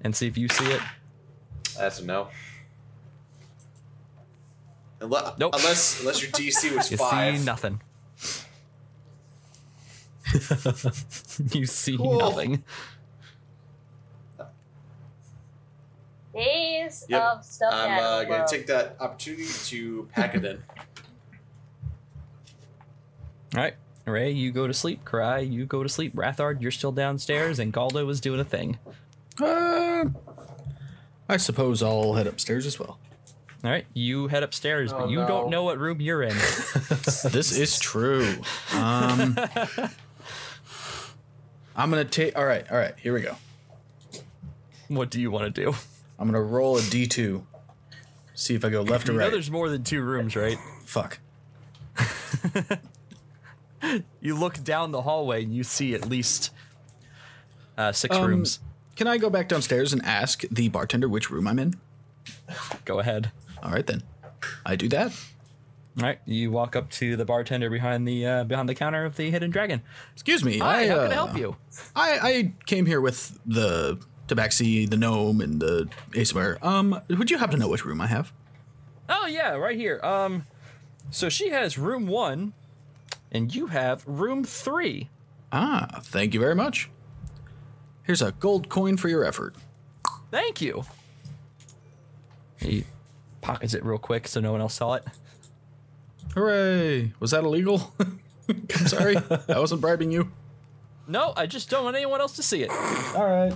and see if you see it.
That's a no. Unless,
Nope.
unless, unless your DC was
You
five.
see nothing. you see
Cool.
nothing.
Days
Yep.
of stuff.
I'm uh, going to take that opportunity to pack it in.
All right. Ray, you go to sleep. Cry, you go to sleep. Rathard, you're still downstairs, and Galdo was doing a thing.
Uh, I suppose I'll head upstairs as well.
All right, you head upstairs,
Oh,
but you don't know what room you're in.
This is true. Um, I'm gonna take. All right, all right. Here we go.
what do you want to do?
I'm gonna roll a D2. See if I go left or
You know
right.
there's more than two rooms, right?
Fuck.
You look down the hallway and you see at least uh, six
Um,
rooms.
Can I go back downstairs and ask the bartender which room I'm in?
Go ahead.
All right then. I do that.
All right, you walk up to the bartender behind the uh, behind the counter of the Hidden Dragon.
Excuse me.
Hi,
I,
how can
uh,
I help you?
I, I came here with the Tabaxi, the gnome, and the Asmr. Um, would you happen to know which room I have?
Oh yeah, right here. Um, so she has room one, and you have room three.
Ah, thank you very much. Here's a gold coin for your effort.
Thank you. He pockets it real quick so no one else saw it.
Hooray! Was that illegal? I'm sorry, I wasn't bribing you.
No, I just don't want anyone else to see it. All
All right.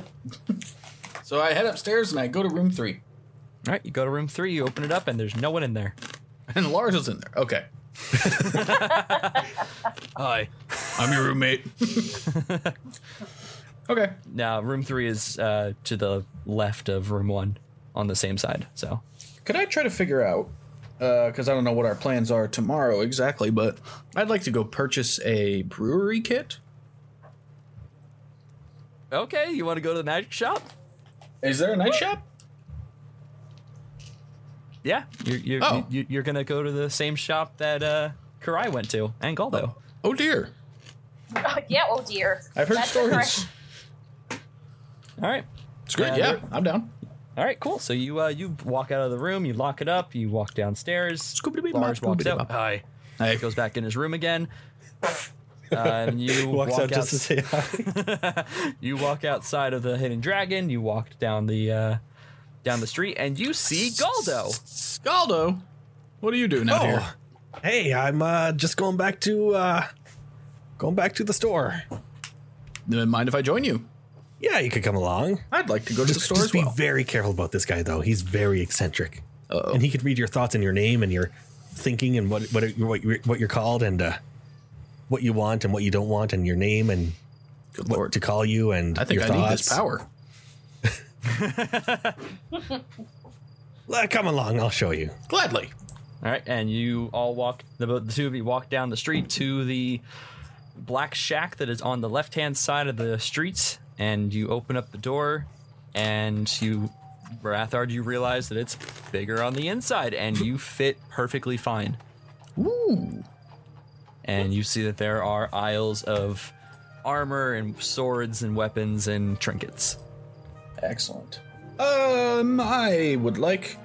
so I head upstairs and I go to room three,
right, you go to room three, you open it up, and there's no one in there.
and Lars is in there. Okay,
Hi.
I'm your roommate. okay.
Now, room three is uh, to the left of room one on the same side. So,
Could I try to figure out? Because I don't know what our plans are tomorrow exactly, but I'd like to go purchase a brewery kit.
okay, you want to go to the magic shop?
Is there a night shop?
Yeah, you're you're,
Oh.
you, you're gonna go to the same shop that uh, Karai went to and Goldo.
Oh dear,
yeah, oh dear.
I've heard
That's the
stories.
correct-
All right,
It's great.
Uh,
yeah,
there-
I'm down.
all right, cool. So you uh, you walk out of the room, you lock it up, you walk downstairs.
Scooby-Doo,
Lars
Scooby-Doo,
walks out.
Bob.
Hi.
Hey.
Goes back in his room again. Uh, and you
Walks
walk
out just to say hi.
you walk outside of the hidden dragon. You walk down the uh, down the street, and you see Goldo.
Scaldo, what are you doing out here?
hey, I'm uh, just going back to uh, going back to the store.
Uh, Mind if I join you?
Yeah, you could come along.
I'd like to go to the
Just,
store
just
as
be
well.
very careful about this guy, though. He's very eccentric,
Uh-oh.
and he could read your thoughts and your name and your thinking and what what what you're, what you're called and uh, what you want and what you don't want and your name and
Good
what
lord.
to call you and
I think
your
I
thoughts.
need this power.
Well, Come along, I'll show you.
Gladly.
All right, and you all walk the, the two of you walk down the street to the black shack that is on the left hand side of the street, and you open up the door, and you Rathard, you realize that it's bigger on the inside, and you fit perfectly fine.
Ooh.
And you see that there are aisles of armor and swords and weapons and trinkets.
Excellent. Um, I would like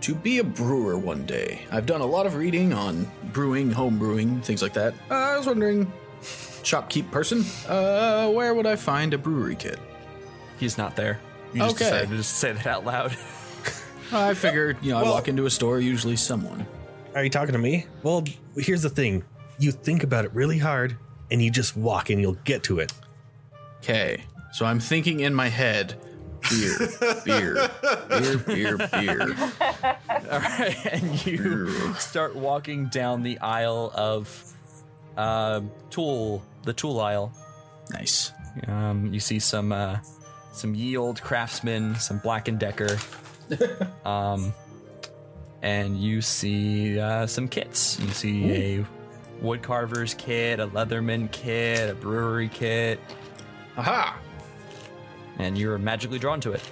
to be a brewer one day. I've done a lot of reading on brewing, home brewing, things like that. Uh, I was wondering, shopkeep person, uh, where would I find a brewery kit?
He's not there. You just
Okay.
decided to just say that out loud.
I figured, you know, I
Well-
walk into a store, usually someone.
Are you talking to me? Well, here's the thing: you think about it really hard, and you just walk, and you'll get to it.
Okay, so I'm thinking in my head, beer, beer, beer, beer, beer.
All right, and you start walking down the aisle of uh, tool, the tool aisle.
Nice.
Um, you see some uh, some ye old craftsmen, some Black and Decker, um, and you see uh, some kits. You see a wood carver's kit, a leatherman kit, a brewery kit,
Aha!
and you're magically drawn to it.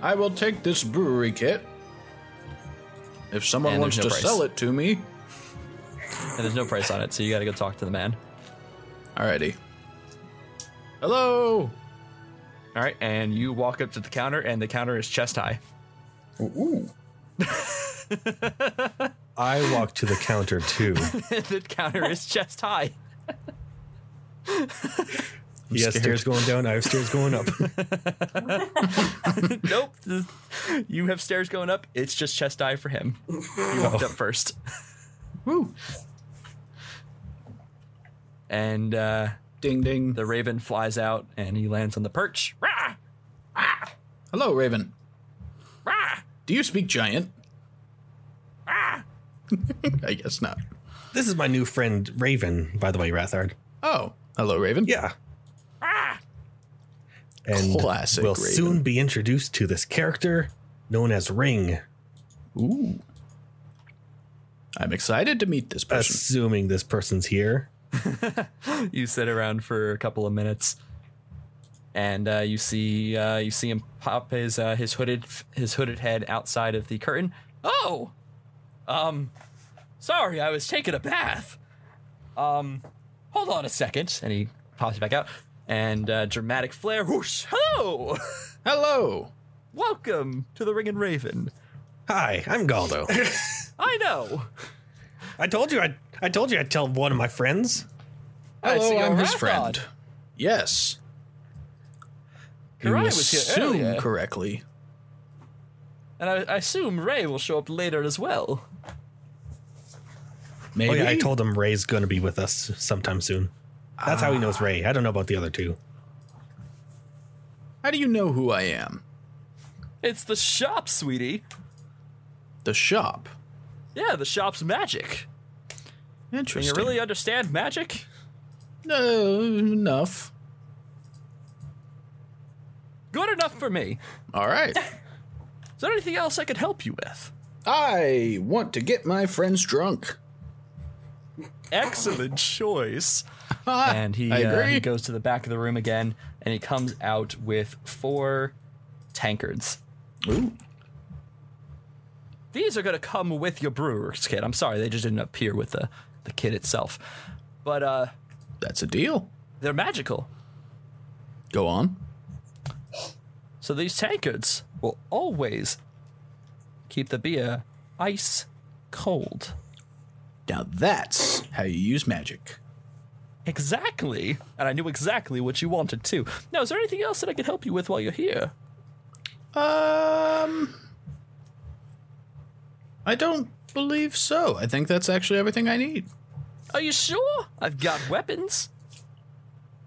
I will take this brewery kit. If someone
And
wants
there's
to
no price.
sell it to me,
And there's no price on it, so you got to go talk to the man.
alrighty. Hello.
All right, and you walk up to the counter, and the counter is chest high.
Ooh.
I walk to the counter too.
the counter is chest high.
Yes,
scared.
stairs going down. I have stairs going up.
nope. this- You have stairs going up. It's just chest high for him. You walked up first.
Woo.
and uh,
Ding ding. Ah!
the raven flies out and he lands on the perch. Rah!
Hello, Raven.
Rah!
Do you speak giant?
Ah!
I guess not.
This is my new friend Raven, by the way, Rathard.
Oh, hello, Raven.
Yeah. And
Classic
will
Raven.
soon be introduced to this character known as Ring,
Ooh. I'm excited to meet this person.
assuming this person's here.
you sit around for a couple of minutes, and uh, you see uh, you see him pop his uh, his hooded his hooded head outside of the curtain. Oh, um, sorry, I was taking a bath. Um, hold on a second, and he pops it back out, and uh, dramatic flare. Whoosh! Hello,
hello.
welcome to the Ring and Raven.
Hi, I'm Galdo.
I know.
I told you I I told you I'd tell one of my friends.
I see
Hello,
you're
I'm his
Rathod.
friend. Yes. You
Karai was here
assume
earlier. Oh,
correctly.
And I, I assume Ray will show up later as well.
Maybe.
Oh yeah, I told him Ray's gonna be with us sometime soon. That's how he knows Ray. I don't know about the other two.
How do you know who I am?
It's the shop, sweetie.
The shop.
Yeah, the shop's magic. Can you
Interesting.
really understand magic?
No, enough.
Good enough for me.
All right.
Is there anything else I could help you with?
I want to get my friends drunk.
Excellent choice.
Ah,
And he,
I
uh,
agree.
he goes to the back of the room again, and he comes out with four tankards.
Ooh.
These are gonna come with your brewer's kit. I'm sorry, they just didn't appear with the the kit itself, but uh,
That's a deal.
they're magical.
Go on.
So these tankards will always keep the beer ice cold.
Now that's how you use magic.
Exactly. And I knew exactly what you wanted too. Now, is there anything else that I could help you with while you're here?
Um, I don't believe so. I think that's actually everything I need.
Are you sure? I've got weapons.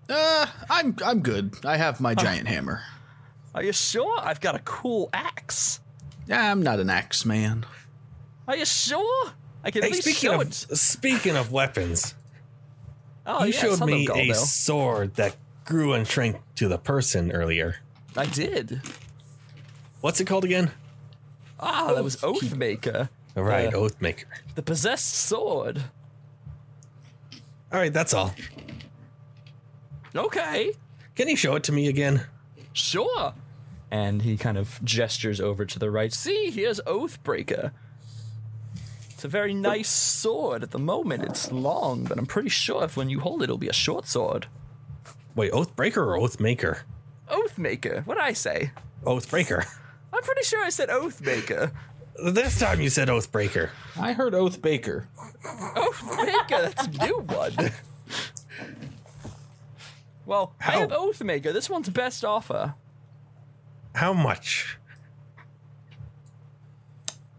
Uh, I'm I'm good. I have my giant hammer.
Are you sure? I've got a cool axe.
I'm not an axe man.
Are you sure? I can at
Hey,
least
speaking
show
of
it.
speaking of weapons,
Oh,
you
yes,
showed
hello,
me a
Galdo.
sword that grew and shrank to the person earlier.
I did.
What's it called again?
Ah, that was Oathmaker.
All right,
Uh,
Oathmaker.
The possessed sword.
All right, that's all.
Okay,
Can you show it to me again?
sure. And he kind of gestures over to the right. See, here's Oathbreaker. It's a very nice sword at the moment. It's long, but I'm pretty sure if when you hold it, it'll be a short sword.
Wait, Oathbreaker or Oathmaker?
Oathmaker, what'd I say?
Oathbreaker.
I'm pretty sure I said Oathmaker.
This time you said Oathbreaker.
I heard Oath Baker.
Oathmaker, that's a new one. Well, I have Oathmaker. This one's best offer.
How much?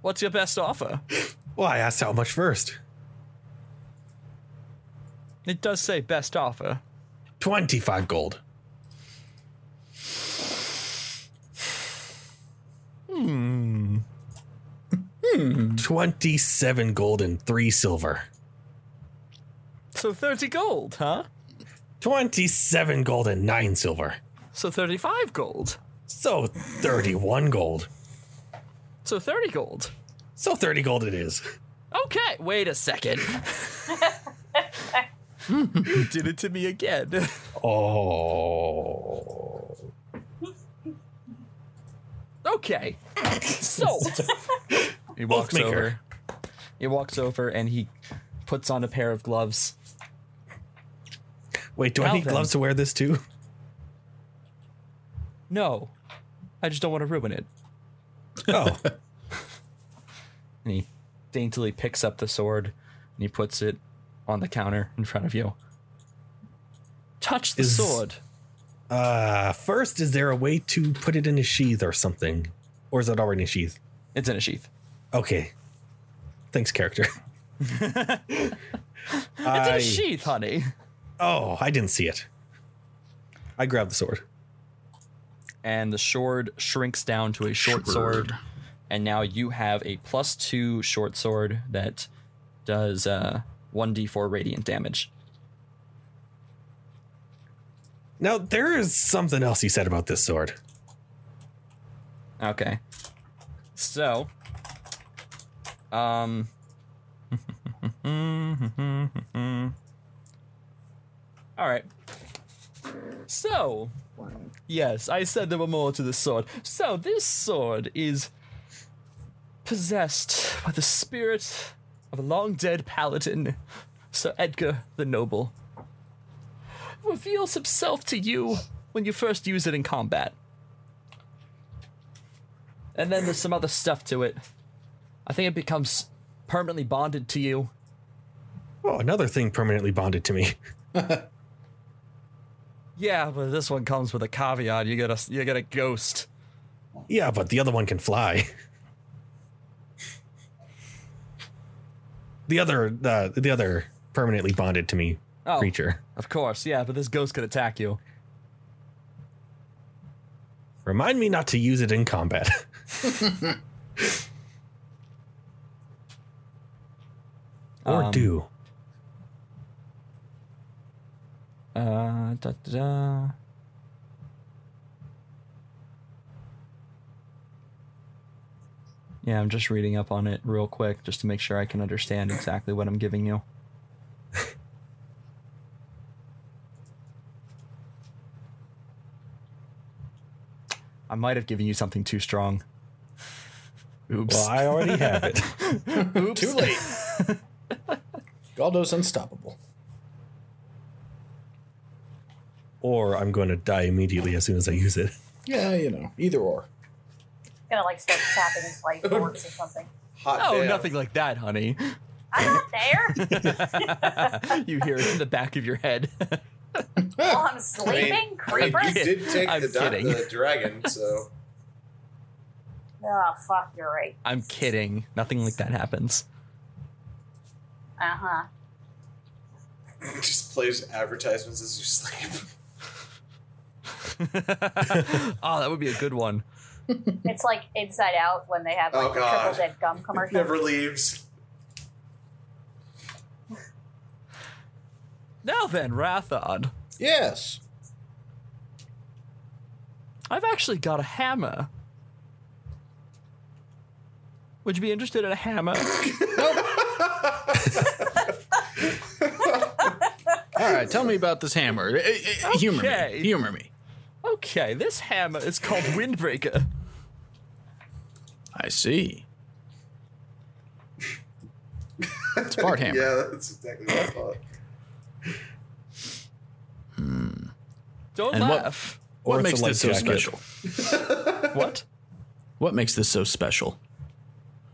What's your best offer?
Well, I asked how much first.
It does say best offer.
25 gold. Hmm. 27 gold and 3 silver.
So 30 gold, huh?
27 gold and 9 silver.
So 35 gold.
So 31 gold.
So 30 gold.
So 30 gold it is.
Okay, wait a second. you did it to me again.
Oh.
Okay. Sold. he walks
Oathmaker.
over. He walks over and he puts on a pair of gloves.
Wait, do I need
Calvin.
gloves to wear this too?
No, I just don't want to ruin it.
Oh.
And he daintily picks up the sword and he puts it on the counter in front of you. Touch the
Is-
sword.
Uh, first, is there a way to put it in a sheath or something? Or is it already in a sheath?
It's in a sheath.
Okay. Thanks, character.
It's in
I-
a sheath, honey.
Oh, I didn't see it. I grabbed the sword.
and the sword shrinks down to a short sword. And now you have a plus two short sword that does uh, 1d4 radiant damage.
Now there is something else you said about this sword.
Okay. So, um, all right. So, yes, I said there were more to this sword. So, this sword is possessed by the spirit of a long dead paladin, Sir Edgar the Noble. It reveals himself to you when you first use it in combat. And then there's some other stuff to it. I think it becomes permanently bonded to you.
Oh, another thing permanently bonded to me.
Yeah, but this one comes with a caveat. You get a you get a ghost.
Yeah, but the other one can fly. The other, uh, the other permanently bonded to me
Oh.
creature.
Of course, yeah, but this ghost could attack you.
Remind me not to use it in combat. or
Um,
do.
Uh, da, da, da. Yeah, I'm just reading up on it real quick just to make sure I can understand exactly what I'm giving you. I might have given you something too strong. Oops.
Well, I already have it.
Oops.
Too late. Galdo's unstoppable.
Or I'm going to die immediately as soon as I use it.
Yeah, you know, either or.
gonna like start tapping his like corpse or something.
Hot
Oh,
damn.
nothing like that, honey.
I'm not there.
you hear it in the back of your head.
While I'm
I mean,
sleeping,
I mean,
creeper.
you did take
I'm
the, di-
kidding.
the dragon, so
Oh fuck, you're right.
I'm kidding. Nothing like that happens.
Uh huh.
it just plays advertisements as you sleep.
oh, that would be a good one.
It's like Inside Out when they have
Oh,
like the
God.
triple dead gum commercial.
Never leaves.
Now then, Rathod,
Yes.
I've actually got a hammer. Would you be interested in a hammer?
All right, tell me about this hammer. Eh, eh, eh, Humor me.
Okay.
Humor me.
okay, this hammer is called Windbreaker.
I see. It's part hammer.
Yeah, that's exactly what I thought.
Don't
And what-
laugh.
Or
What
it's
makes
a
this so
life jacket.
special?
What?
What makes this so special?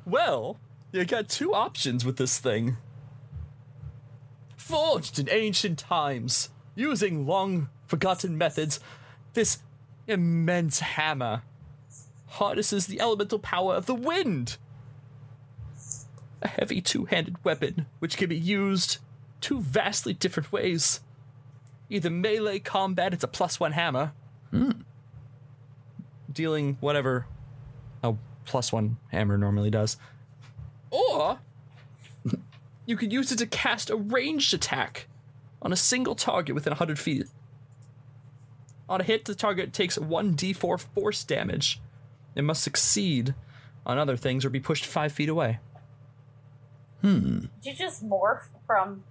Well, you got two options with this thing. Forged in ancient times, using long forgotten methods, this immense hammer harnesses the elemental power of the wind. A heavy two handed weapon which can be used two vastly different ways. Either melee combat, it's a plus one hammer, dealing whatever a Oh, plus one hammer normally does, or you could use it to cast a ranged attack on a single target within 100 feet. On a hit, the target takes 1d4 force damage and must succeed on other things or be pushed 5 feet away.
Did you just morph from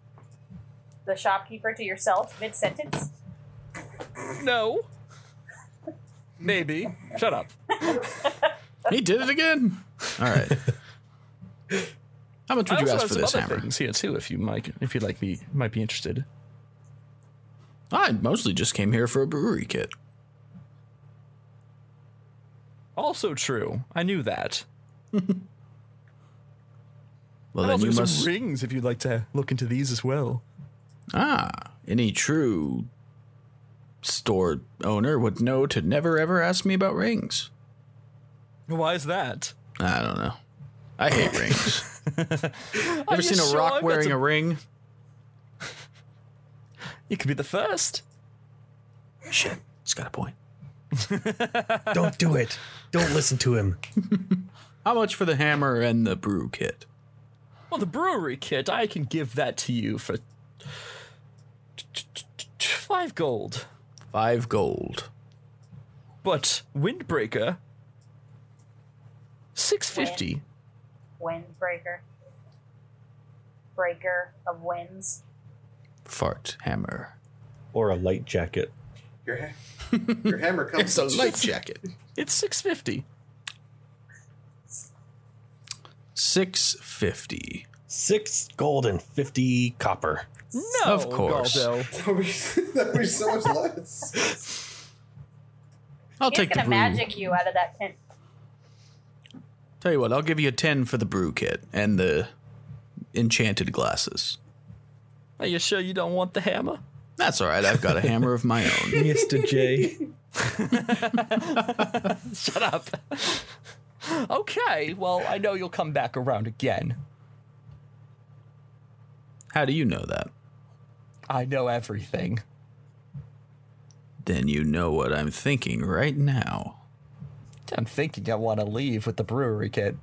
the shopkeeper to yourself mid sentence?
No. Maybe. Shut up.
He did it again. All right. How much would
I
you
also have
ask for
some
this
other
hammer?
things here too if you might if you'd like me might be interested.
I mostly just came here for a brewery kit.
Also true. I knew that.
Well,
I
then
also
you
got
must.
some rings if you'd like to look into these as well.
ah, any true store owner would know to never ever ask me about rings.
Why is that?
I don't know. I hate rings.
Are
Ever
you
seen a
sure
rock
I've got
wearing
some-
a ring?
You could be the first.
Shit, it's got a point.
Don't do it. Don't listen to him.
How much for the hammer and the brew kit?
Well, the brewery kit, I can give that to you for t- t- t- t- five gold.
Five gold.
But Windbreaker, six fifty.
Windbreaker. Breaker of winds.
Fart hammer.
Or a light jacket.
Your, ha- your hammer comes.
It's a light jacket.
It's six fifty.
Six fifty.
Six gold and 50 copper.
No,
Of course.
Galdo.
That'd be- that'd be so much less.
I'll
He's
take the
gonna
brew.
magic you out of that tent.
Tell you what, I'll give you a ten for the brew kit and the enchanted glasses.
Are you sure you don't want the hammer?
That's all right. I've got a hammer of my own.
Mr. J.
Shut up. okay. Well, I know you'll come back around again.
How do you know that?
I know everything.
Then you know what I'm thinking right now.
I'm thinking I want to leave with the brewery kit.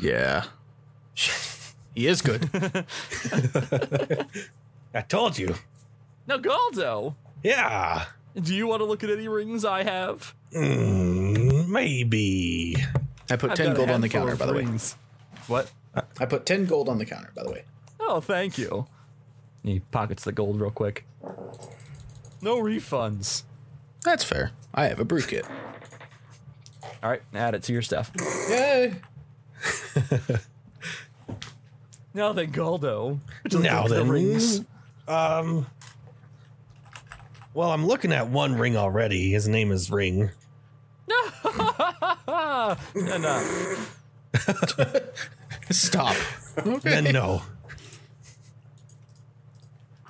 Yeah. he is good.
I told you.
Now, Galdo,
Yeah.
do you want to look at any rings I have?
Mm, maybe.
I put
I've got
ten
a
gold on the
handful
counter,
of
by the way.
rings. What?
I put ten gold on the counter, by the way.
Oh, thank you. He pockets the gold real quick. No refunds.
That's fair. I have a brew kit.
All right, add it to your stuff.
Yay!
Now then, Galdo.
Now
Look at the
then.
rings.
Um. Well, I'm looking at one ring already. His name is Ring.
Ah, enough.
Stop.
Then no.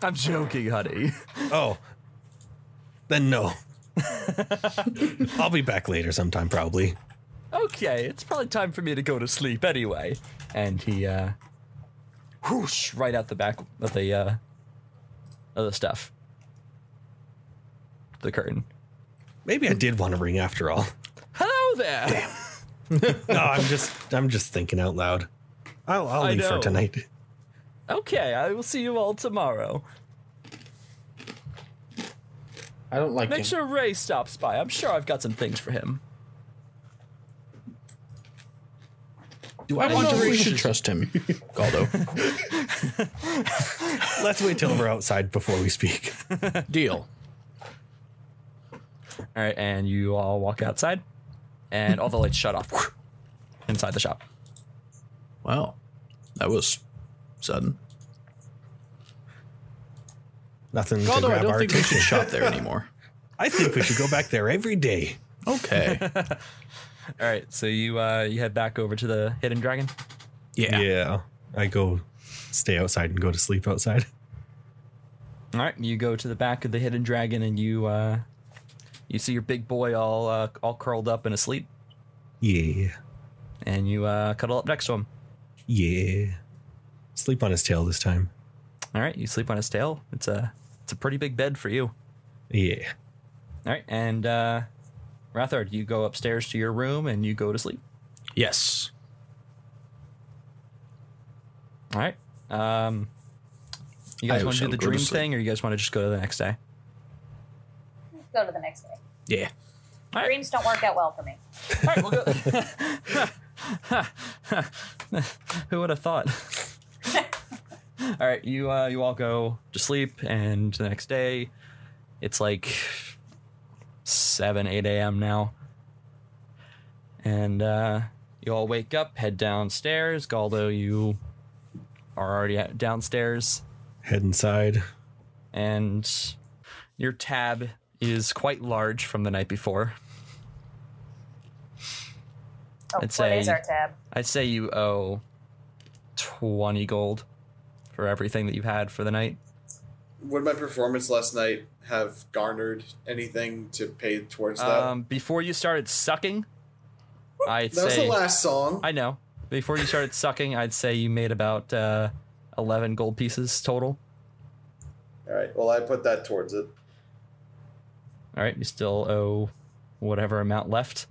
I'm joking, honey.
Oh. Then no. I'll be back later sometime, probably.
Okay, it's probably time for me to go to sleep anyway. And he, uh, whoosh, right out the back of the, uh, of the stuff. The curtain.
Maybe I did want a ring after all.
Hello there.
No, I'm just I'm just thinking out loud. I'll, I'll
I
leave for
know.
tonight.
Okay, I will see you all tomorrow.
I don't like
Make
him.
sure Ray stops by. I'm sure I've got some things for him.
Do I,
I
want
know
to?
we
We
should-
should trust him, Galdo.
Let's wait till we're outside before we speak.
Deal.
All right, and you all walk outside, and all the lights shut off inside the shop.
Wow, that was sudden.
Nothing to
Galdo, I
grab
don't
our
think we should
attention.
shop there anymore.
I think we should go back there every day.
Okay.
All right, so you uh, you head back over to the hidden dragon.
Yeah.
I go stay outside and go to sleep outside.
All right, you go to the back of the hidden dragon, and you uh, you see your big boy all uh, all curled up and asleep,
Yeah.
and you uh, cuddle up next to him.
Yeah. Sleep on his tail this time.
All right, you sleep on his tail. It's a it's a pretty big bed for you.
Yeah.
All right, and uh, Rathard, you go upstairs to your room and you go to sleep.
Yes.
All right. Um, you
I
guys want to
shall
do the
go to
dream
sleep.
thing, or you guys want to just go to the next day?
Go to the next day.
Yeah.
All right.
Dreams don't work out well for me.
All right, we'll go. Who would have thought? all right, you uh, you all go to sleep, and the next day, it's like seven, eight a.m. now, and uh, you all wake up, head downstairs. Galdo, you are already at- downstairs,
Head inside.
and your tab is quite large from the night before.
Oh,
I'd
what is
say-
our tab?
I'd say you owe 20 gold for everything that you've had for the night.
Would my performance last night have garnered anything to pay towards that?
Um, before you started sucking, I'd
that was
say.
the last song.
I know. Before you started sucking, I'd say you made about uh, 11 gold pieces total.
All right. Well, I put that towards it.
All right, you still owe whatever amount left.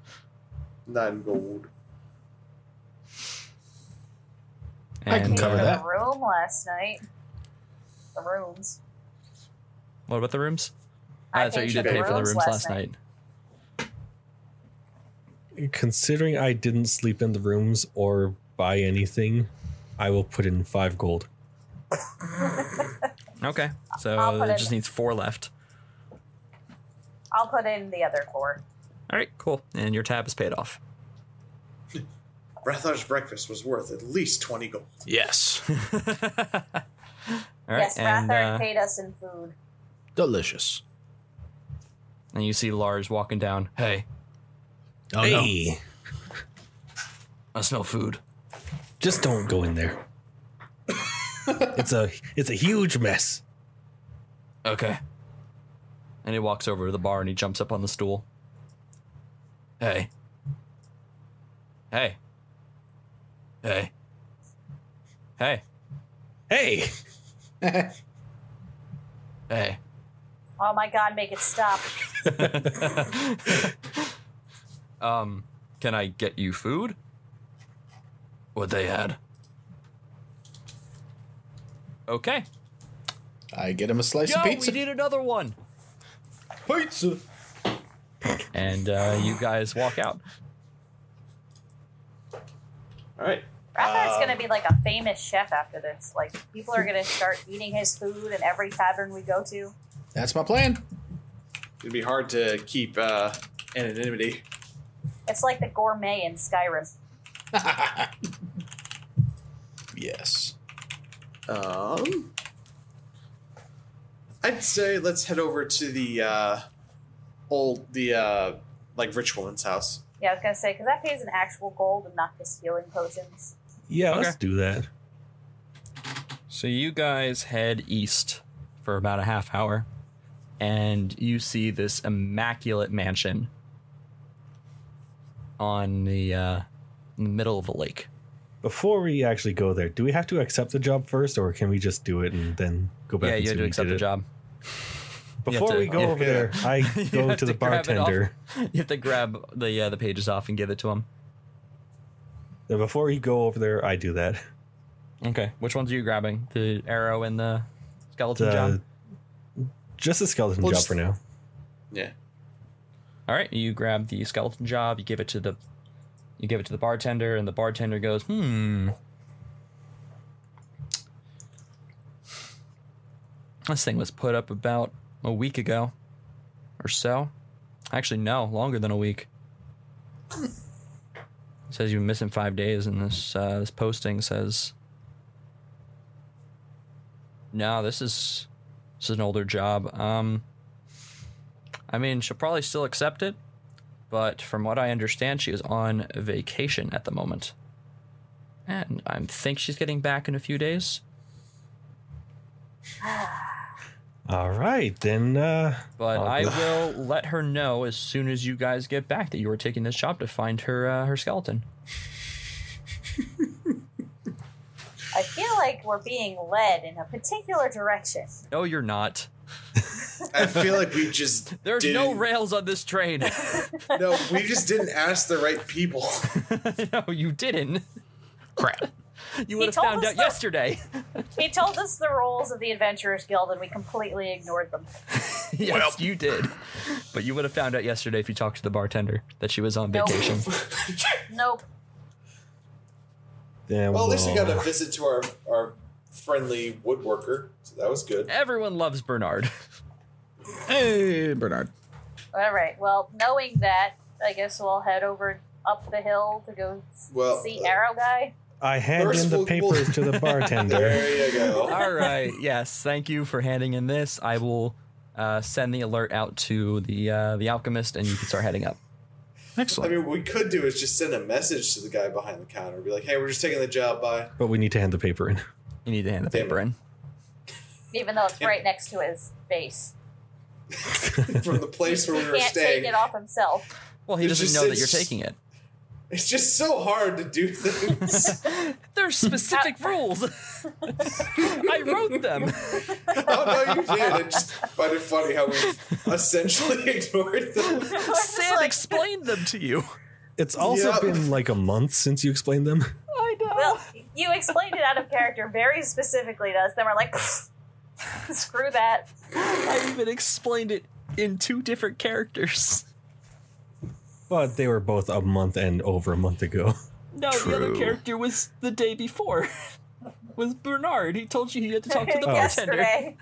Nine gold.
I can
And,
cover
uh,
to
that.
The room last night. The rooms.
What about the rooms?
I
Ah, that's right,
paid
you
for
did
the
pay for the
rooms
rooms
last
last
night.
night.
Considering I didn't sleep in the rooms or buy anything, I will put in five gold.
Okay,
I'll
so
put
it
it-
just needs four left.
I'll put in the other four.
All right, cool. And your tab is paid off.
Rathar's breakfast was worth at least 20 gold.
Yes.
All right,
yes,
and
Rathard
uh,
paid us in food.
Delicious.
and you see Lars walking down. Hey,
Oh, hey,
I smell food.
just don't go in there. it's a it's a huge mess.
Okay. And he walks over to the bar and he jumps up on the stool. Hey. Hey. Hey. Hey.
Hey,
Hey.
Oh my god, make it stop.
Um, can I get you food? What they had. Okay.
I get him a slice
Yo,
of pizza.
we need another one.
pizza.
And uh, you guys walk out.
All right.
Rathar's gonna be like a famous chef after this. Like people are gonna start eating his food in every tavern we go to.
That's my plan.
It'd be hard to keep uh, anonymity.
It's like the gourmet in Skyrim.
Yes.
Um, I'd say let's head over to the uh, old, the uh, like rich woman's house.
Yeah, I was gonna say because that pays an actual gold and not just healing potions.
yeah,
Okay.
let's do that.
So you guys head east for about a half hour, and you see this immaculate mansion on the uh, in the middle of a lake.
Before we actually go there, do we have to accept the job first, or can we just do it and then go back?
yeah,
and
you
see
had to
we
accept
did
the
it?
job. have
Before
to-
we go
yeah.
over there, I
You
go
have
to the
grab it off-
bartender.
You have to grab the uh, the pages off and give it to him.
And Before you go over there, I do that.
Okay, which ones are you grabbing? The arrow and the skeleton
The-
job.
uh, Just a skeleton
Well,
job
just-
for now.
Yeah.
All right, you grab the skeleton job. You give it to the you give it to the bartender, and the bartender goes, "Hmm." This thing was put up about a week ago, or so. Actually, no, longer than a week. It says you've been missing five days, and this uh, this posting says, "No, this is this is an older job." Um. I mean, she'll probably still accept it, but from what I understand, she is on vacation at the moment. And I think she's getting back in a few days,
All right, then. Uh,
but
Oh,
I
good.
will let her know as soon as you guys get back that you are taking this job to find her uh, her skeleton.
I feel like we're being led in a particular direction.
No, you're not.
I feel like we just
There's
didn't,
no rails on this train.
no, we just didn't ask the right people.
no, you didn't.
Crap.
You would have
told
found
us
out
that-
yesterday.
He told us the rules of the Adventurers Guild, and we completely ignored them.
yes, you did. But you would have found out yesterday if you talked to the bartender that she was on
Nope.
vacation.
Nope.
then
Well, at least we
we'll- uh,
got a visit to our our friendly woodworker, so that was good.
Everyone loves Bernard.
Hey, Bernard.
All right. Well, knowing that, I guess we'll head over up the hill to go s-
Well,
see
uh,
Arrow Guy.
I hand
First,
in the
we'll- we'll-
papers to the bartender.
There you go.
All right. Yes. Thank you for handing in this. I will uh, send the alert out to the uh, the alchemist, and you can start heading up.
I
Excellent.
mean, what we could do is just send a message to the guy behind the counter, be like, "Hey, we're just taking the job by."
but we need to hand the paper in.
You need to hand the paper in.
Even though it's right next to his face,
from the place where we
he
were
can't
staying.
take it off himself.
Well, he
It's
doesn't
just-
know that
it's
you're
just-
taking it.
It's just so hard to do things.
There's specific rules. I wrote them.
oh no, you did. I just find it funny how we essentially ignored them.
Sam explained them to you.
It's also
Yep.
been like a month since you explained them.
I know.
Well, you explained it out of character very specifically to us. Then we're like, screw that.
I even explained it in two different characters.
But they were both a month and over a month ago.
No, the other
True.
character was the day before. was Bernard. He told you he had to talk to the bartender.
Yesterday.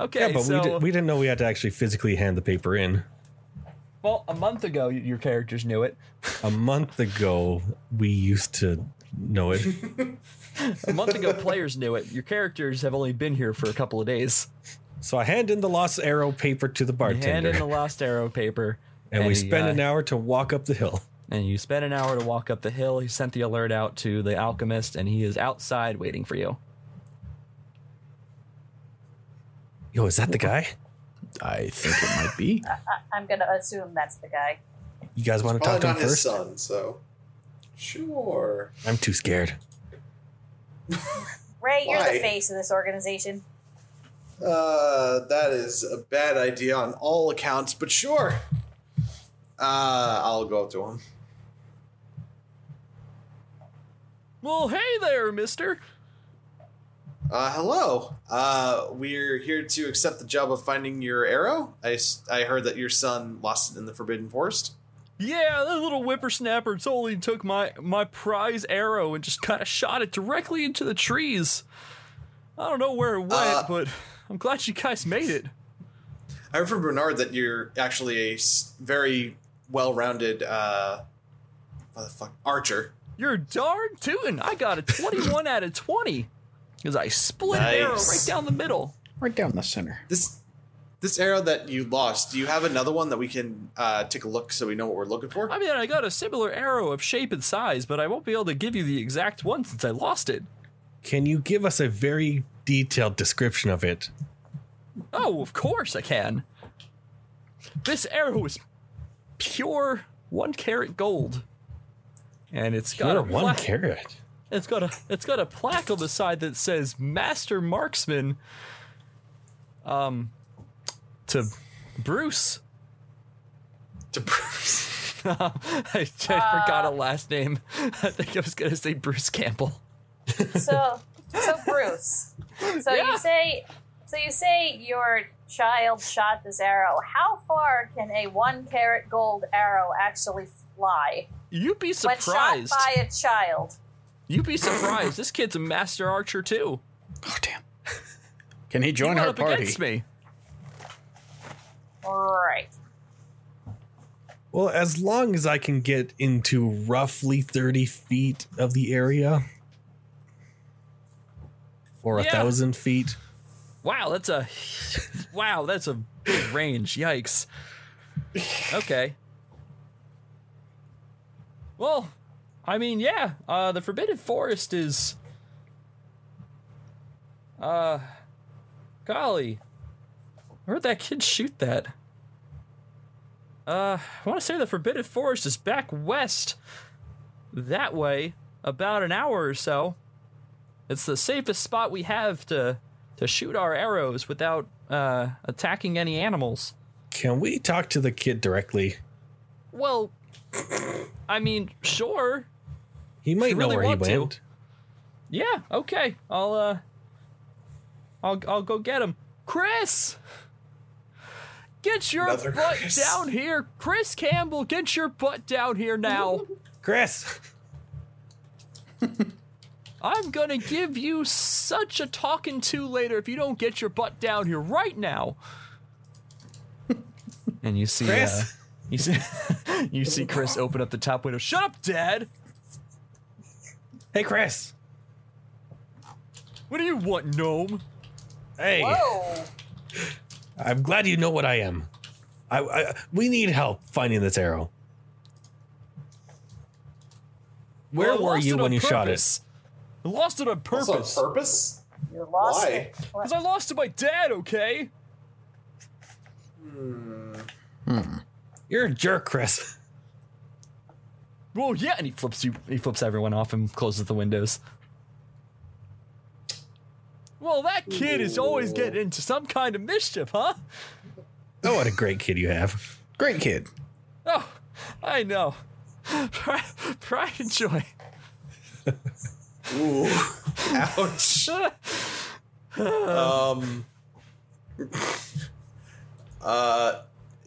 Okay,
Oh. yeah, but
so
we, did, we didn't know we had to actually physically hand the paper in.
well, a month ago y- your characters knew it.
A month ago, we used to know it.
A month ago players knew it. Your characters have only been here for a couple of days.
So I hand in the lost arrow paper to the
You Hand
bartender,
in the lost arrow paper,
and we
he,
spend
uh,
an hour to walk up the hill.
and you spend an hour to walk up the hill. He sent the alert out to the alchemist, and he is outside waiting for you.
Yo, is that the guy?
I think it might be.
I'm gonna assume that's the guy.
You guys want to talk
Probably
to him
not his
first?
son, so sure.
I'm too scared.
Ray, you're
Why?
the face of this organization.
Uh, that is a bad idea on all accounts, but sure. Uh, I'll go up to him.
Well, hey there, mister.
Uh, hello. Uh, we're here to accept the job of finding your arrow. I, s- I heard that your son lost it in the Forbidden Forest.
Yeah, that little whippersnapper totally took my my prize arrow and just kind of shot it directly into the trees. I don't know where it went,
Uh,
but I'm glad you guys made it.
I heard from Bernard that you're actually a s- very well-rounded, uh, what the fuck, archer.
You're darn tootin'. I got a 21 out of 20 because I split an arrow right
Nice.
down the middle.
Right down the center.
This this arrow that you lost. Do you have another one that we can uh, take a look so we know what we're looking for?
I mean, I got a similar arrow of shape and size, but I won't be able to give you the exact one since I lost it.
Can you give us a very detailed description of it?
Oh, of course I can. This arrow is pure one carat gold, and it's got
You're
a
one
pla-
carrot.
It's got a it's got a plaque on the side that says Master Marksman. Um, to Bruce.
To Bruce.
I, I forgot a last name. I think I was gonna say Bruce Campbell.
So, so Bruce. So
Yeah.
you say, so you say your child shot this arrow. How far can a one carat gold arrow actually fly
You'd be
when
surprised.
shot by a child?
You'd be surprised. This kid's a master archer too.
Oh damn! Can he
He
join
went
our
up
party?
against me.
Right.
Well, as long as I can get into roughly 30 feet of the area, or a
Yeah.
thousand feet.
Wow, that's a wow, that's a big range. Yikes. Okay. Well, I mean, yeah, uh, the Forbidden Forest is, uh, golly, where'd that kid shoot that? Uh, I want to say the Forbidden Forest is back west, that way, about an hour or so. It's the safest spot we have to to shoot our arrows without uh, attacking any animals.
Can we talk to the kid directly?
Well, I mean, sure.
He might know
really
where he
want to.
went.
Yeah, okay. I'll uh I'll I'll go get him. Chris! Get your
Another
butt
Chris.
down here. Chris Campbell, get your butt down here now.
Chris!
I'm going to give you such a talking to later if you don't get your butt down here right now. and you see
Chris!
uh, you see you see Chris open up the top window. Shut up, dad.
Hey, Chris!
What do you want, gnome?
Hey!
Whoa.
I'm glad you know what I am. I, I we need help finding this arrow. Where
Well, I
were
lost
you
it
when
on
you shot it?
purpose. I lost it on
Also,
purpose.
purpose?
You lost
Why?
it.
Because I lost to my dad, okay?
You're a jerk, Chris.
Well, yeah, and he flips you. He flips everyone off and closes the windows. Well, that kid is always getting into some kind of mischief, huh?
Oh, what a great kid you have.
Great kid.
Oh, I know. Pride, pride and joy.
Ooh. Ouch. um. Uh,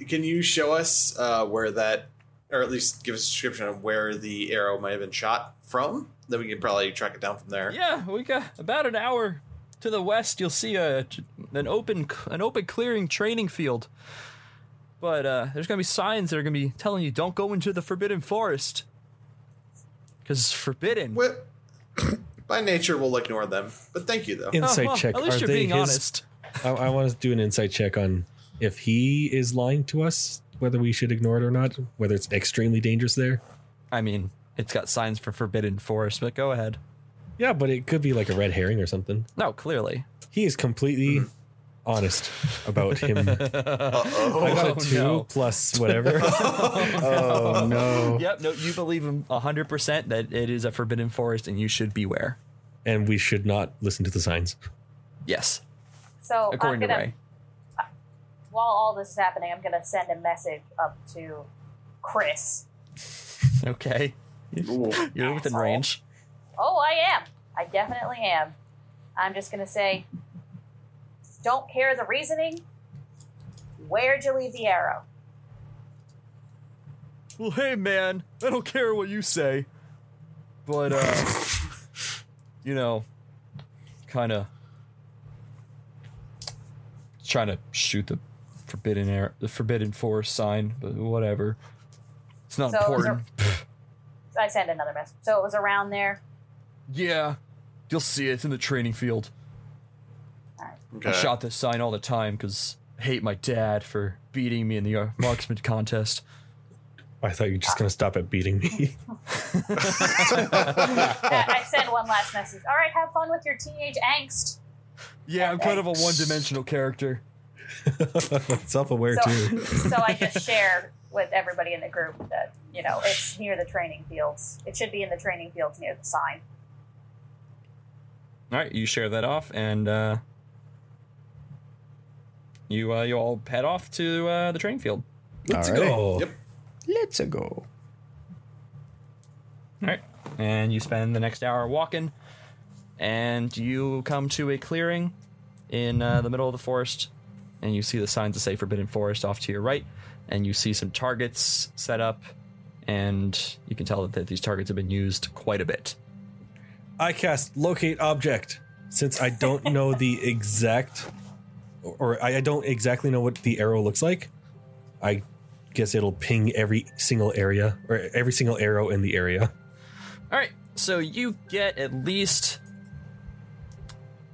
can you show us uh, where that, or at least give us a description of where the arrow might have been shot from? Then we can probably track it down from there.
Yeah, we got about an hour to the west. You'll see a an open an open clearing training field. But uh, there's gonna be signs that are gonna be telling you don't go into the forbidden forest because it's forbidden.
Wh- by nature, we'll ignore them. But thank you, though.
Oh,
Insight
well,
check.
At least
Are
you're
they
being
his-
honest.
I, I want to do an insight check on if he is lying to us, whether we should ignore it or not, whether it's extremely dangerous there.
I mean, it's got signs for forbidden forest, but go ahead.
Yeah, but it could be like a red herring or something.
No, clearly.
He is completely honest about him.
Uh-oh.
I got
Oh,
a two
no.
plus whatever.
Oh no.
Yep, no, you believe him 100% that it is a forbidden forest and you should beware.
and we should not listen to the signs.
Yes,
So I'm
according to
gonna,
Ray.
while all this is happening, I'm gonna send a message up to Chris.
Okay. You're within
Asshole.
range.
Oh, I am. I definitely am. I'm just gonna say, don't care the reasoning. Where'd you leave the arrow?
Well, hey, man, I don't care what you say, but, uh, you know, kind of trying to shoot the forbidden air, the forbidden forest sign, but whatever. It's not
So, is
important.
I sent another message. So it was around there.
Yeah, you'll see it. It's in the training field. I
Okay.
shot this sign all the time because I hate my dad for beating me in the uh, marksman contest.
I thought you were just going to stop at beating me.
I I sent one last message. All right, have fun with your teenage angst.
Yeah, I'm kind of a one dimensional character.
Self aware,
So,
too.
so I just share with everybody in the group that you know it's near the training fields. It should be in the training fields near the sign.
All right, you share that off, and uh, you uh, you all head off to uh, the train field.
Let's
Alrighty.
go.
Yep.
Let's go.
All right, and you spend the next hour walking, and you come to a clearing in uh, the middle of the forest, and you see the signs that say "Forbidden Forest" off to your right, and you see some targets set up, and you can tell that these targets have been used quite a bit.
I cast locate object since I don't know the exact, or I I don't exactly know what the arrow looks like. I guess it'll ping every single area or every single arrow in the area.
All right, so you get at least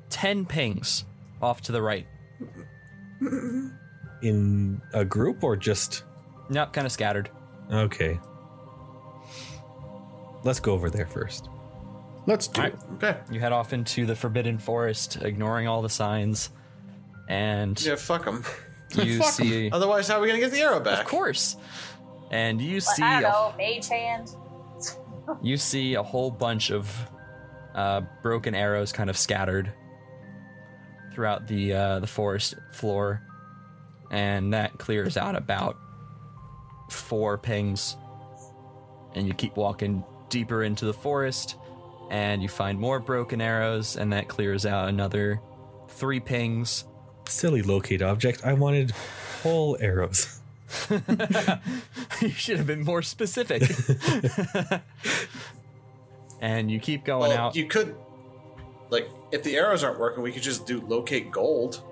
ten pings off to the right.
in a group or just
Nope, kind of scattered.
okay let's go over there first
Let's do it.
Okay.
You head off into the forbidden forest, ignoring all the signs, and
Yeah, fuck them.
you
Fuck 'em.
see.
Otherwise, how are we going to get the arrow back?
Of course. And you
But
see
I don't
a,
know, mage hand.
you see a whole bunch of uh, broken arrows kind of scattered throughout the uh, the forest floor, and that clears out about four pings. And you keep walking deeper into the forest, and you find more broken arrows, and that clears out another three pings.
silly locate object i wanted whole arrows
you should have been more specific. and you keep going
Well,
out.
you could, like, if the arrows aren't working, we could just do locate gold.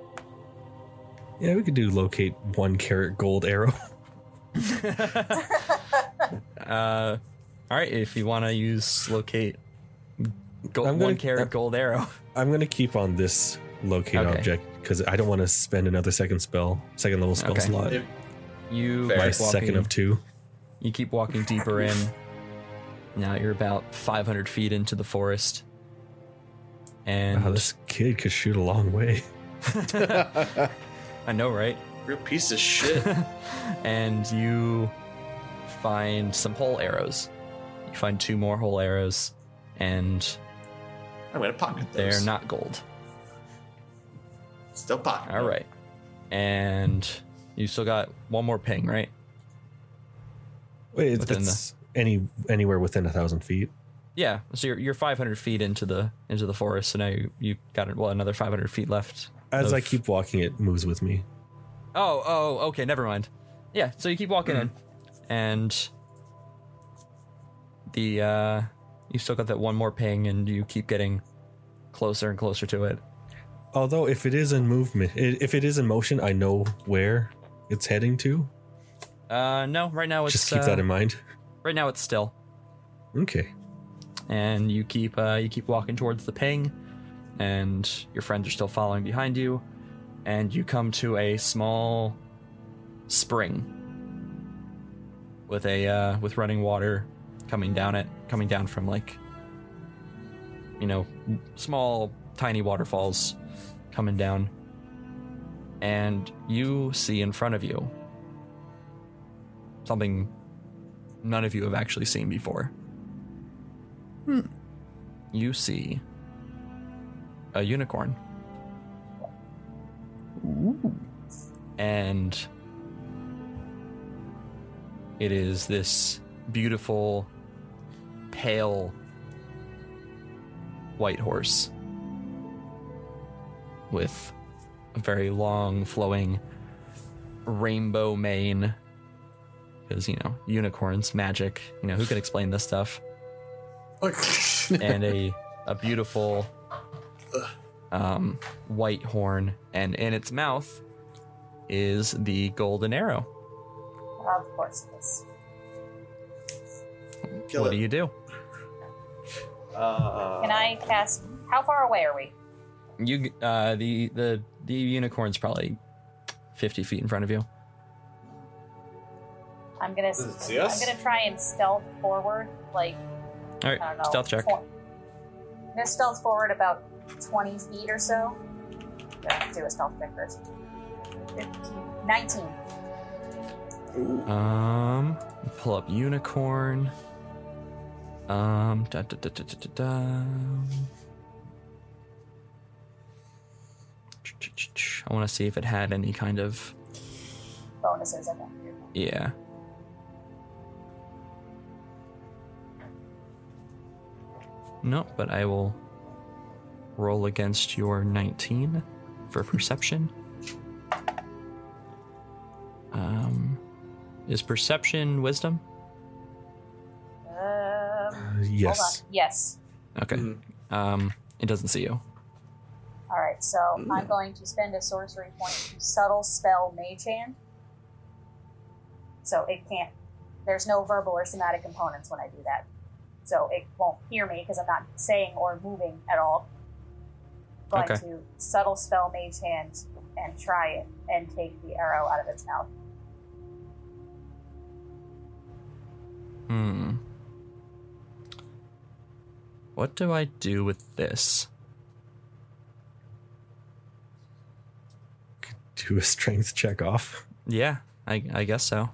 yeah we could do locate one carat gold arrow
uh, all right, if you want to use locate gold,
I'm gonna-
one carat gold arrow.
i'm gonna keep on this locate
Okay.
object because i don't want to spend another second spell second level spell
Okay.
slot
If-
You
Fair.
my
keep walking,
second of two
you keep walking deeper in. Now you're about 500 feet into the forest. And
wow this kid could shoot a long way
I know, right?
Real piece of shit.
and you find some whole arrows. You find two more whole arrows, and
I'm gonna pocket
they're
those.
not gold.
still pocket.
All right. And you still got one more ping, right?
Wait, it's,
Within
it's any anywhere within a thousand feet.
Yeah. So you're, you're 500 feet into the into the forest. So now you you got well another 500 feet left.
As I
of-
keep walking, it moves with me.
Oh, oh, okay, never mind. Yeah, so you keep walking in, and the uh, you still got that one more ping, and you keep getting closer and closer to it.
Although, if it is in movement, i- if it is in motion, I know where it's heading to.
Uh, no, right now it's
Just keep
uh,
that in mind.
right now it's still,
Okay.
and you keep uh, you keep walking towards the ping, and your friends are still following behind you, and you come to a small spring with a uh, with running water coming down it coming down from like you know small tiny waterfalls coming down and you see in front of you something none of you have actually seen before you see a unicorn and it is this beautiful, pale white horse with a very long, flowing rainbow mane. Because, you know, unicorns, magic, you know, who can explain this stuff? and a, a beautiful um, white horn. And in its mouth is the golden arrow.
Of course it is.
Kill
what
it.
do you do?
Uh,
Can I cast? How far away are we?
You uh the the the unicorn's probably fifty feet in front of you.
I'm gonna.
Does it see us?
I'm gonna try and stealth forward, like
All right,
I don't know.
stealth check.
tw- I'm gonna stealth forward about twenty feet or so. Yeah, Do a stealth check first. 15, 19.
Um, pull up unicorn. Um, da da da da da da. da. I want to see if it had any kind of
bonuses. I think.
yeah. No, but I will roll against your 19 for perception. Um, is perception wisdom?
Um,
Uh, yes.
Hold on. Yes.
Okay. Um, it doesn't see you.
All right. So
Mm-hmm.
I'm going to spend a sorcery point to subtle spell Mage Hand. So it can't. There's no verbal or somatic components when I do that. So it won't hear me because I'm not saying or moving at all. Going
Okay.
to subtle spell Mage Hand and try it and take the arrow out of its mouth.
Hmm. What do I do with this?
Do a strength check off.
Yeah, I, I guess so.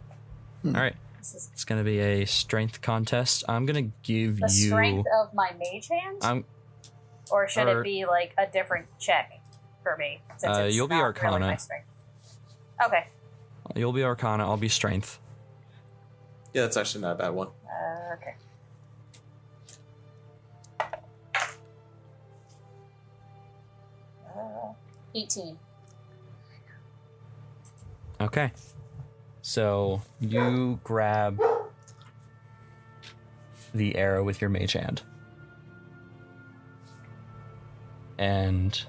All right.
This is
It's gonna be a strength contest. I'm gonna give
the
you.
strength of my Mage Hand,
I'm.
or should
or-
it be like a different check for me? Since
Uh,
it's
you'll be
not
Arcana.
Really my strength. Okay.
You'll be Arcana. I'll be Strength.
yeah, that's actually not a bad one.
Uh, okay. Uh, 18.
Okay. So you grab the arrow with your mage hand, and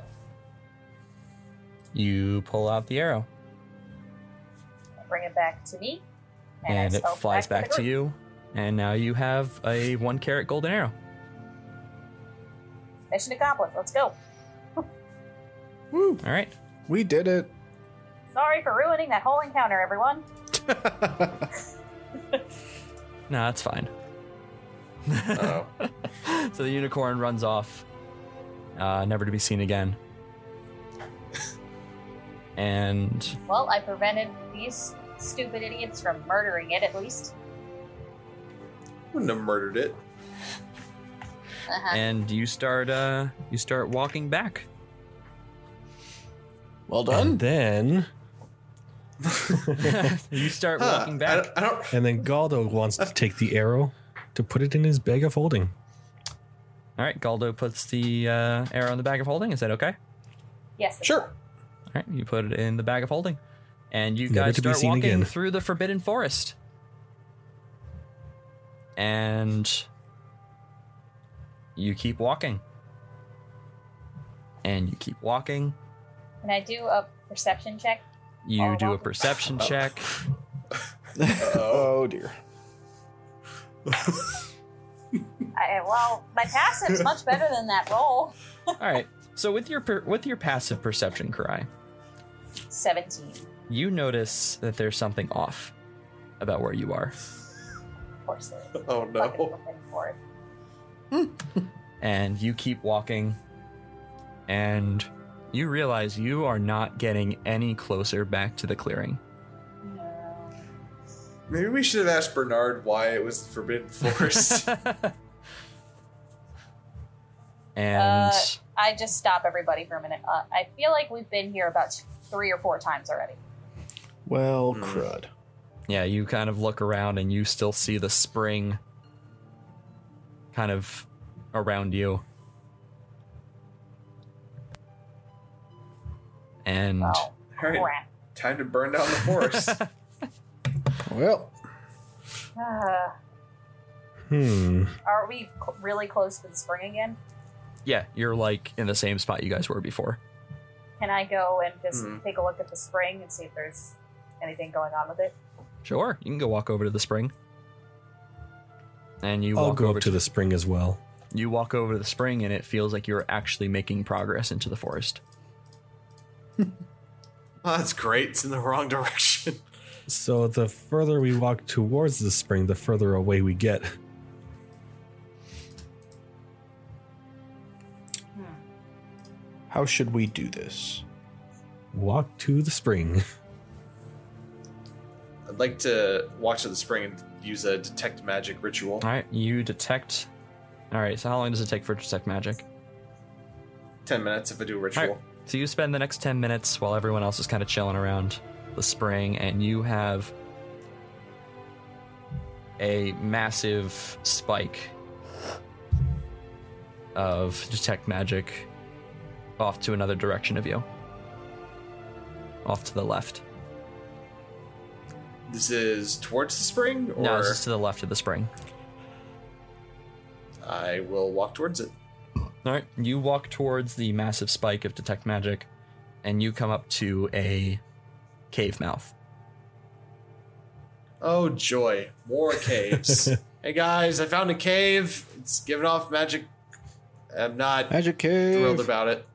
you pull out the arrow,
I bring it back to me. I
and it
spell
flies back
the
to you, and now you have a one carat golden arrow.
group. Mission accomplished. Let's go.
Woo!
All right.
We did it.
Sorry for ruining that whole encounter, everyone.
No, that's fine.
Oh,
So the unicorn runs off, uh, never to be seen again. and
Well, I prevented these stupid idiots from murdering it at least.
Wouldn't have murdered it.
Uh-huh.
and you start uh you start walking back.
Well done.
And then
you start
Huh,
walking
I
back.
don't, I don't.
and then Galdo wants to take the arrow to put it in his bag of holding.
All right, Galdo puts the uh, arrow in the bag of holding. Is that okay?
Yes. that's
Sure.
All right, you put it in the bag of holding, and you
Never
guys
to be
start
seen
walking
again.
through the Forbidden Forest. And you keep walking, and you keep walking.
fine. Can I do a perception check?
You
Oh,
do a
wow.
perception check.
Oh dear.
I, well, my passive's much better than that roll.
All right. So with your per- with your passive perception cry,
Seventeen,
you notice that there's something off about where you are.
of course. they're
Oh
fucking
no.
looking for it.
and you keep walking and you realize you are not getting any closer back to the clearing.
No.
Maybe we should have asked Bernard why it was the Forbidden Forest.
and
Uh, I just stop everybody for a minute. Uh, I feel like we've been here about t- three or four times already.
Well, crud.
yeah, you kind of look around and you still see the spring kind of around you. And
Oh,
All right,
crap.
time to burn down the forest.
Well,
Uh,
Hmm.
are we cl- really close to the spring again?
yeah, you're like in the same spot you guys were before.
Can I go and just
Mhm.
take a look at the spring and see if there's anything going on with it?
Sure, you can go walk over to the spring. And you
I'll
walk
go
over
up to the spring as well.
you walk over to the spring and it feels like you're actually making progress into the forest.
oh, that's great. It's in the wrong direction.
So the further we walk towards the spring, the further away we get.
how should we do this?
Walk to the spring.
I'd like to walk to the spring and use a detect magic ritual.
All right, you detect. All right, so how long does it take for detect magic?
Ten minutes if I do a
All
ritual.
right, so you spend the next 10 minutes while everyone else is kind of chilling around the spring and you have a massive spike of detect magic off to another direction of you. Off to the left.
This is towards the spring, or
No, this is to the left of the spring.
I will walk towards it.
All right, you walk towards the massive spike of detect magic, and you come up to a cave mouth.
Oh joy, more caves. hey guys, I found a cave. It's giving off magic. I'm not
Magic
thrilled
cave.
about it.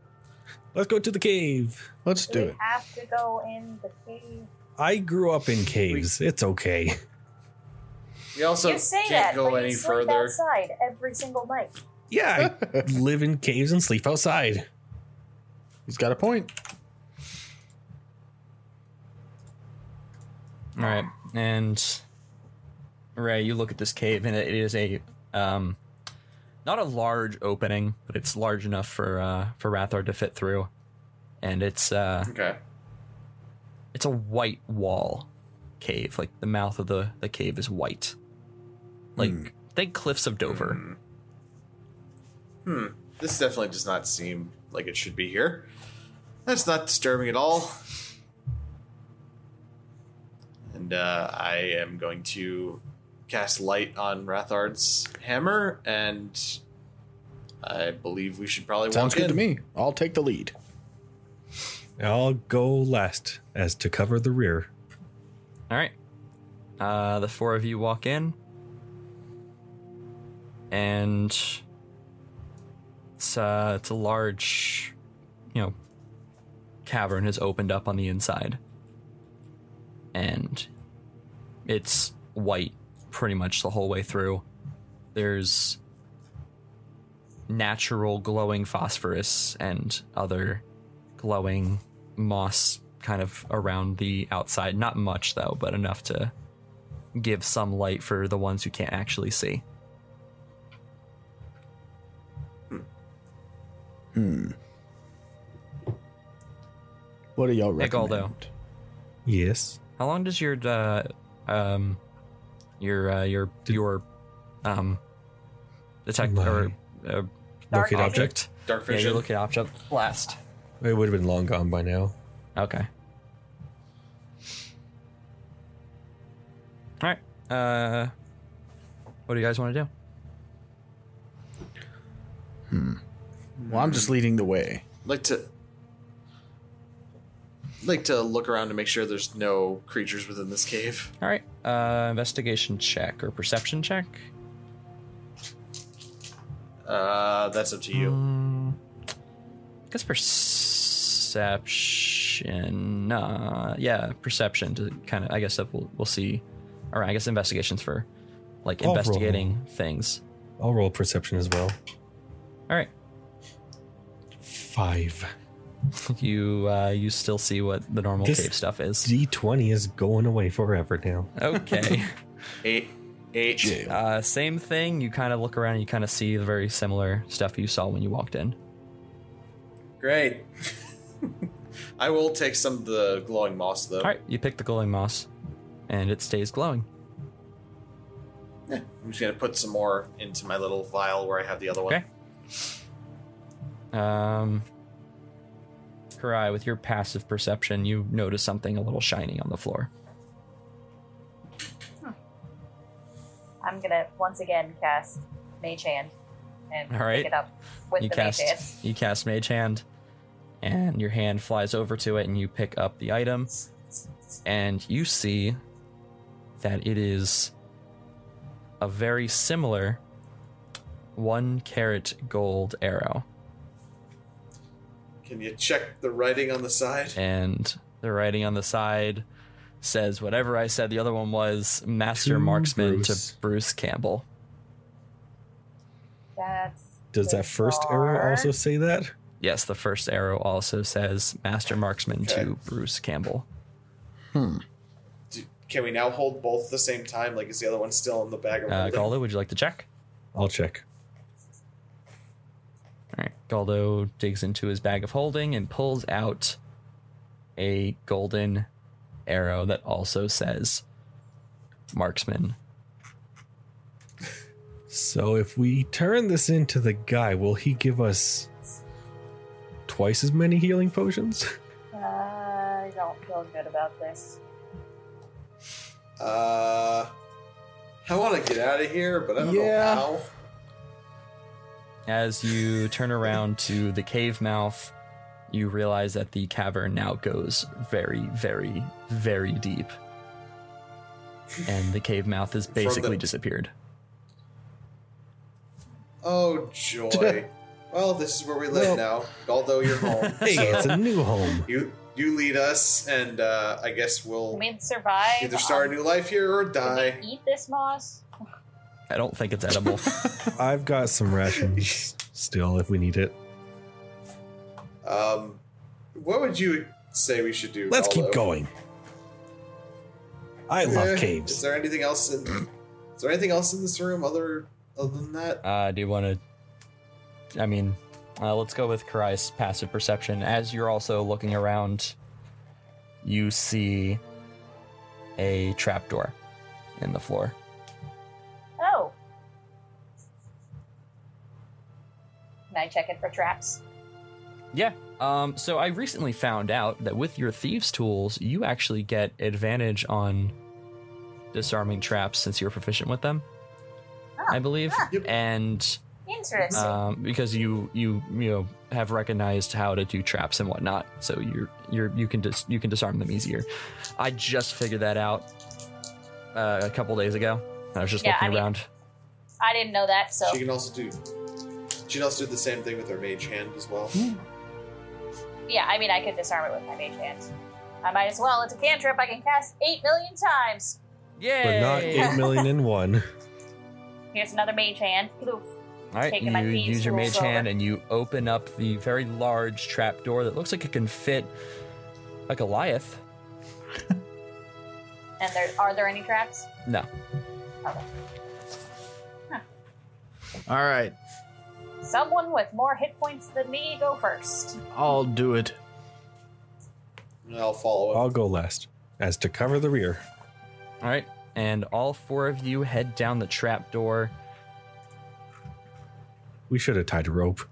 Let's go to the cave.
Let's
Do
do
we
it.
have to go in the cave?
I grew up in caves. It's okay.
We also
you say
can't
that,
go
but
any
you sleep
further.
outside every single night.
Yeah, I live in caves and sleep outside.
He's got a point.
All right, and Ray, you look at this cave, and it is a um, not a large opening, but it's large enough for uh, for Rathar to fit through, and it's uh,
Okay.
it's a white wall cave. Like the mouth of the the cave is white, like think cliffs of Dover.
Hmm. This definitely does not seem like it should be here. That's not disturbing at all. And uh, I am going to cast light on Rathard's hammer, and I believe we should probably
Sounds
walk
good
in.
to me. I'll take the lead.
I'll go last as to cover the rear.
All right. Uh, the four of you walk in, and it's uh, it's a large, you know, cavern has opened up on the inside, and it's white pretty much the whole way through. There's natural glowing phosphorus and other glowing moss kind of around the outside. Not much though, but enough to give some light for the ones who can't actually see.
What do y'all
Hey,
recommend?
Goldo.
Yes.
How long does your uh, um your uh, your your um detect
My-
or uh,
Dark
Locate
vision.
object.
Dark
yeah,
vision.
your locate object last.
It would have been long gone by now.
Okay. All right. Uh, what do you guys want to do?
Well, I'm just leading the way.
like to like to look around to make sure there's no creatures within this cave.
All right. Uh, investigation check or perception check.
Uh, that's up to you.
Mm. I guess perception. Uh, yeah, perception to kind of. I guess that we'll we'll see. Or I guess investigations for like
I'll roll.
investigating things.
I'll roll perception as well.
All right.
Five.
You uh, you still see what the normal
This-
cave stuff is.
D20 is going away forever now.
Okay.
Eight, eight.
Uh, same thing. You kind of look around and you kind of see the very similar stuff you saw when you walked in.
Great. I will take some of the glowing moss though.
Oh.
All right, you pick the glowing moss, and it stays glowing.
I'm just gonna put some more into my little vial where I have the other one.
Okay. Um, Karai, with your passive perception, you notice something a little shiny on the floor.
I'm gonna once again cast Mage Hand and
All right.
pick it up with
you
the
cast
Mage Hand.
you cast Mage Hand, and your hand flies over to it, and you pick up the item, and you see that it is a very similar one carat gold arrow.
Can you check the writing on the side?
and the writing on the side says whatever I said the other one was master
To
marksman
Bruce.
to Bruce Campbell.
That's
Does that first
bizarre.
arrow also say that?
Yes, the first arrow also says master marksman to
Okay.
Bruce Campbell.
Do, can we now hold both at the same time? Like, is the other one still in the bag of
Uh,
holding?
Galdo, would you like to check?
I'll check.
All right. Galdo digs into his bag of holding and pulls out a golden arrow that also says marksman.
So if we turn this into the guy, will he give us twice as many healing potions?
I don't feel good about this.
Uh, I want to get out of here, but I don't
Yeah.
know
As you turn around to the cave mouth, you realize that the cavern now goes very, very, very deep. And the cave mouth has basically
the-
disappeared.
how. Oh joy! well, this is where we live now. Although you're home,
Hey, it's a new home.
you you lead us, and uh, I guess we'll
I mean, survive.
either start a
um,
new life here or die.
Can we eat this moss?
I don't think it's edible.
I've got some rations still if we need it.
Um, what would you say we should do?
Let's keep
Aldo?
going. I love
Eh, Is
caves.
there anything else in? is there anything else in this room other other than that?
Uh, do you want to? I mean, uh, let's go with Karai's passive perception. As you're also looking around, you see a trapdoor in the floor.
Oh. Can I check it for traps?
Yeah. Um, so I recently found out that with your thieves' tools, you actually get advantage on disarming traps since you're proficient with them.
Ah,
I believe,
Yep.
and
Interesting.
um, because you you you know have recognized how to do traps and whatnot, so you're you're you can dis- you can disarm them easier. I just figured that out uh, a couple days ago. I was just
Yeah,
looking
I mean-
around.
I didn't know that, so
She can also do. She can also do the same thing with her mage hand as well.
Hmm.
yeah, I mean, I could disarm it with my mage hand. I might as well. It's a cantrip. I can cast eight million times.
Yeah.
But not 8 million in one.
Here's another mage hand. Bloof.
All right,
taking my
you
thieves'
use your
tools
mage
over.
hand and you open up the very large trap door that looks like it can fit A Goliath?
And there are there any traps?
No.
All right,
Someone with more hit points than me go first.
I'll do it.
I'll follow up.
I'll go last, as to cover the rear.
All right. And all four of you head down the trap door.
We should have tied a rope.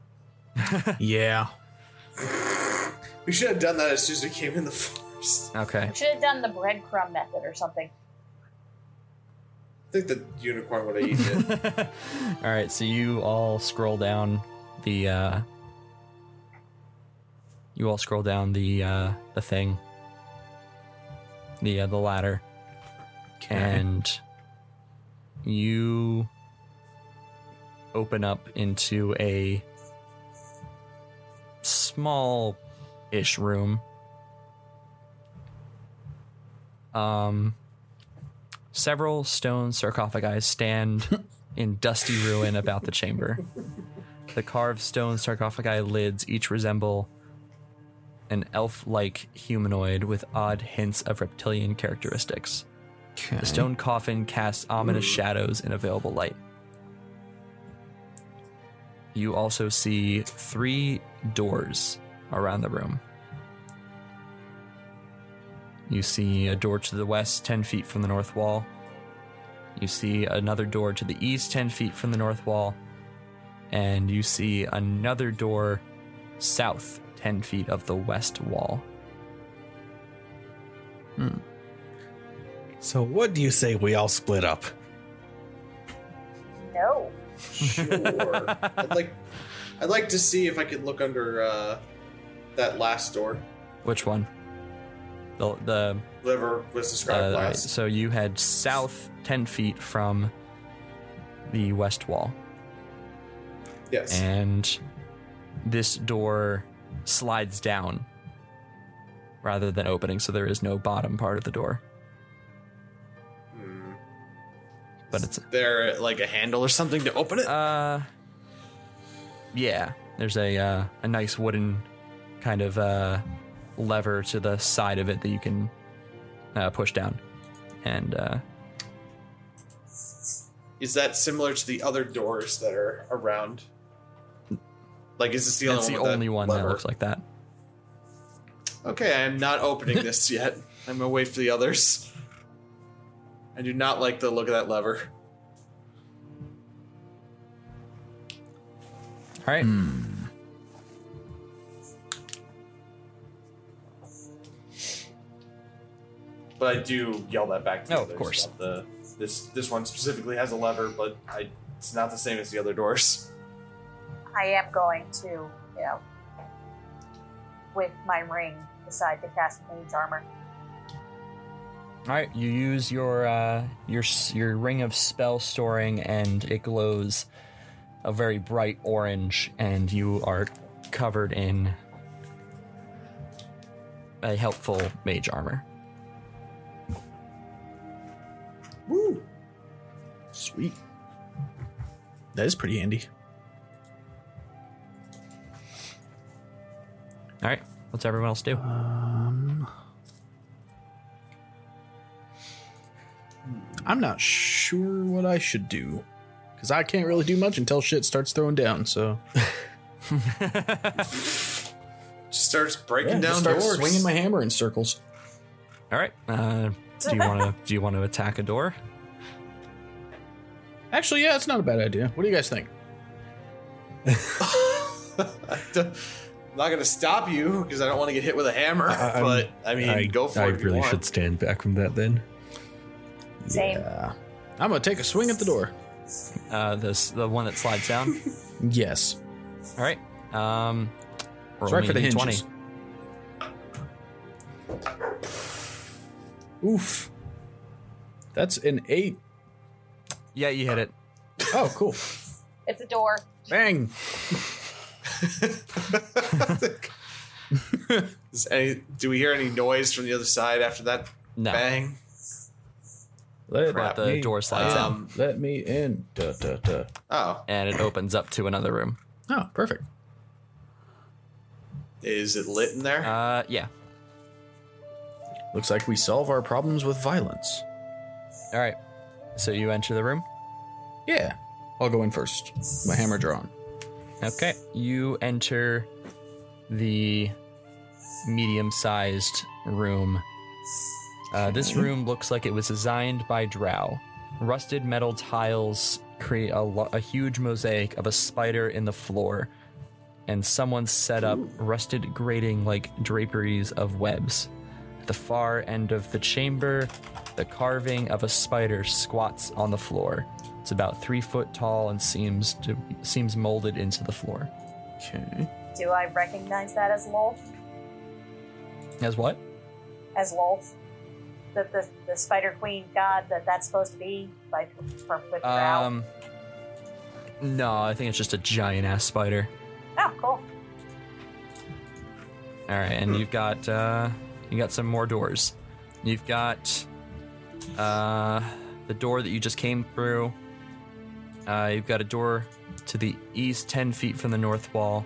yeah.
We should have done that as soon as we came in the forest.
Okay.
Should have done the breadcrumb method or something.
I think the unicorn would have eaten it.
All right, so you all scroll down the uh you all scroll down the uh the thing. The uh, the ladder. And you open up into a small ish room. Um several stone sarcophagi stand in dusty ruin about the chamber. The carved stone sarcophagi lids each resemble an elf like humanoid with odd hints of reptilian characteristics. The stone coffin casts ominous shadows in available light. You also see three doors around the room. You see a door to the west, 10 feet from the north wall. You see another door to the east, 10 feet from the north wall. And you see another door south, 10 feet of the west wall.
So, what do you say we all split up?
No.
sure. I'd like, I'd like to see if I could look under uh, that last door.
Which one? The, the
Whatever was
uh,
described
all right,
last.
so you head south 10 feet from the west wall.
Yes.
and this door slides down rather than opening, so there is no bottom part of the door.
Hmm.
But it's
there like a handle or something to open it?
uh, yeah. There's a uh, a nice wooden kind of uh, lever to the side of it that you can uh, push down, and uh,
is that similar to the other doors that are around? Like, is this the
that's
only
the
one? with
only one
lever?
that looks like that.
Okay, I am not opening this yet. I'm gonna wait for the others. I do not like the look of that lever.
All
Mm.
right.
Hmm.
But I do yell that back to the
Oh, of
others
course.
about The, this this one specifically has a lever, but I, it's not the same as the other doors.
I am going to, you know, with my ring, decide to cast mage armor.
All right, you use your uh, your s- your ring of spell storing, and it glows a very bright orange, and you are covered in a helpful mage armor.
Woo!
Sweet. That is pretty handy.
All right, what's everyone else do?
Uh. I'm not sure what I should do. Because I can't really do much until shit starts throwing down, so.
Just starts breaking
Yeah,
down
just start
doors.
swinging my hammer in circles.
All right, uh, do you want to do you want to attack a door?
Actually, yeah, it's not a bad idea. What do you guys think?
I don't- I'm not gonna stop you because I don't want to get hit with a hammer.
I- I'm-
but I mean, go for
I
it. if you
really
want.
should stand back from that then.
Same.
Yeah. I'm going to take a swing at the door.
Uh, this the one that slides down.
Yes.
All right, um, roll
Strike
me
for the
a d20.
hinges. Oof. That's an eight.
Yeah, you hit it.
Oh, cool.
It's a door.
Bang.
Is any, do we hear any noise from the other side after that
No,
bang?
Let
Crap.
the
me-
door slides down,
Um,
Let me in. Da, da, da.
oh,
and it opens up to another room.
Oh, perfect.
is it lit in there?
Uh, yeah.
Looks like we solve our problems with violence.
All right. So you enter the room.
Yeah. I'll go in first. My hammer drawn.
Okay. You enter the medium sized room. Uh, this room looks like it was designed by Drow. Rusted metal tiles create a, lo- a huge mosaic of a spider in the floor, and someone set up rusted grating like draperies of webs. At the far end of the chamber, the carving of a spider squats on the floor. It's about three foot tall and seems to seems molded into the floor.
Okay.
Do I recognize that as Lolf?
As what?
As Lolf? The, the, the Spider Queen god that that's supposed to be? Like, for with Drow?
Um. No, I think it's just a giant ass spider.
Oh, cool.
All right, and you've got uh, you got some more doors. You've got uh, the door that you just came through. Uh, you've got a door to the east, ten feet from the north wall.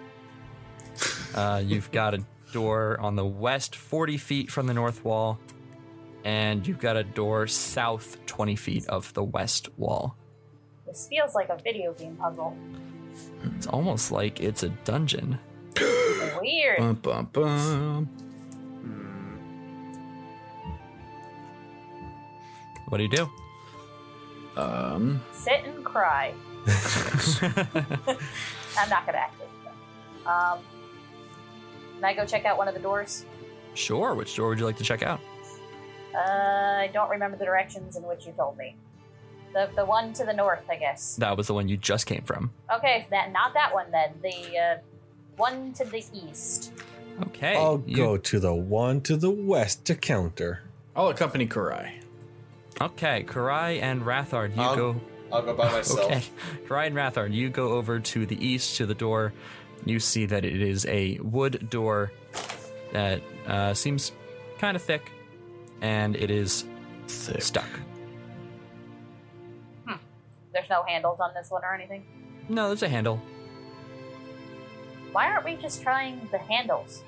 Uh, you've got a door on the west, forty feet from the north wall, and you've got a door south, twenty feet of the west wall.
This feels like a video game puzzle.
It's almost like it's a dungeon.
Weird.
Bum, bum, bum.
What do you do?
Um,
Sit and cry. I'm not going to act it. though. Um, can I go check out one of the doors?
Sure. Which door would you like to check out?
Uh, I don't remember the directions in which you told me. The, the one to the north, I guess.
That was the one you just came from.
Okay, that not that one then. The uh, one to the east.
Okay.
I'll
you-
go to the one to the west to counter.
I'll accompany Karai.
Okay, Karai and Rathard, you
I'll-
go.
I'll go by myself.
Okay, Karai and Rathard, you go over to the east to the door. You see that it is a wood door that uh, seems kind of thick, and it is
Thick.
stuck.
There's no handles on this one or anything.
No, there's a handle.
Why aren't we just trying the handles?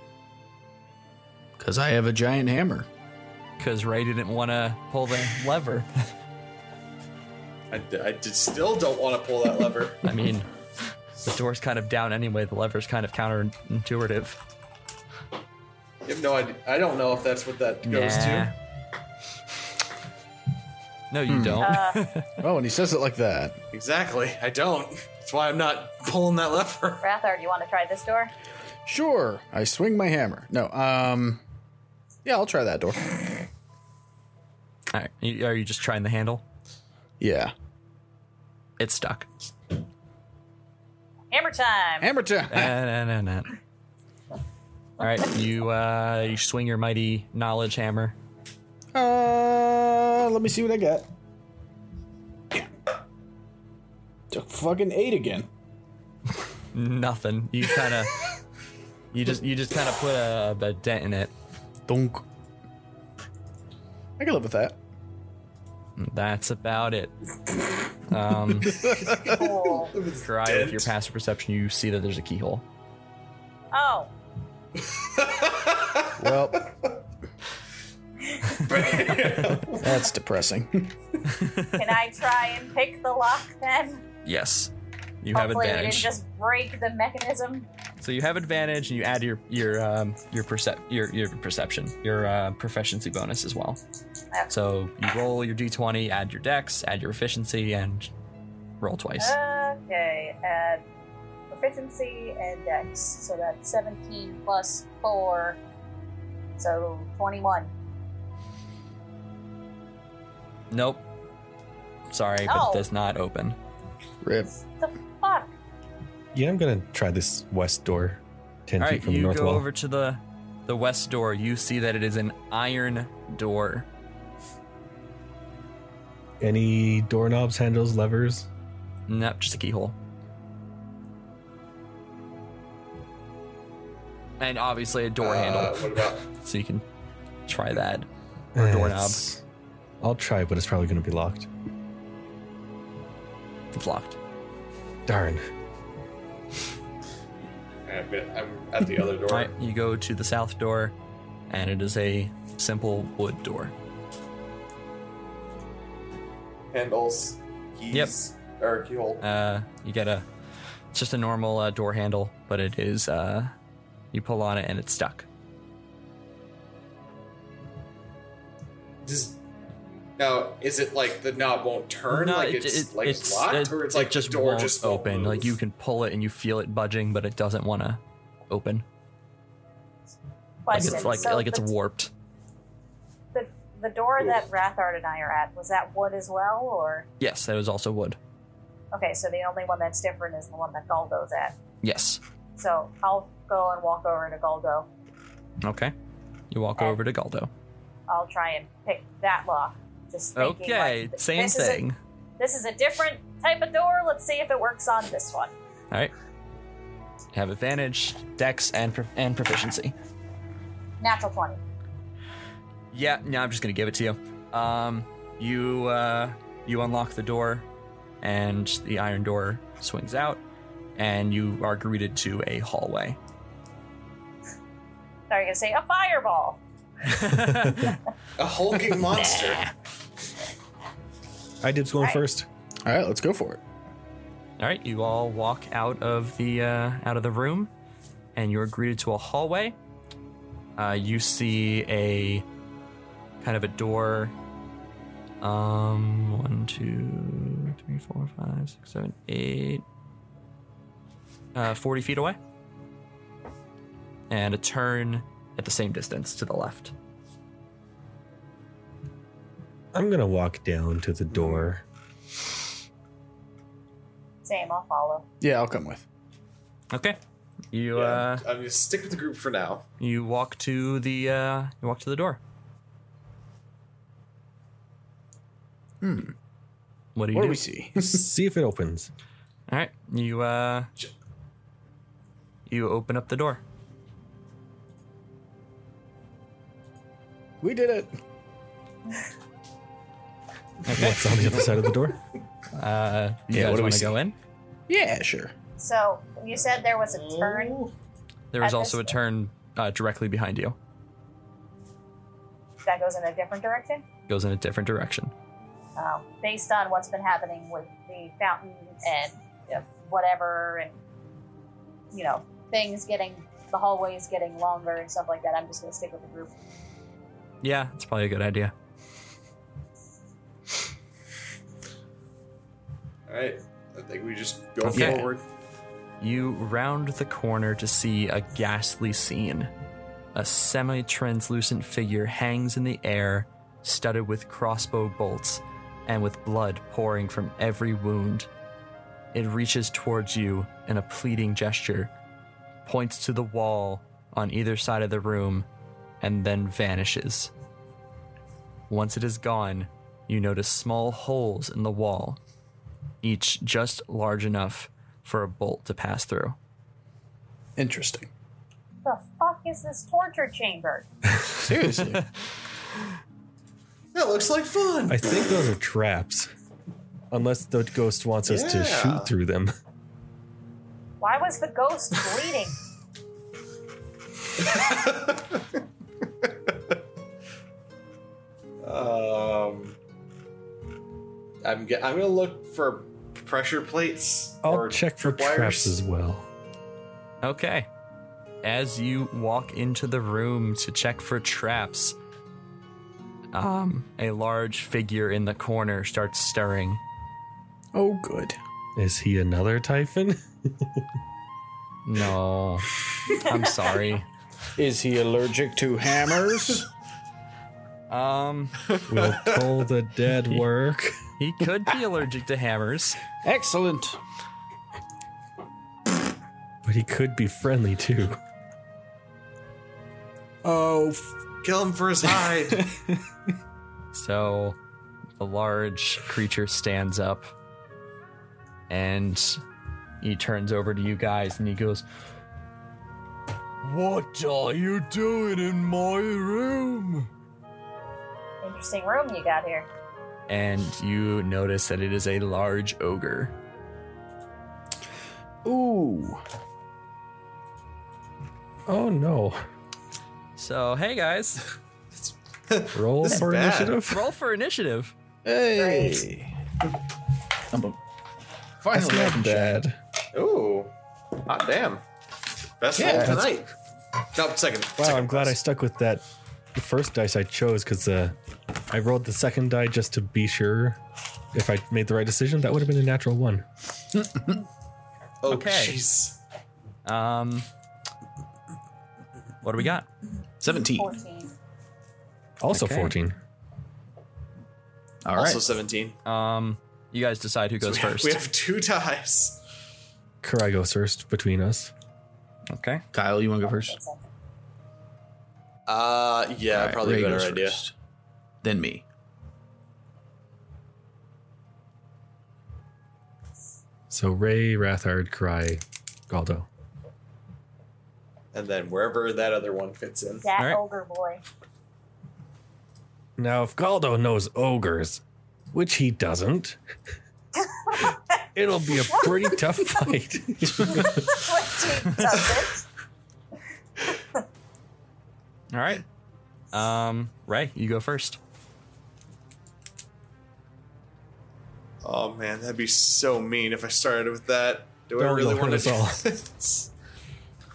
Because I have a giant hammer.
Because Ray didn't want to pull the lever.
I, d- I d- still don't want to pull that lever.
I mean, the door's kind of down anyway. The lever's kind of counterintuitive.
You have no idea. I don't know if that's what that goes
Nah.
to.
No,
Hmm.
you don't.
Oh, and he says it like that.
Exactly. I don't. That's why I'm not pulling that lever.
Rathar, do you want to try this door?
Sure. I swing my hammer. No, um, yeah, I'll try that door.
All right, you- are you just trying the handle?
Yeah.
It's stuck.
Hammer time!
Hammer time.
Nah, nah, nah, nah. All right, you uh, you swing your mighty knowledge hammer.
Uh, let me see what I got. Took fucking eight again.
Nothing. You kind of you just you just kind of put a, a dent in it.
Dunk. I can live with that.
That's about it. Um,
Cool.
Karai, with your passive perception, you see that there's a keyhole.
oh,
Well, that's depressing.
can I try and pick the lock then?
Yes, you have
Hopefully, we didn't
advantage.
just break the mechanism.
So you have advantage, and you add your your um, your percep your your perception your uh, proficiency bonus as well. So you roll your d20, add your dex, add your efficiency, and roll twice.
Okay, add proficiency and dex. So that's 17 plus 4. So 21.
Nope. Sorry,
Oh.
but does not open.
Rip.
The fuck?
Yeah, I'm gonna try this west door, ten
All
feet
right,
from the
you
north
go
wall.
over to the the west door. You see that it is an iron door.
Any doorknobs, handles, levers?
Nope, just a keyhole. And obviously a door
Uh,
handle,
what about?
so you can try that. Or
Eh,
doorknob.
it's- I'll try, but it's probably gonna be locked.
It's locked.
Darn.
I'm at the other door.
All right, you go to the south door, and it is a simple wood door.
Handles, keys, or keyhole.
Uh, you get a, it's just a normal uh, door handle, but it is, uh, you pull on it and it's stuck.
Does, now, is it like the knob won't turn?
No,
like
it-
it's
it-
like it's,
it's-
locked,
it-
or it's
it
like
just
the door
won't
just won't
open. Like you
move?
can pull it and you feel it budging, but it doesn't want to open. Like
Question.
it's like
so
like it's
the,
warped.
the, the door that Rathard and I are at, was that wood as well? Or.
Yes, that was also wood.
Okay, so the only one that's different is the one that Goldo's at.
Yes.
So I'll go and walk over to Goldo.
Okay. You walk
Okay.
over to Galdo.
I'll try and pick that lock. Just thinking,
Okay,
like,
same
this is a-
thing.
this is a different type of door. Let's see if it works on this one.
All right. You have advantage, dex, and pro- and proficiency.
Natural 20.
Yeah, no, I'm just gonna give it to you. Um, you uh, you unlock the door, and the iron door swings out, and you are greeted to a hallway.
Now you're going to say a fireball.
A hulking monster.
I did going
Right.
first.
All right, let's go for it.
All right, you all walk out of the uh, out of the room, and you're greeted to a hallway. Uh, you see a kind of a door. Um, one, two, three, four, five, six, seven, eight. Uh, forty feet away, and a turn at the same distance to the left.
I'm gonna walk down to the door.
Same, I'll follow.
Yeah, I'll come with.
Okay, you uh,
Yeah, I'm gonna stick with the group for now.
you walk to the uh, you walk to the door. Hmm. What do you
What
do?
do we see?
See if it opens.
All right, you uh,
J-
you open up the door.
we did it.
What's on the other side of the door?
Uh, you
Yeah,
guys
what do we
wanna
see?
go in?
Yeah, sure.
So you said there was a turn.
There is
At
also a
this-
turn uh, directly behind you.
That goes in a different direction?
Goes in a different direction.
Um, based on what's been happening with the fountain and you know, whatever, and you know, things getting the hallways getting longer and stuff like that, I'm just going to stick with the group.
Yeah, it's probably a good idea.
All right, I think we just go
Okay.
forward.
You round the corner to see a ghastly scene. A semi translucent figure hangs in the air, studded with crossbow bolts and with blood pouring from every wound. It reaches towards you in a pleading gesture, points to the wall on either side of the room, and then vanishes. Once it is gone, you notice small holes in the wall, each just large enough for a bolt to pass through.
Interesting.
The fuck is this torture chamber?
Seriously.
That looks like fun.
I think those are traps. Unless the ghost wants us to
Yeah.
shoot through them.
Why was the ghost bleeding?
Um, I'm ge- I'm gonna look for pressure plates.
I'll
or
check for
tripwires.
traps as well.
Okay. As you walk into the room to check for traps, um, a large figure in the corner starts stirring.
oh, good.
Is he another typhon?
No, I'm sorry.
Is he allergic to hammers?
Um,
Will toll the dead work.
he could be allergic to hammers.
Excellent.
But he could be friendly too.
Oh, f-
Kill him for his hide.
So the large creature stands up and he turns over to you guys and he goes, What are you doing in my room?
Interesting room you got here.
And you notice that it is a large ogre.
ooh.
Oh no.
So, hey guys.
Roll
This is
for
bad.
initiative.
Roll for initiative.
Hey. I'm a, finally, I can shine.
Ooh, hot damn! Best
Yeah,
roll
that's-
tonight. No, second.
Wow,
second
I'm glad I
best.
stuck with that. The first dice I chose because uh, I rolled the second die just to be sure if I made the right decision. That would have been a natural one.
Oh,
Okay.
jeez.
Um, what do we got?
17. All
14.
Also
Okay.
14.
right.
Also seventeen.
Um, you guys decide who goes
we, have-
first.
we have two dice.
Karai goes first between us.
okay.
Kyle, you want to go first?
Uh, yeah,
All right,
probably
Ray
a better
goes
idea.
first. Then me.
So Ray, Rathard, Karai, Galdo.
And then wherever that other one fits in.
That
Alright.
older boy.
Now, if Galdo knows ogres, which he doesn't, it'll be a pretty tough fight.
What team does
All right. Um, Ray, you go first.
Oh man, that'd be so mean if I started with that. Do I
Don't
really
hurt
want to
us
do
all.
this?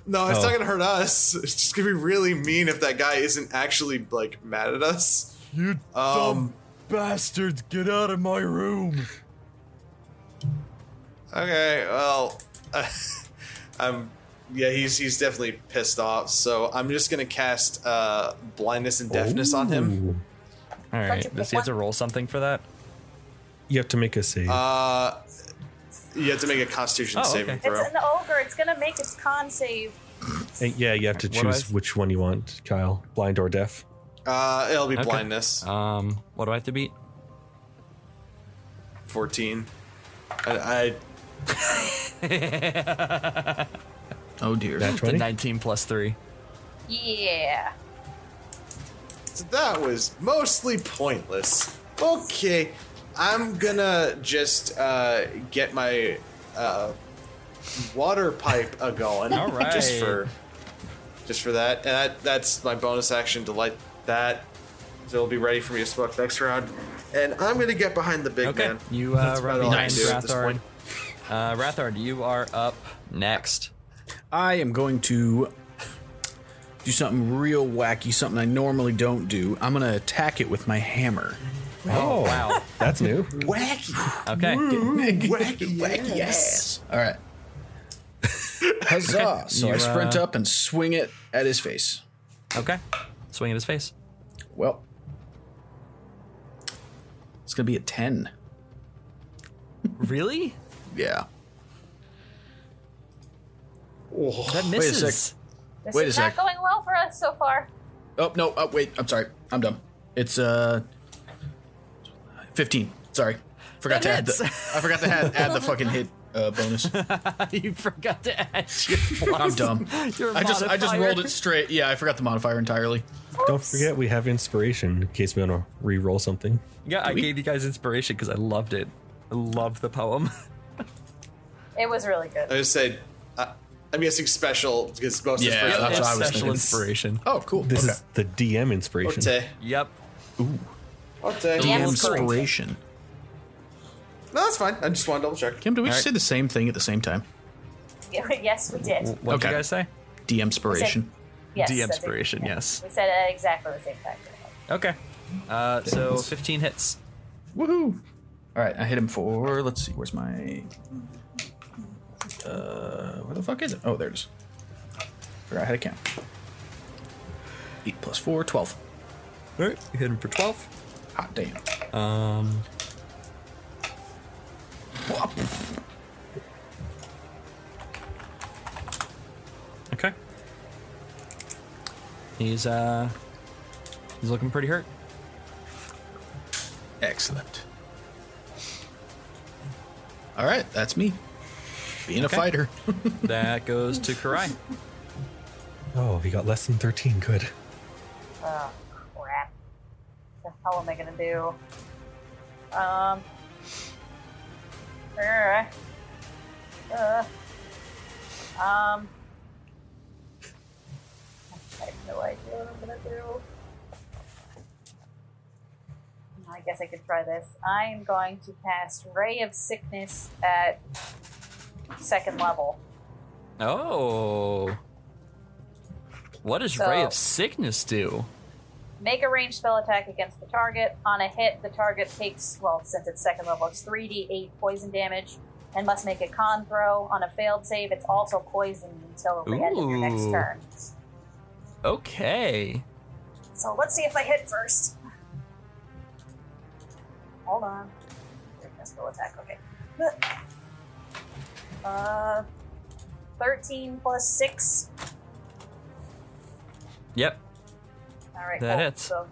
No, it's
Oh.
not gonna hurt us. It's just gonna be really mean if that guy isn't actually like mad at us.
You
Um.
bastards, get out of my room.
Okay. Well, I'm. Yeah, he's he's definitely pissed off. So I'm just gonna cast uh, blindness and deafness on him.
Ooh.
All
Don't you
right.
pick
Does he have to
one?
roll something for that?
You have to make a save.
Uh, you have to make a Constitution
Oh,
saving
okay.
it?
throw.
It's an ogre. It's going to make its con save.
And yeah, you have to
What do I-
choose which one you want, Kyle. Blind or deaf.
Uh, it'll be
Okay.
blindness.
Uh.
Um, what do I have to beat?
14. I,
Oh, dear.
Nat
The
20?
19 plus 3.
Yeah.
I that was mostly pointless. Okay, I'm gonna just uh, get my uh, water pipe a going.
All right.
just for just for that, and that, that's my bonus action to light that. So it'll be ready for me to smoke next round. And I'm gonna get behind the big
Okay.
man.
You uh,
That's
run
about all I
behind
can do at this
Rathard.
point.
Uh, Rathard, you are up next.
I am going to do something real wacky, something I normally don't do. I'm going to attack it with my hammer.
Oh,
Wow.
That's new.
Wacky.
Okay. Get-
wacky, wacky ass. All right. Huzzah. So
You,
I sprint
uh,
up and swing it at his face.
okay. Swing at his face.
Well, it's going to be a 10.
Really?
Yeah.
That
Wait a
misses.
sec.
This
Wait a
is
sec.
not going well for us so far.
Oh, no. Oh, wait. I'm sorry. I'm dumb. It's uh 15. Sorry. Forgot to
That
add the,
hits.
I forgot to add, add the fucking hit uh, bonus.
you forgot to add your
I'm
plus-
dumb.
your
I just I just
modifier.
rolled it straight. Yeah, I forgot the modifier entirely.
Don't forget we have inspiration in case we want to re-roll something.
Yeah, I
we-
gave you guys inspiration because I loved it. I love the poem.
It was really good.
I just said, uh, I'm guessing special because most
Yeah,
of
that's
it's
what I was
special
thinking.
inspiration.
Oh, cool.
This
okay.
is the DM inspiration.
Ote.
Yep.
Ote.
Damn
DM
inspiration.
inspiration.
No, that's fine. I just want to double check.
Kim, do we
All
just
right.
say the same thing at the same time?
yes, we did.
What would you
Okay.
guys say?
DM inspiration.
Yes,
DM
I think-
inspiration, yes.
We said it at exactly the same time.
Okay. Uh, so 15 hits.
Woohoo! All right, I hit him for. Let's see, where's my? Uh, where the fuck is it? Oh, there it is. Forgot how to count. Eight plus four, twelve.
All right, you hit him for 12.
Hot Ah, damn.
Um,
Whoop.
okay. He's uh, he's looking pretty hurt.
Excellent. All right, that's me. Being
Okay.
a fighter.
That goes to Karai.
Oh, he got less than 13. Good.
Oh, crap. The hell am I gonna do? Um. err, Uh, um. I have no idea what I'm gonna do. I guess I could try this. I am going to cast Ray of Sickness at second level.
Oh. What does Ray of
So-
Sickness do?
Make a ranged spell attack against the target. On a hit, the target takes, well, since it's second level, it's 3d8 poison damage and must make a con throw. On a failed save, it's also poisoned until the end of your next
Ooh.
turn.
Okay.
So let's see if I hit first. Hold on. Let's go attack, okay. Uh, 13 plus 6.
Yep.
Alright,
That
cool.
hits.
So,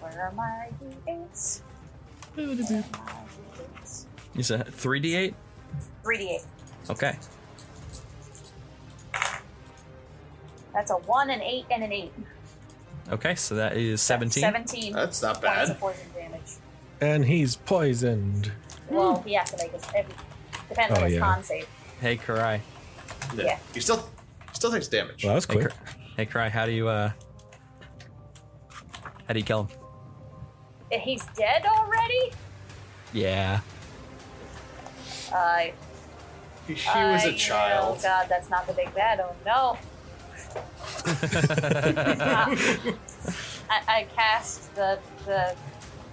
where are my d8s?
You said 3d8?
3d8.
Okay.
That's a 1, an 8, and an 8.
Okay, so that is 17.
17
That's not
points of
bad.
poison damage.
And he's poisoned.
Well, he has to make his. It depends
Oh,
on his
yeah.
con save.
Hey, Karai.
Yeah.
Yeah.
He still still takes damage.
Well, that was
Hey,
quick.
Kar- hey, Karai, how do you, uh. How do you kill him?
He's dead already?
Yeah.
Uh,
he was
I-
a child.
Oh god, that's not the big bad. Oh no. I, I cast the the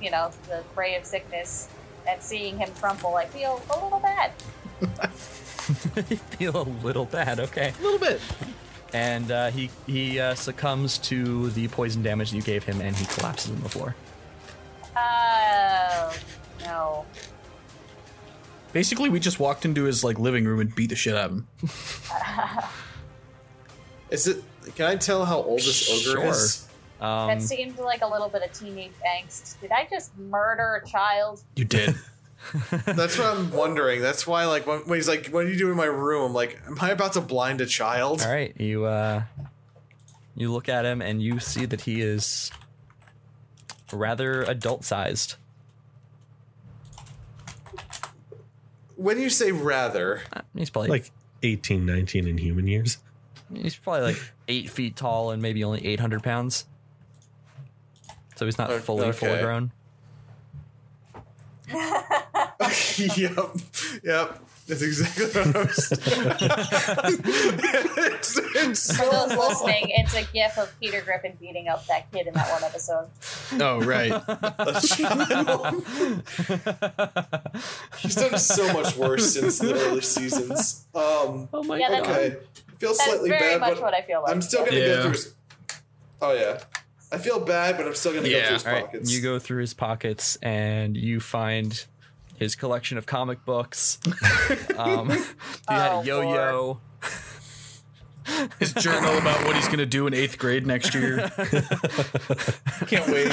you know the ray of sickness, and seeing him crumple, I feel a little bad.
you feel a little bad, okay.
A little bit.
And uh, he, he uh, succumbs to the poison damage you gave him and he collapses on the floor.
Oh no.
Basically, we just walked into his like living room and beat the shit out of him.
Is it? Can I tell how old this ogre is?
Um,
that seemed like a little bit of teenage angst. Did I just murder a child?
You did.
That's what I'm wondering. That's why, like, when, when he's like, "What are you doing in my room?" I'm like, "Am I about to blind a child?"
All right, you uh, you look at him and you see that he is rather adult-sized.
When you say rather,
Uh, He's probably
Like 18, 19 in human years.
he's probably like eight feet tall and maybe only eight hundred pounds. So he's not
O-
fully
okay.
full grown.
yep, yep, that's exactly what I was. it's, it's
For
so
those
long.
listening, it's a gif of Peter Griffin beating up that kid in that one episode.
oh right.
A child. He's done so much worse since the early seasons. Um,
Oh my
Yeah, that's- god.
okay, I feel
That's
slightly
very
bad,
much
but
what I feel like.
I'm still gonna
Yeah.
go through. His, oh yeah, I feel bad, but I'm still gonna go
Yeah.
through his
All right,
pockets.
you go through his pockets and you find his collection of comic books. um, he had
Oh,
a yo-yo.
His journal about what he's gonna do in eighth grade next year.
Can't wait.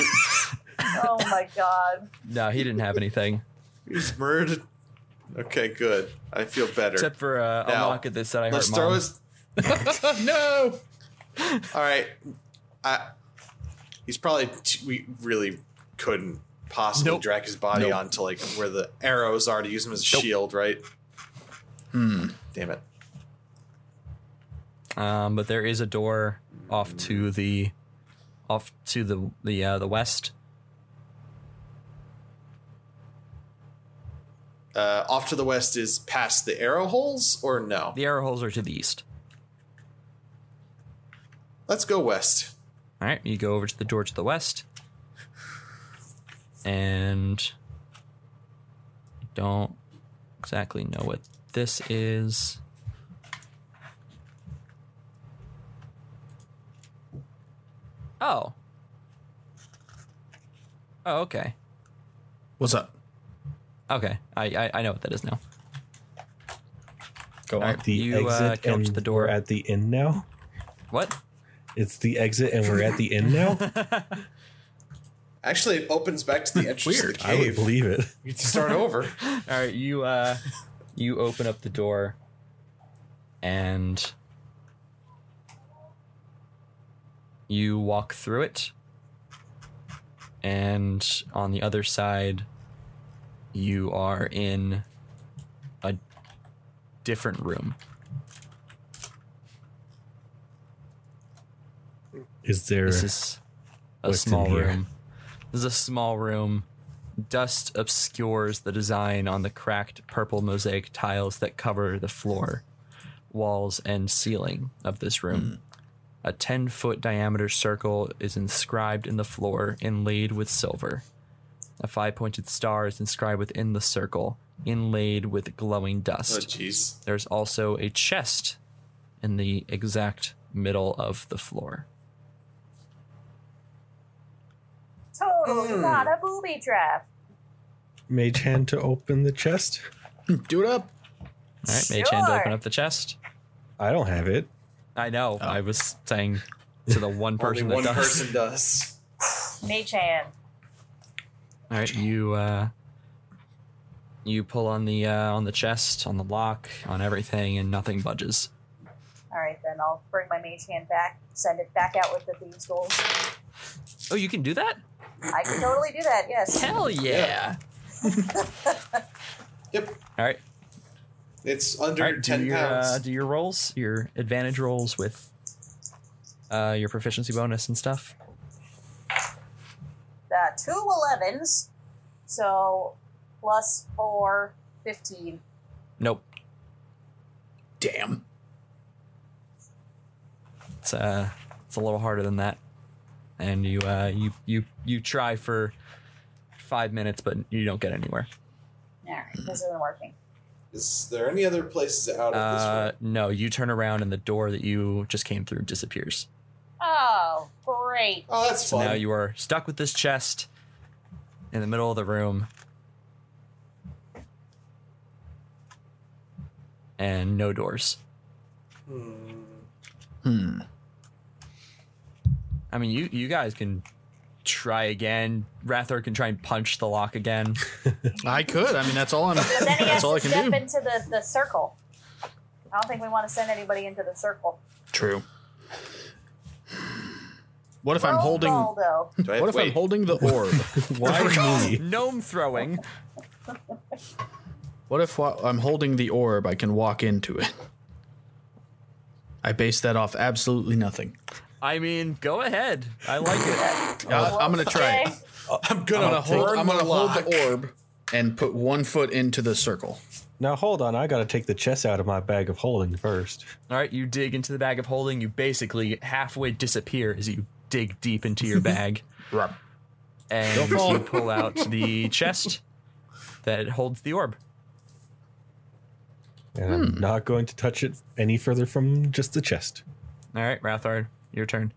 Oh my god.
No, he didn't have anything.
He's murdered. Okay, good. I feel better.
Except for uh, a
Now,
locket that said I
Let's
hurt
throw
mom.
his.
Oh, no.
All right. I, he's probably. T- we really couldn't possibly
Nope.
drag his body
Nope.
onto like where the arrows are to use him as a shield, right?
Hmm.
Damn it.
Um, but there is a door off to the off to the the uh, the west.
Uh, off to the west is past the arrow holes, or no?
The arrow holes are to the east.
Let's go west.
All right, you go over to the door to the west, and don't exactly know what this is. Oh. Oh, okay.
What's up?
Okay, I I, I know what that is now.
Go
All
on.
right,
The
you
exit
uh, go up
and
to the door.
We're at the inn now.
what?
It's the exit and we're at the inn now.
Actually, it opens back to the entrance of
Weird.
the
I would
cave.
believe it.
we have to start over.
All right, you uh, you open up the door, and you walk through it, and on the other side, you are in a different room.
Is there
This is a
What's in
small
here?
room. This is a small room. Dust obscures the design on the cracked purple mosaic tiles that cover the floor, walls, and ceiling of this room. A 10 foot diameter circle is inscribed in the floor, inlaid with silver. A five pointed star is inscribed within the circle, inlaid with glowing
Oh,
dust.
jeez.
There's also a chest in the exact middle of the floor.
Totally
Hmm.
not a booby trap.
Mage hand to open the chest.
Do it up.
All right, Mage Hand, open
Sure.
up the chest.
I don't have it.
I know. I was saying to the one person
Only one
that does.
person does.
Machan.
All right, you uh, you pull on the uh, on the chest, on the lock, on everything, and nothing budges.
All right, then I'll bring my mage hand back, send it back out with the thieves' gold.
Oh, you can do that?
I can totally do that. Yes.
Hell yeah!
Yep.
All right,
It's under
all right. Do
10
your
pounds.
uh, do your rolls, your advantage rolls with uh, your proficiency bonus and stuff.
Uh, two 11s, so plus four, 15.
Nope.
Damn.
It's uh, it's a little harder than that. And you uh, you you you try for five minutes, but you don't get anywhere.
All right, this isn't working.
Is there any other places out of this
Uh,
room?
no, you turn around and the door that you just came through disappears.
Oh, great.
Oh, that's
So
fun.
now you are stuck with this chest in the middle of the room. And no doors.
Hmm.
I mean, you you guys can try again. Rathor can try and punch the lock again.
I could. I mean, that's all I'm.
But then he has
that's all I
to step
can do.
into the, the circle. I don't think we want to send anybody into the circle.
True. What if I'm
Roll
holding?
ball,
What
though.
Do I have-
if I'm
wait,
holding the orb?
Why me?
Gnome throwing.
What if while I'm holding the orb, I can walk into it? I base that off absolutely nothing.
I mean, go ahead. I like it.
Uh, I'm gonna try
Oh, Okay.
it.
I'm gonna,
I'm gonna hold,
burn
I'm gonna
the
hold
lock.
the orb and put one foot into the circle.
Now hold on, I gotta take the chest out of my bag of holding first.
All right, you dig into the bag of holding. You basically halfway disappear as you dig deep into your bag. and
Don't fall.
you pull out the chest that holds the orb.
And
Hmm.
I'm not going to touch it any further from just the chest.
All right, Rathard, your turn.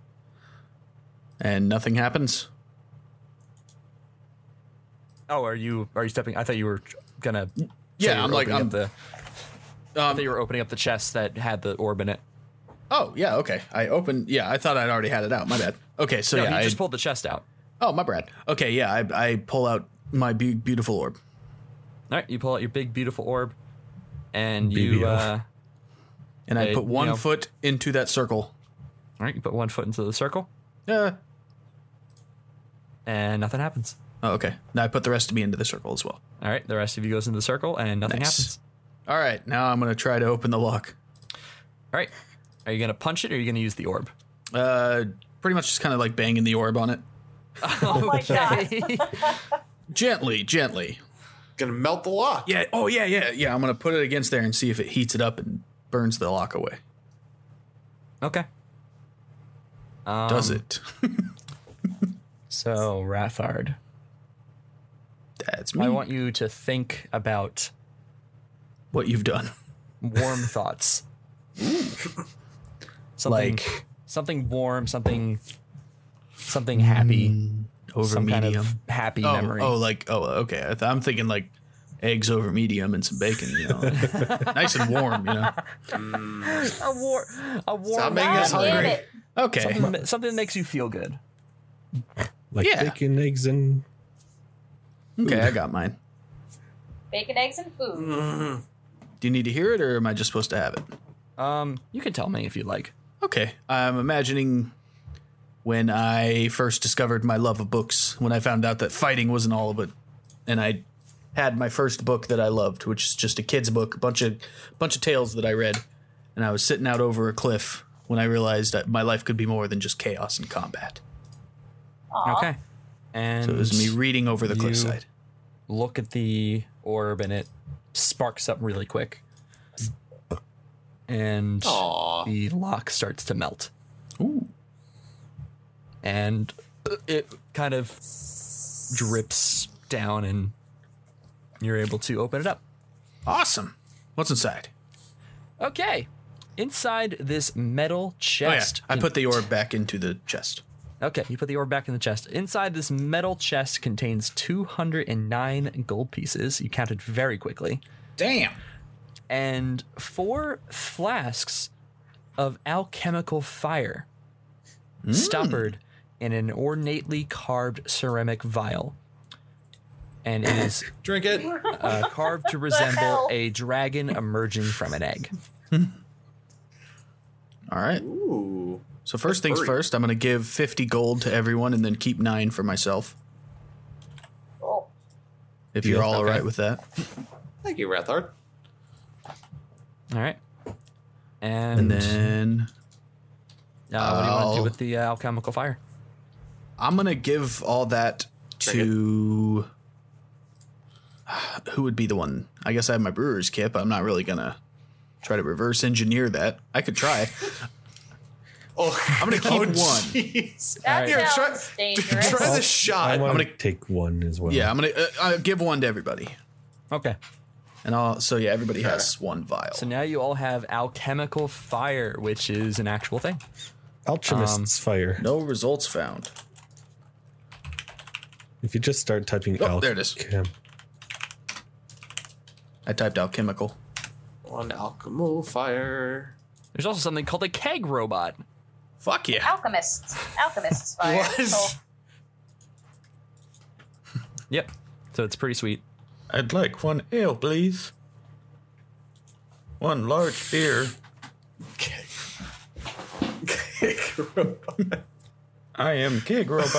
And nothing happens.
Oh, are you are you stepping? I thought you were gonna. say you
Yeah,
were
I'm like,
opening up
I'm,
the. I
um,
thought you were opening up the chest that had the orb in it.
oh yeah, okay. I opened. Yeah, I thought I'd already had it out. My bad. Okay, so
No,
yeah,
you
I,
just pulled the chest out.
oh my bad. Okay, yeah, I, I pull out my be- beautiful orb.
All right, you pull out your big beautiful orb, and you.
BBO.
Uh,
and I
Hey,
put one
you know.
foot into that circle.
all right, you put one foot into the circle,
Yeah.
and nothing happens.
Oh, okay. Now I put the rest of me into the circle as well.
All right, the rest of you goes into the circle, and nothing
Nice.
happens.
All right. Now I'm gonna try to open the lock.
All right, are you gonna punch it, or are you gonna use the orb?
Uh, pretty much just kind of like banging the orb on it.
Oh my god.
Gently, gently.
Gonna melt the lock.
Yeah. Oh yeah, yeah, yeah. I'm gonna put it against there and see if it heats it up and burns the lock away.
okay. Um,
Does it?
So Rathard,
That's me.
I want you to think about
what you've done.
warm thoughts. something,
Like-
something warm, something, something happy,
Mm, Over
some
medium.
kind of happy
oh,
memory.
oh, like oh, okay. I th- I'm thinking like eggs over medium and some bacon. You know, nice and warm. You know.
a war, a warm,
Stop making us
God damn
hungry.
it.
Okay.
something, that- something that makes you feel good.
Like
Yeah.
bacon, eggs, and
Okay, I got mine.
Bacon, eggs, and food.
Mm. Do you need to hear it, or am I just supposed to have it?
Um, you can tell me if you like.
Okay. I'm imagining when I first discovered my love of books, when I found out that fighting wasn't all of it, and I had my first book that I loved, which is just a kid's book, a bunch of bunch of tales that I read, and I was sitting out over a cliff when I realized that my life could be more than just chaos and combat.
Aw.
Okay, and
So it was me reading over the
You-
cliffside.
look at the orb and it sparks up really quick. And
Aw.
the lock starts to melt.
Ooh.
And it kind of drips down and you're able to open it up.
Awesome. What's inside?
Okay. Inside this metal
Oh, yeah.
chest.
I put the orb back into the chest.
Okay, you put the orb back in the chest. Inside this metal chest contains 209 gold pieces. You counted very quickly.
Damn.
And four flasks of alchemical fire stoppered in an ornately carved ceramic vial. And it is
Drink it.
uh, carved to
hell?
resemble a dragon emerging from an egg.
All right.
Ooh.
So first things
hurry.
first, I'm gonna give 50 gold to everyone and then keep nine for myself.
Cool.
If you're all all
okay.
right with that.
Thank you, Rathard.
All right. And,
And then
uh, what do you want to
I'll-
do with the uh, alchemical fire?
I'm gonna give all that
Drink
to who would be the one? I guess I have my brewer's kit, but I'm not really gonna try to reverse engineer that. I could try.
Oh,
I'm gonna keep
oh,
one.
jeez.
That
right.
Here, try,
sounds dangerous.
try
I'll-
this
I
shot.
want to
gonna-
take one as well.
Yeah, I'm gonna uh, I'll give one to everybody,
Okay.
and I'll so yeah, everybody has one vial.
So now you all have alchemical fire, which is an actual thing.
um,
Alchemist's fire.
no results found.
If you just start typing
Oh, there it is.
alchem-
I typed out chemical.
One alchemical fire.
There's also something called a keg robot.
Fuck yeah.
Alchemists. Alchemists fire. Cool.
Yep. So it's pretty sweet.
I'd like one ale, please. One large beer. I am Gig Robot.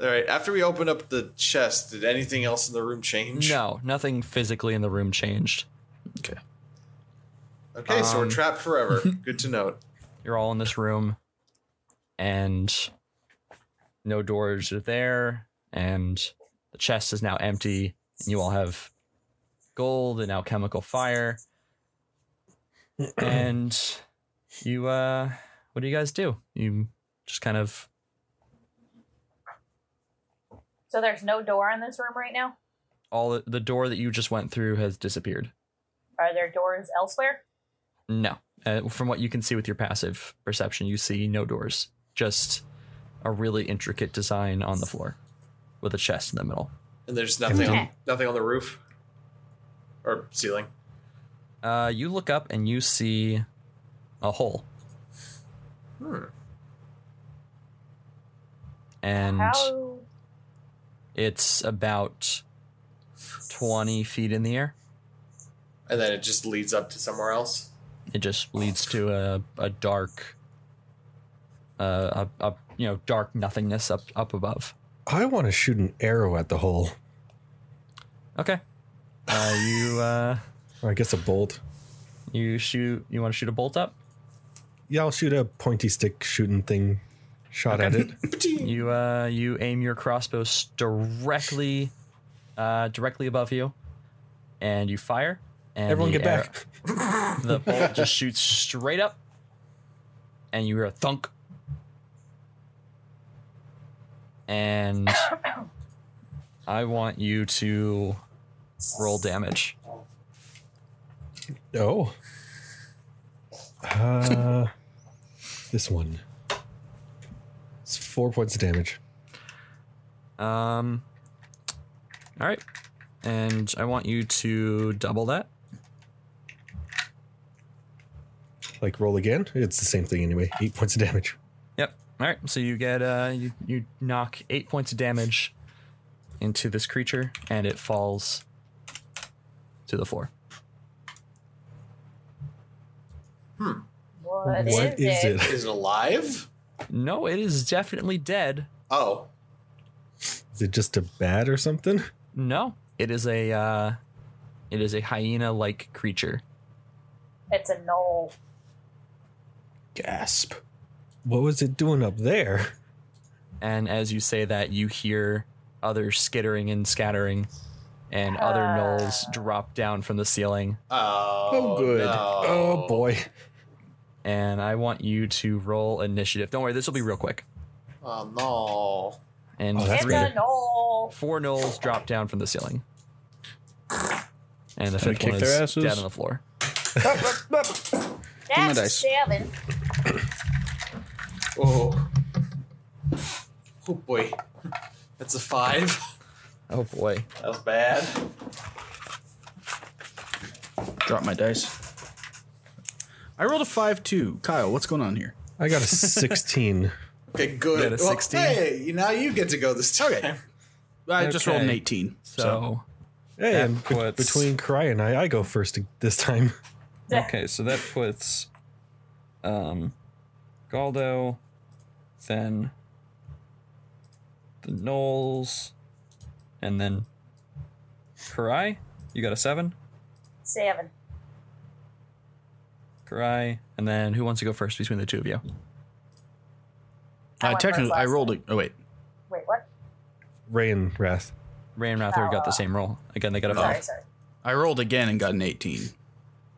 All right. After we opened up the chest, did anything else in the room change?
No, nothing physically in the room changed.
Okay.
Okay, so we're
Um,
trapped forever. Good to note.
You're all in this room, and no doors are there, and the chest is now empty, and you all have gold and alchemical fire. and you, uh, what do you guys do? You just kind of
So there's no door in this room right now.
all the door that you just went through has disappeared.
Are there doors elsewhere?
No, uh, from what you can see with your passive perception, you see no doors, just a really intricate design on the floor with a chest in the middle.
And there's nothing on,
Okay.
nothing on the roof or ceiling.
Uh, you look up and you see a hole,
Hmm.
and
How?
it's about twenty feet in the air.
And then it just leads up to somewhere else.
It just leads to a, a dark, uh, a, a you know dark nothingness up up above.
I want to shoot an arrow at the hole.
Okay, uh, you uh,
Or I guess a bolt.
you shoot. You want to shoot a bolt up?
Yeah, I'll shoot a pointy stick shooting thing shot at it.
You uh you aim your crossbow s- directly uh directly above you and you fire and
Everyone
the
get back.
arrow- the bolt just shoots straight up and you hear a thunk. And I want you to roll damage.
Oh. Uh, this one. It's four points of damage.
Um All right. And I want you to double that.
Like roll again. It's the same thing anyway. Eight points of damage.
Yep. All right. So you get uh you you knock eight points of damage into this creature, and it falls to the floor.
What is,
what is
it?
it?
Is it alive?
No, it is definitely dead.
Oh,
Is it just a bat or something?
No, it is a uh, it is a hyena-like creature.
It's a knoll.
Gasp.
What was it doing up there?
And as you say that, you hear others skittering and scattering, and other gnolls drop down from the ceiling.
Oh,
Oh, good.
no.
Oh boy.
And I want you to roll initiative. Don't worry, this will be real quick.
Oh,
And
Oh, that's
It's
three,
better.
a knoll.
four gnolls drop down from the ceiling, and the fifth
kick
one
their
is
asses?
dead on the floor.
my
That's seven.
no. Oh. Oh boy. That's a five.
Oh boy.
That was bad.
Drop my dice. I rolled a five two. Kyle, what's going on here?
I got a 16.
Okay, good.
You got a
Well,
16?
hey, you- now you get to go this time.
Okay. I just
Okay.
rolled an eighteen. uh,
So,
Hey,
That
and be-
puts-
between Cry and I, I go first this time.
Okay, so that puts um Galdo, then the Knolls, and then Karai. You got a seven?
Seven.
Karai.
and then who wants to go first between the two of you?
I
Uh,
went
technically,
first
I
last
rolled
time.
a. Oh wait,
Wait, what?
Ray and Wrath.
Ray and Rathor got the same roll. Again, they got a
Sorry,
five.
sorry.
I rolled again and got an eighteen.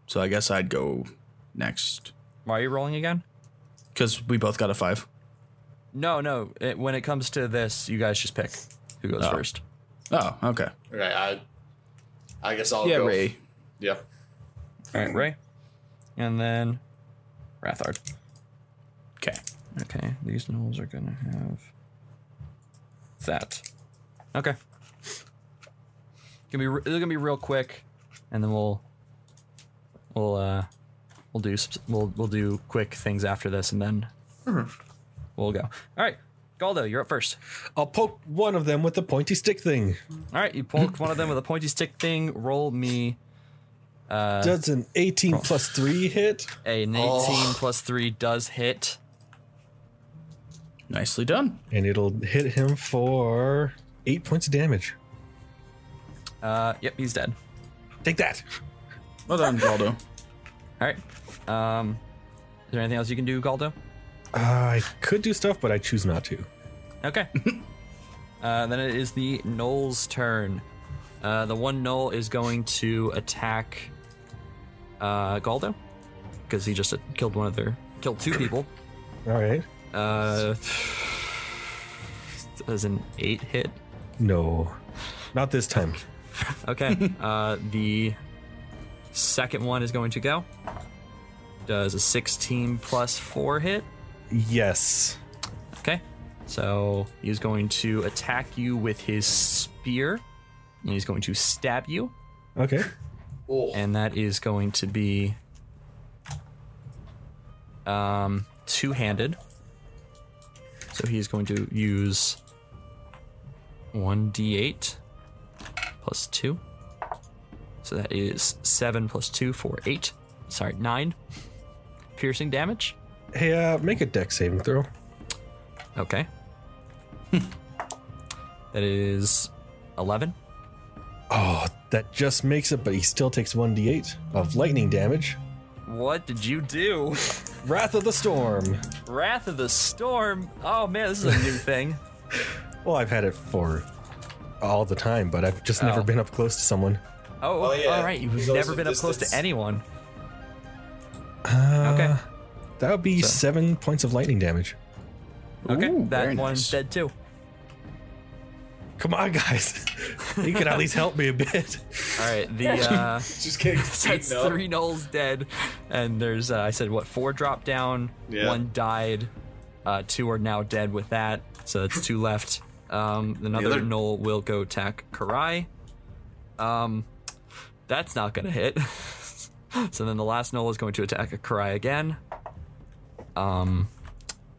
So I guess I'd go next
Why are you rolling again?
because we both got a five.
No, no. It, when it comes to this, you guys just pick who goes
Oh.
first.
Oh, okay.
Okay, I, I guess I'll
yeah,
go.
Ray.
Yeah.
All right, Ray.
And then Rathard.
Okay.
Okay, these gnolls are gonna have that. Okay. Gonna be re- they're gonna be real quick, and then we'll we'll uh we'll do s- we'll we'll do quick things after this, and then we'll go. All right, Galdo, you're up first.
I'll poke one of them with the pointy stick thing.
All right, you poke one of them with a pointy stick thing. Roll me
Does an 18 plus 3 hit?
an 18
Oh.
plus 3 does hit.
Nicely done.
And it'll hit him for 8 points of damage.
Uh, yep, he's dead.
Take that.
Well done, Waldo.
All right. Um, is there anything else you can do, Galdo?
Uh, I could do stuff, but I choose not to.
Okay. uh, then it is the Knoll's turn. Uh, the one Knoll is going to attack uh, Galdo because he just uh, killed one of their killed two people.
All right.
Uh, does an eight hit?
No. Not this time.
Okay. uh, the second one is going to go. Does a 16 plus 4 hit?
Yes.
Okay. So he's going to attack you with his spear. And he's going to stab you.
Okay.
Oh.
And that is going to be um, two handed. So he's going to use 1d8 plus 2. So that is 7 plus 2 for 8. Sorry, 9 piercing damage.
Hey, uh, make a deck saving throw.
Okay. that is 11.
Oh, that just makes it, but he still takes 1d8 of lightning damage.
What did you do?
Wrath of the Storm.
Wrath of the Storm. Oh man, this is a new thing.
Well, I've had it for all the time, but I've just never
Oh.
been up close to someone.
Oh,
Oh, yeah.
all right. You've
There's
never
also
been up close
distance.
to anyone.
Uh,
Okay.
That would be
So-
seven points of lightning damage.
Okay,
Ooh,
that
very
one's
nice.
dead too.
Come on, guys. you can at least help me a bit.
All right, the uh,
Just kidding.
that's
No.
three gnolls dead, and there's uh, I said what four drop down,
Yeah.
one died, uh, two are now dead with that, so that's two left. Um, another
other-
gnoll will go attack Karai. Um, that's not gonna hit. so then the last gnoll is going to attack Karai again. Um,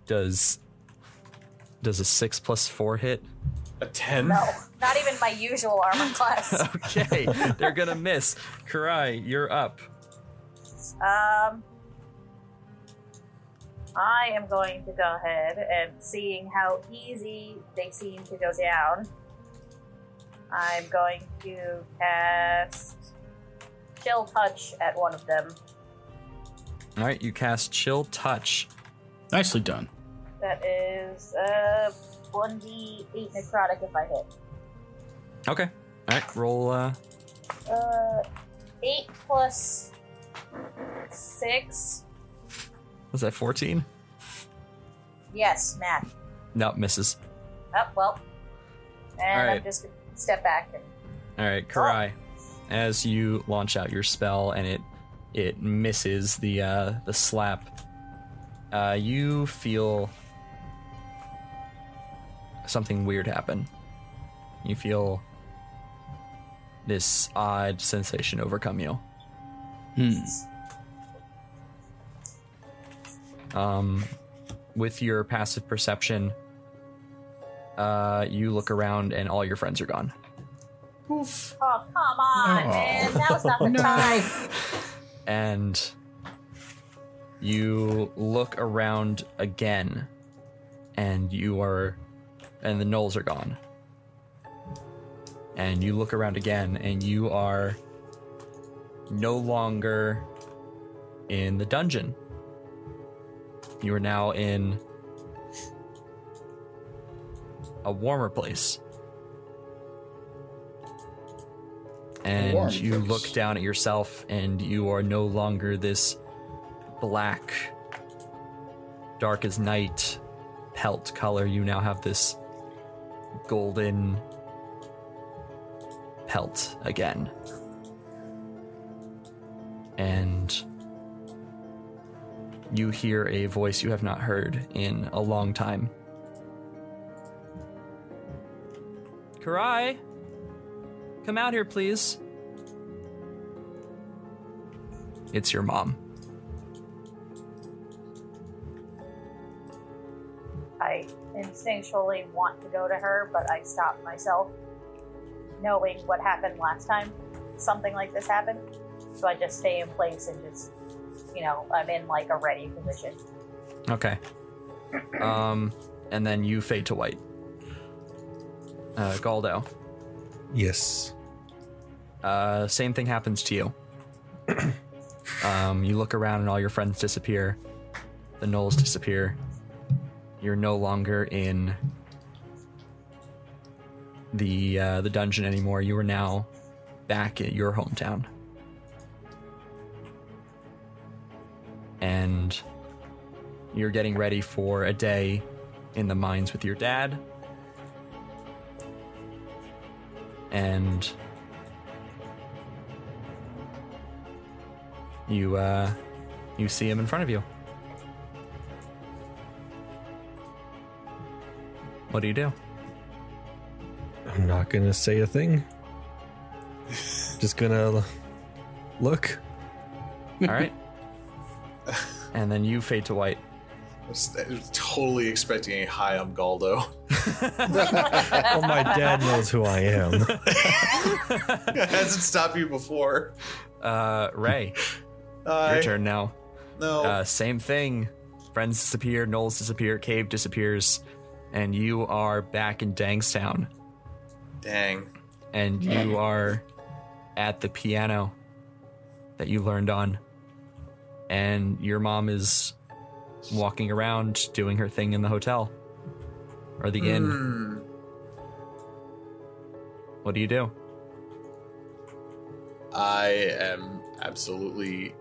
does does a six plus four hit?
A ten.
No, not even my usual armor class.
Okay, they're gonna miss. Karai, you're up.
Um, I am going to go ahead and seeing how easy they seem to go down. I'm going to cast chill touch at one of them.
All right, you cast Chill Touch.
Nicely done.
That is uh, 1d8 necrotic if I hit.
Okay. All right. Roll. Uh,
Uh, eight plus six.
was that fourteen?
Yes, math.
No, misses.
Up. well, and
All
I'm
right.
just gonna step back and
All right, Karai. As you launch out your spell and it it misses the uh, the slap, uh, you feel something weird happen. You feel this odd sensation overcome you. Hmm. Um, with your passive perception, uh, you look around and all your friends are gone.
Oh, come on, man. That was not the time.
and you look around again and you are and the knolls are gone and you look around again and you are no longer in the dungeon you are now in a warmer place and
warm
you
place.
look down at yourself and you are no longer this black dark as night pelt color you now have this golden pelt again and you hear a voice you have not heard in a long time karai come out here please it's your mom
I instinctually want to go to her, but I stopped myself, knowing what happened last time. Something like this happened, so I just stay in place and just, you know, I'm in like a ready position.
Okay. Um, and then you fade to white. Uh, Galdo,
Yes.
uh, same thing happens to you. um, you look around and all your friends disappear. The gnolls disappear. You're no longer in the uh, the dungeon anymore. You are now back at your hometown. And you're getting ready for a day in the mines with your dad. And you uh you see him in front of you. What do you do?
I'm not gonna say a thing. Just gonna l- look.
All right. and then you fade to white.
I was, I was totally expecting a hi, I'm Galdo.
Well, Oh, my dad knows who I am.
it hasn't stopped you before.
Uh, Ray,
Hi. Oh.
your turn now.
No.
Uh, same thing. Friends disappear, Knowles disappear, Cave disappears, and you are back in Dangstown.
Dang.
and you are at the piano that you learned on and your mom is walking around doing her thing in the hotel or the inn
Hmm.
what do you do
I am absolutely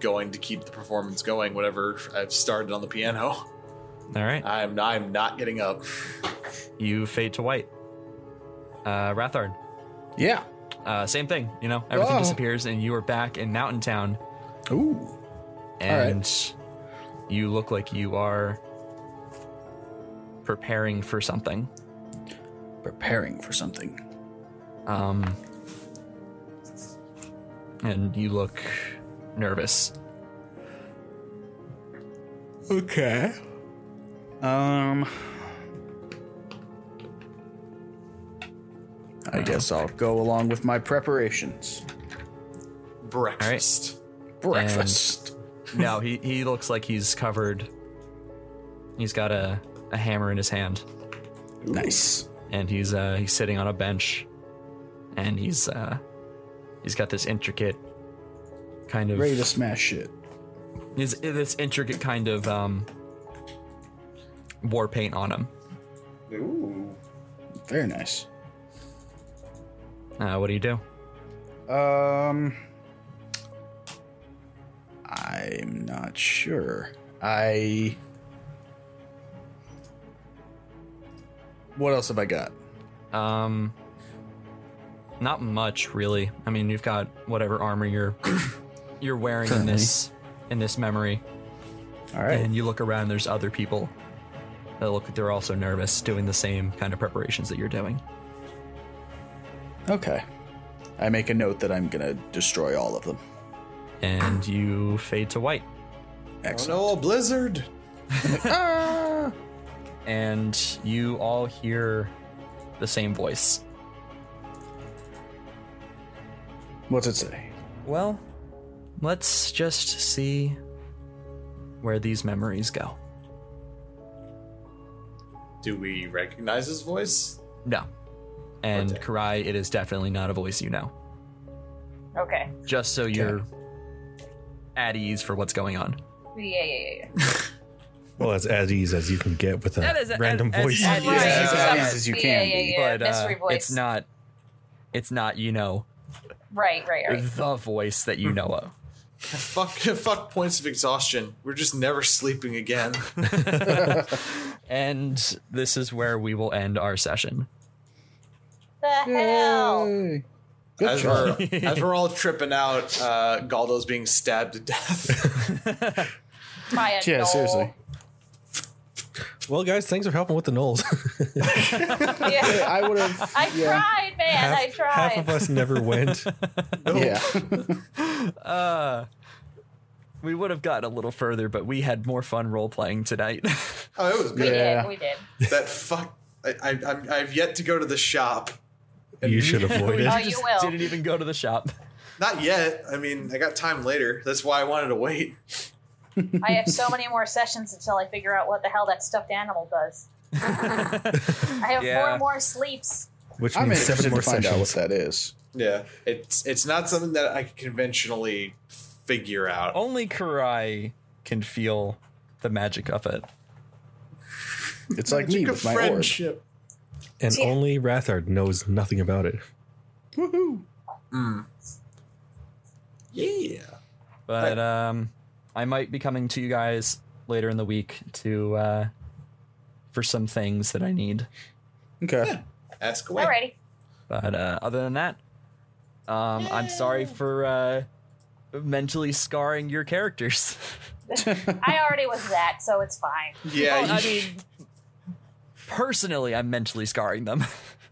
going to keep the performance going. Whatever I've started on the piano,
all right
I'm I'm not getting up.
you fade to white uh rathard
Yeah.
uh same thing you know everything
Oh.
disappears and you are back in mountain town
Ooh. right.
and you look like you are preparing for something
Preparing for something.
Um, and you look nervous.
Okay. Um.
I guess I'll go along with my preparations.
Breakfast.
Breakfast.
No, he, he looks like he's covered. He's got a, a hammer in his hand,
Nice.
and he's uh, he's sitting on a bench, and he's uh, he's got this intricate kind of
Ready to smash shit.
he's- this intricate kind of um, war paint on him.
Ooh.
Very nice.
Uh, what do you do?
Um, I'm not sure. I. What else have I got?
Um, not much really. I mean, you've got whatever armor you're you're wearing in this in this memory,
All right.
and you look around. There's other people that look. They're also nervous, doing the same kind of preparations that you're doing.
Okay. I make a note that I'm gonna destroy all of them.
And you fade to white.
Oh
Excellent.
no, a blizzard!
and you all hear the same voice.
What's it say?
Well, let's just see where these memories go.
Do we recognize his voice?
No. And
Okay.
Karai, it is definitely not a voice you know.
Okay.
Just so you're at ease for what's going on.
Yeah, yeah, yeah,
Well, that's as easy as you can get with
That
a
is a-
random
as- as-
voice.
yeah.
as-
Right.
as
Yeah.
easy as you
Yeah,
can
Yeah,
be.
yeah, yeah.
but uh,
Mystery voice.
it's not it's not, you know,
Right, right, right.
the voice that you know of.
Fuck, fuck points of exhaustion. We're just never sleeping again.
And this is where we will end our session.
The hell.
As we're, as we're all tripping out, uh, Galdo's being stabbed to death.
By a
Yeah,
knoll.
seriously.
Well, guys, thanks for helping with the knolls.
Yeah.
I would have.
I tried, man. I tried.
Half of us never went.
Yeah.
We would have gotten a little further, but we had more fun role playing tonight.
Oh, it was
We
good.
Yeah.
did. We did.
That fuck. I, I, I'm, I've yet to go to the shop.
You should avoid it.
Oh, you will.
Didn't even go to the shop.
Not yet. I mean, I got time later. That's why I wanted to wait.
I have so many more sessions until I figure out what the hell that stuffed animal does. I have
Yeah.
four more sleeps.
Which
I'm
means
interested
seven
to
more
find out what
sessions.
that is.
Yeah, it's it's not something that I could conventionally figure out.
Only Karai can feel the magic of it.
It's like me
Magic of
with my
friendship.
And only Rathard knows nothing about it.
orb. Woohoo!
Yeah.
But um, I might be coming to you guys later in the week to uh, for some things that I need.
Okay.
Ask away.
Alrighty.
But uh, other than that, um, I'm sorry for uh, mentally scarring your characters.
I already was that, so it's fine.
Yeah.
Well, I
you-
mean, personally, I'm mentally scarring them.